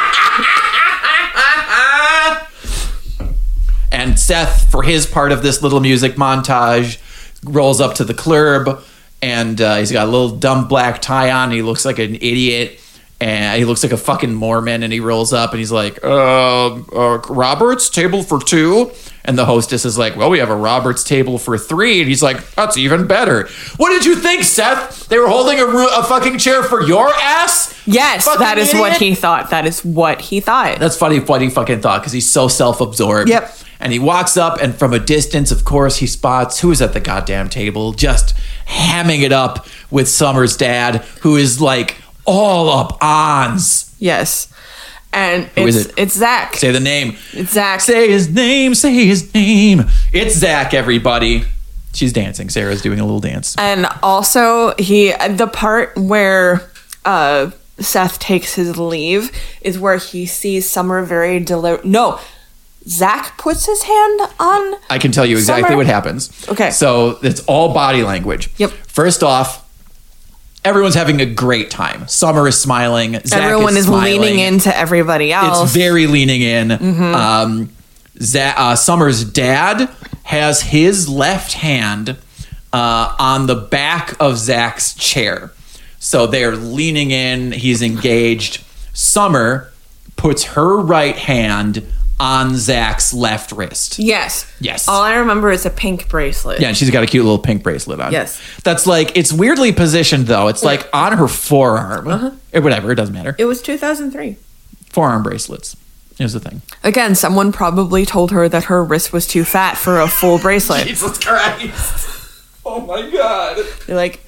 C: And Seth, for his part of this little music montage, rolls up to the club and uh, he's got a little dumb black tie on. He looks like an idiot and he looks like a fucking Mormon. And he rolls up and he's like, uh, uh, Roberts, table for two. And the hostess is like, Well, we have a Roberts table for three. And he's like, That's even better. What did you think, Seth? They were holding a, ru- a fucking chair for your ass?
B: Yes,
C: Fucking
B: that is what
C: idiot.
B: he thought. That is what he thought.
C: That's funny what he fucking thought because he's so self absorbed.
B: Yep.
C: And he walks up, and from a distance, of course, he spots who is at the goddamn table, just hamming it up with Summer's dad, who is like all up ons.
B: Yes. And
C: Who is
B: it's
C: it?
B: it's Zach.
C: Say the name.
B: it's Zach.
C: Say his name. Say his name. It's Zach, everybody. She's dancing. Sarah's doing a little dance.
B: And also, he the part where uh, Seth takes his leave is where he sees Summer very deliberate. No, Zach puts his hand on.
C: I can tell you exactly
B: Summer-
C: what happens.
B: Okay.
C: So it's all body language.
B: Yep.
C: First off, everyone's having a great time. Summer is smiling. Zach
B: Everyone is,
C: smiling.
B: leaning Mm-hmm. into everybody else.
C: It's very leaning in. Um, Za- uh, Summer's dad has his left hand uh, on the back of Zach's chair. So they're leaning in. He's engaged. Summer puts her right hand on Zach's left wrist.
B: yes.
C: Yes.
B: All I remember is a pink bracelet.
C: Yeah, and she's got a cute little pink bracelet on.
B: Yes.
C: That's like, it's weirdly positioned though. It's like on her forearm or whatever. It doesn't matter.
B: It was 2003.
C: Forearm bracelets is the thing.
B: Again, someone probably told her that her wrist was too fat for a full bracelet.
C: Jesus Christ. Oh my god.
B: They're like,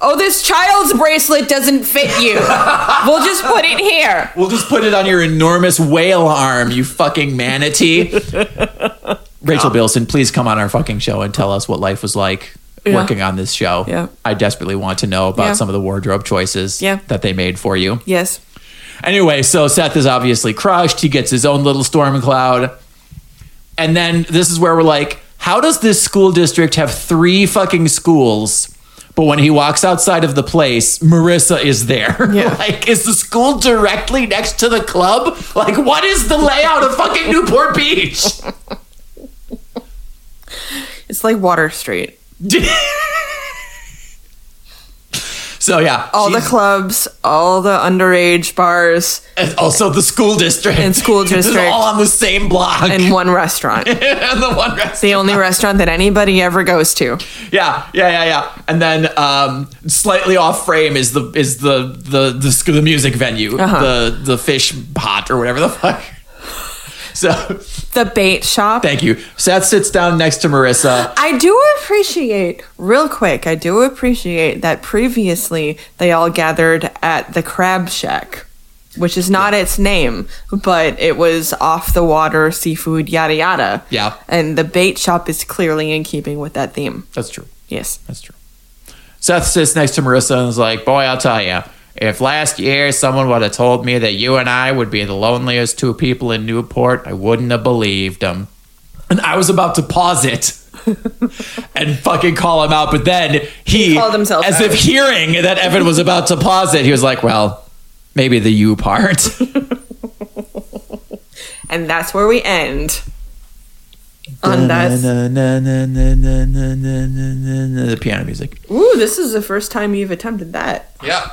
B: oh, this child's bracelet doesn't fit you. we'll just put it here.
C: We'll just put it on your enormous whale arm, you fucking manatee. Rachel Bilson, please come on our fucking show and tell us what life was like
B: Yeah.
C: working on this show.
B: Yeah.
C: I desperately want to know about
B: Yeah.
C: some of the wardrobe choices
B: Yeah.
C: that they made for you.
B: Yes.
C: Anyway, so Seth is obviously crushed. He gets his own little storm cloud. And then this is where we're like, how does this school district have three fucking schools? But when he walks outside of the place, Marissa is there.
B: Yeah.
C: like, is the school directly next to the club? Like, what is the layout of fucking Newport Beach?
B: It's like Water Street.
C: so, yeah.
B: All the
C: she's-
B: clubs, all the underage bars,
C: and also the school district.
B: And school
C: This is
B: district.
C: all on the same block.
B: and one restaurant.
C: and the one rest.
B: The only restaurant that anybody ever goes to.
C: Yeah, yeah, yeah, yeah. And then um, slightly off frame is the is the the the, sc- the music venue, the the fish pot or whatever the fuck. So,
B: The bait shop.
C: thank you. Seth sits down next to Marissa.
B: I do appreciate, real quick, I do appreciate that previously they all gathered at the Crab Shack, which is not its name, but it was off the water, seafood, yada yada.
C: Yeah.
B: And the bait shop is clearly in keeping with that theme.
C: That's true.
B: Yes.
C: That's true. Seth sits next to Marissa and is like, "Boy, I'll tell you." If last year someone would have told me that you and I would be the loneliest two people in Newport, I wouldn't have believed him. And I was about to pause it and fucking call him out, but then he,
B: called himself
C: as
B: out.
C: if hearing that Evan was about to pause it, he was like, "Well, maybe the you part."
B: And that's where we end. On that.
C: the piano music.
B: Ooh, this is the first time you've attempted that.
C: Yeah.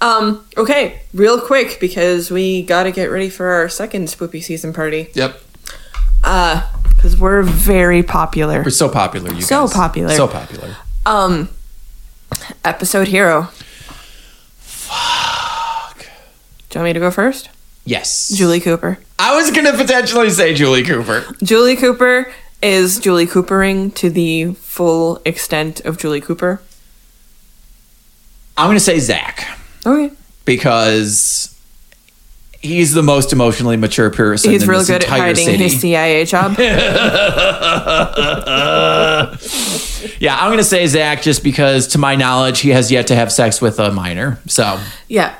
B: Um, okay, real quick, because we gotta get ready for our second spoopy season party.
C: Yep.
B: Uh, because we're very popular.
C: We're so popular, you
B: So
C: guys.
B: popular.
C: So popular.
B: Um, episode hero. Do you want me to go first?
C: Yes.
B: Julie Cooper.
C: I was going to potentially say Julie Cooper.
B: Julie Cooper is Julie Coopering to the full extent of Julie Cooper.
C: I'm going to say Zach
B: Okay.
C: because he's the most emotionally mature person
B: He's
C: in
B: real
C: this
B: good at
C: entire
B: hiding
C: city.
B: his CIA job.
C: yeah, I'm going to say Zach just because, to my knowledge, he has yet to have sex with a minor. So,
B: yeah.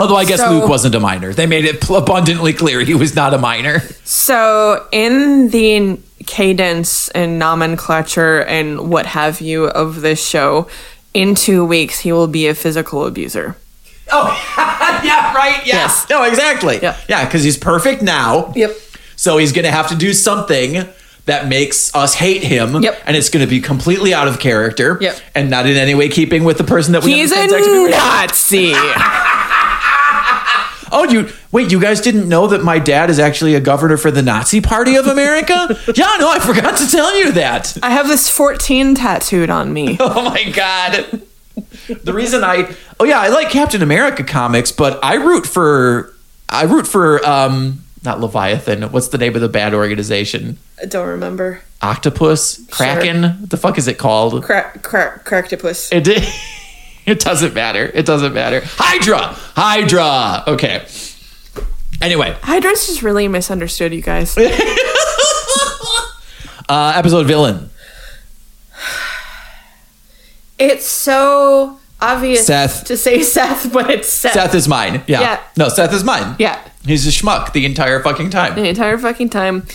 C: although I guess
B: So-
C: Luke wasn't a minor, they made it pl- abundantly clear he was not a minor.
B: So, in the cadence and nomenclature and what have you of this show, in two weeks he will be a physical abuser.
C: Oh, yeah, right. Yes. No, exactly.
B: Yeah.
C: Yeah, because he's perfect now.
B: Yep.
C: So he's going to have to do something that makes us hate him.
B: Yep.
C: And it's going to be completely out of character.
B: Yep.
C: And not in any way keeping with the person that we
B: He's
C: have
B: a
C: the context of-
B: Nazi.
C: Oh, you wait. You guys didn't know that my dad is actually a governor for the Nazi Party of America? yeah, no, I forgot to tell you that.
B: I have this 14 tattooed on me.
C: Oh my god. The reason I oh yeah I like Captain America comics, but I root for I root for um not Leviathan. What's the name of the bad organization?
B: I don't remember.
C: Octopus, Kraken. What the fuck is it called?
B: Crack, crack, cracktopus.
C: It did. It doesn't matter. It doesn't matter. Hydra. Hydra. Okay. Anyway,
B: Hydra's just really misunderstood, you guys.
C: uh, episode villain.
B: It's so obvious
C: Seth.
B: to say Seth, but it's Seth.
C: Seth is mine. Yeah.
B: Yeah.
C: No, Seth is mine.
B: Yeah.
C: He's a schmuck the entire fucking time.
B: the entire fucking time.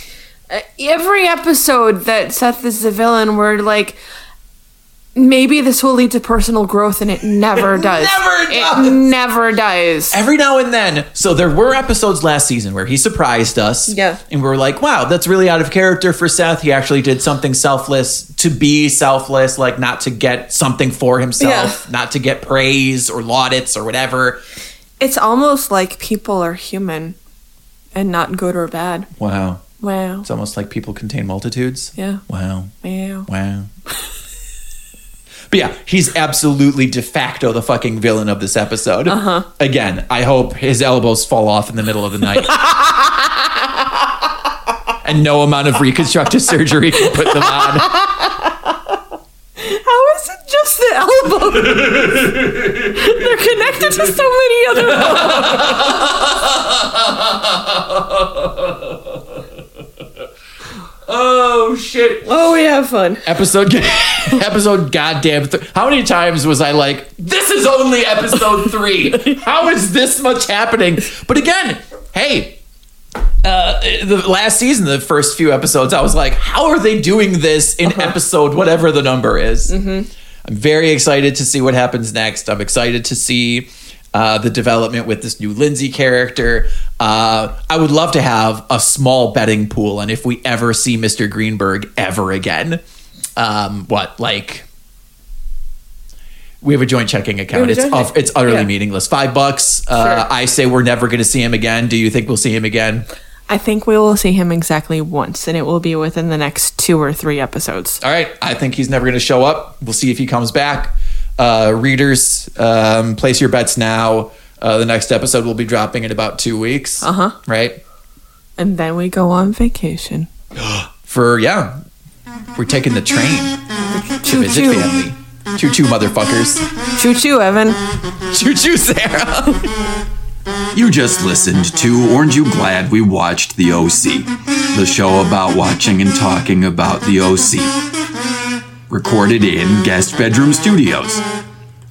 B: Uh, every episode that Seth is the villain, we're like, maybe this will lead to personal growth, and it never does.
C: never
B: it
C: does.
B: never does.
C: Every now and then, so there were episodes last season where he surprised us.
B: Yeah.
C: And we were like, wow, that's really out of character for Seth. He actually did something selfless to be selfless, like not to get something for himself, not to get praise or laudits or whatever.
B: It's almost like people are human and not good or bad.
C: Wow.
B: Wow.
C: It's almost like people contain multitudes.
B: Yeah.
C: Wow.
B: Wow.
C: Wow. but yeah, he's absolutely de facto the fucking villain of this episode. Uh-huh. Again, I hope his elbows fall off in the middle of the night. and no amount of reconstructive surgery can put them on.
B: How is it just the elbow? They're connected to so many other elbows.
C: Oh shit.
B: Oh, we have fun.
C: Episode episode goddamn th- How many times was I like, this is only episode 3. How is this much happening? But again, hey, uh, the last season, the first few episodes, I was like, how are they doing this in episode whatever the number is? I'm very excited to see what happens next. I'm excited to see uh, the development with this new Lindsay character. Uh, I would love to have a small betting pool, and if we ever see Mr. Greenberg ever again, um, what like. We have a joint checking account.
B: a
C: It's
B: joint
C: off,
B: check-
C: it's utterly
B: yeah.
C: meaningless. Five bucks. Uh,
B: Sure.
C: I say we're never going to see him again. Do you think we'll see him again?
B: I think we will see him exactly once, and it will be within the next two or three episodes.
C: all right, I think he's never going to show up. We'll see if he comes back. Uh, readers, um, place your bets now. Uh, the next episode will be dropping in about two weeks. Uh
B: Uh-huh.
C: huh. Right?
B: And then we go on vacation.
C: For, yeah, we're taking the train to visit
B: Choo-choo.
C: family. Choo choo, motherfuckers.
B: Choo choo, Evan.
C: Choo choo, Sarah.
G: You just listened to Orange You Glad We Watched The OC, the show about watching and talking about The OC. Recorded in Guest Bedroom Studios.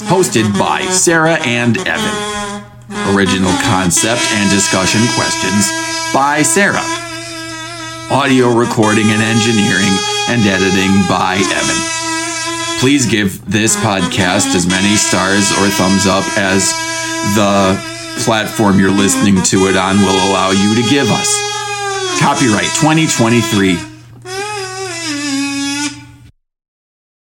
G: Hosted by Sarah and Evan. Original concept and discussion questions by Sarah. Audio recording and engineering and editing by Evan please give this podcast as many stars or thumbs up as the platform you're listening to it on will allow you to give us. Copyright 2023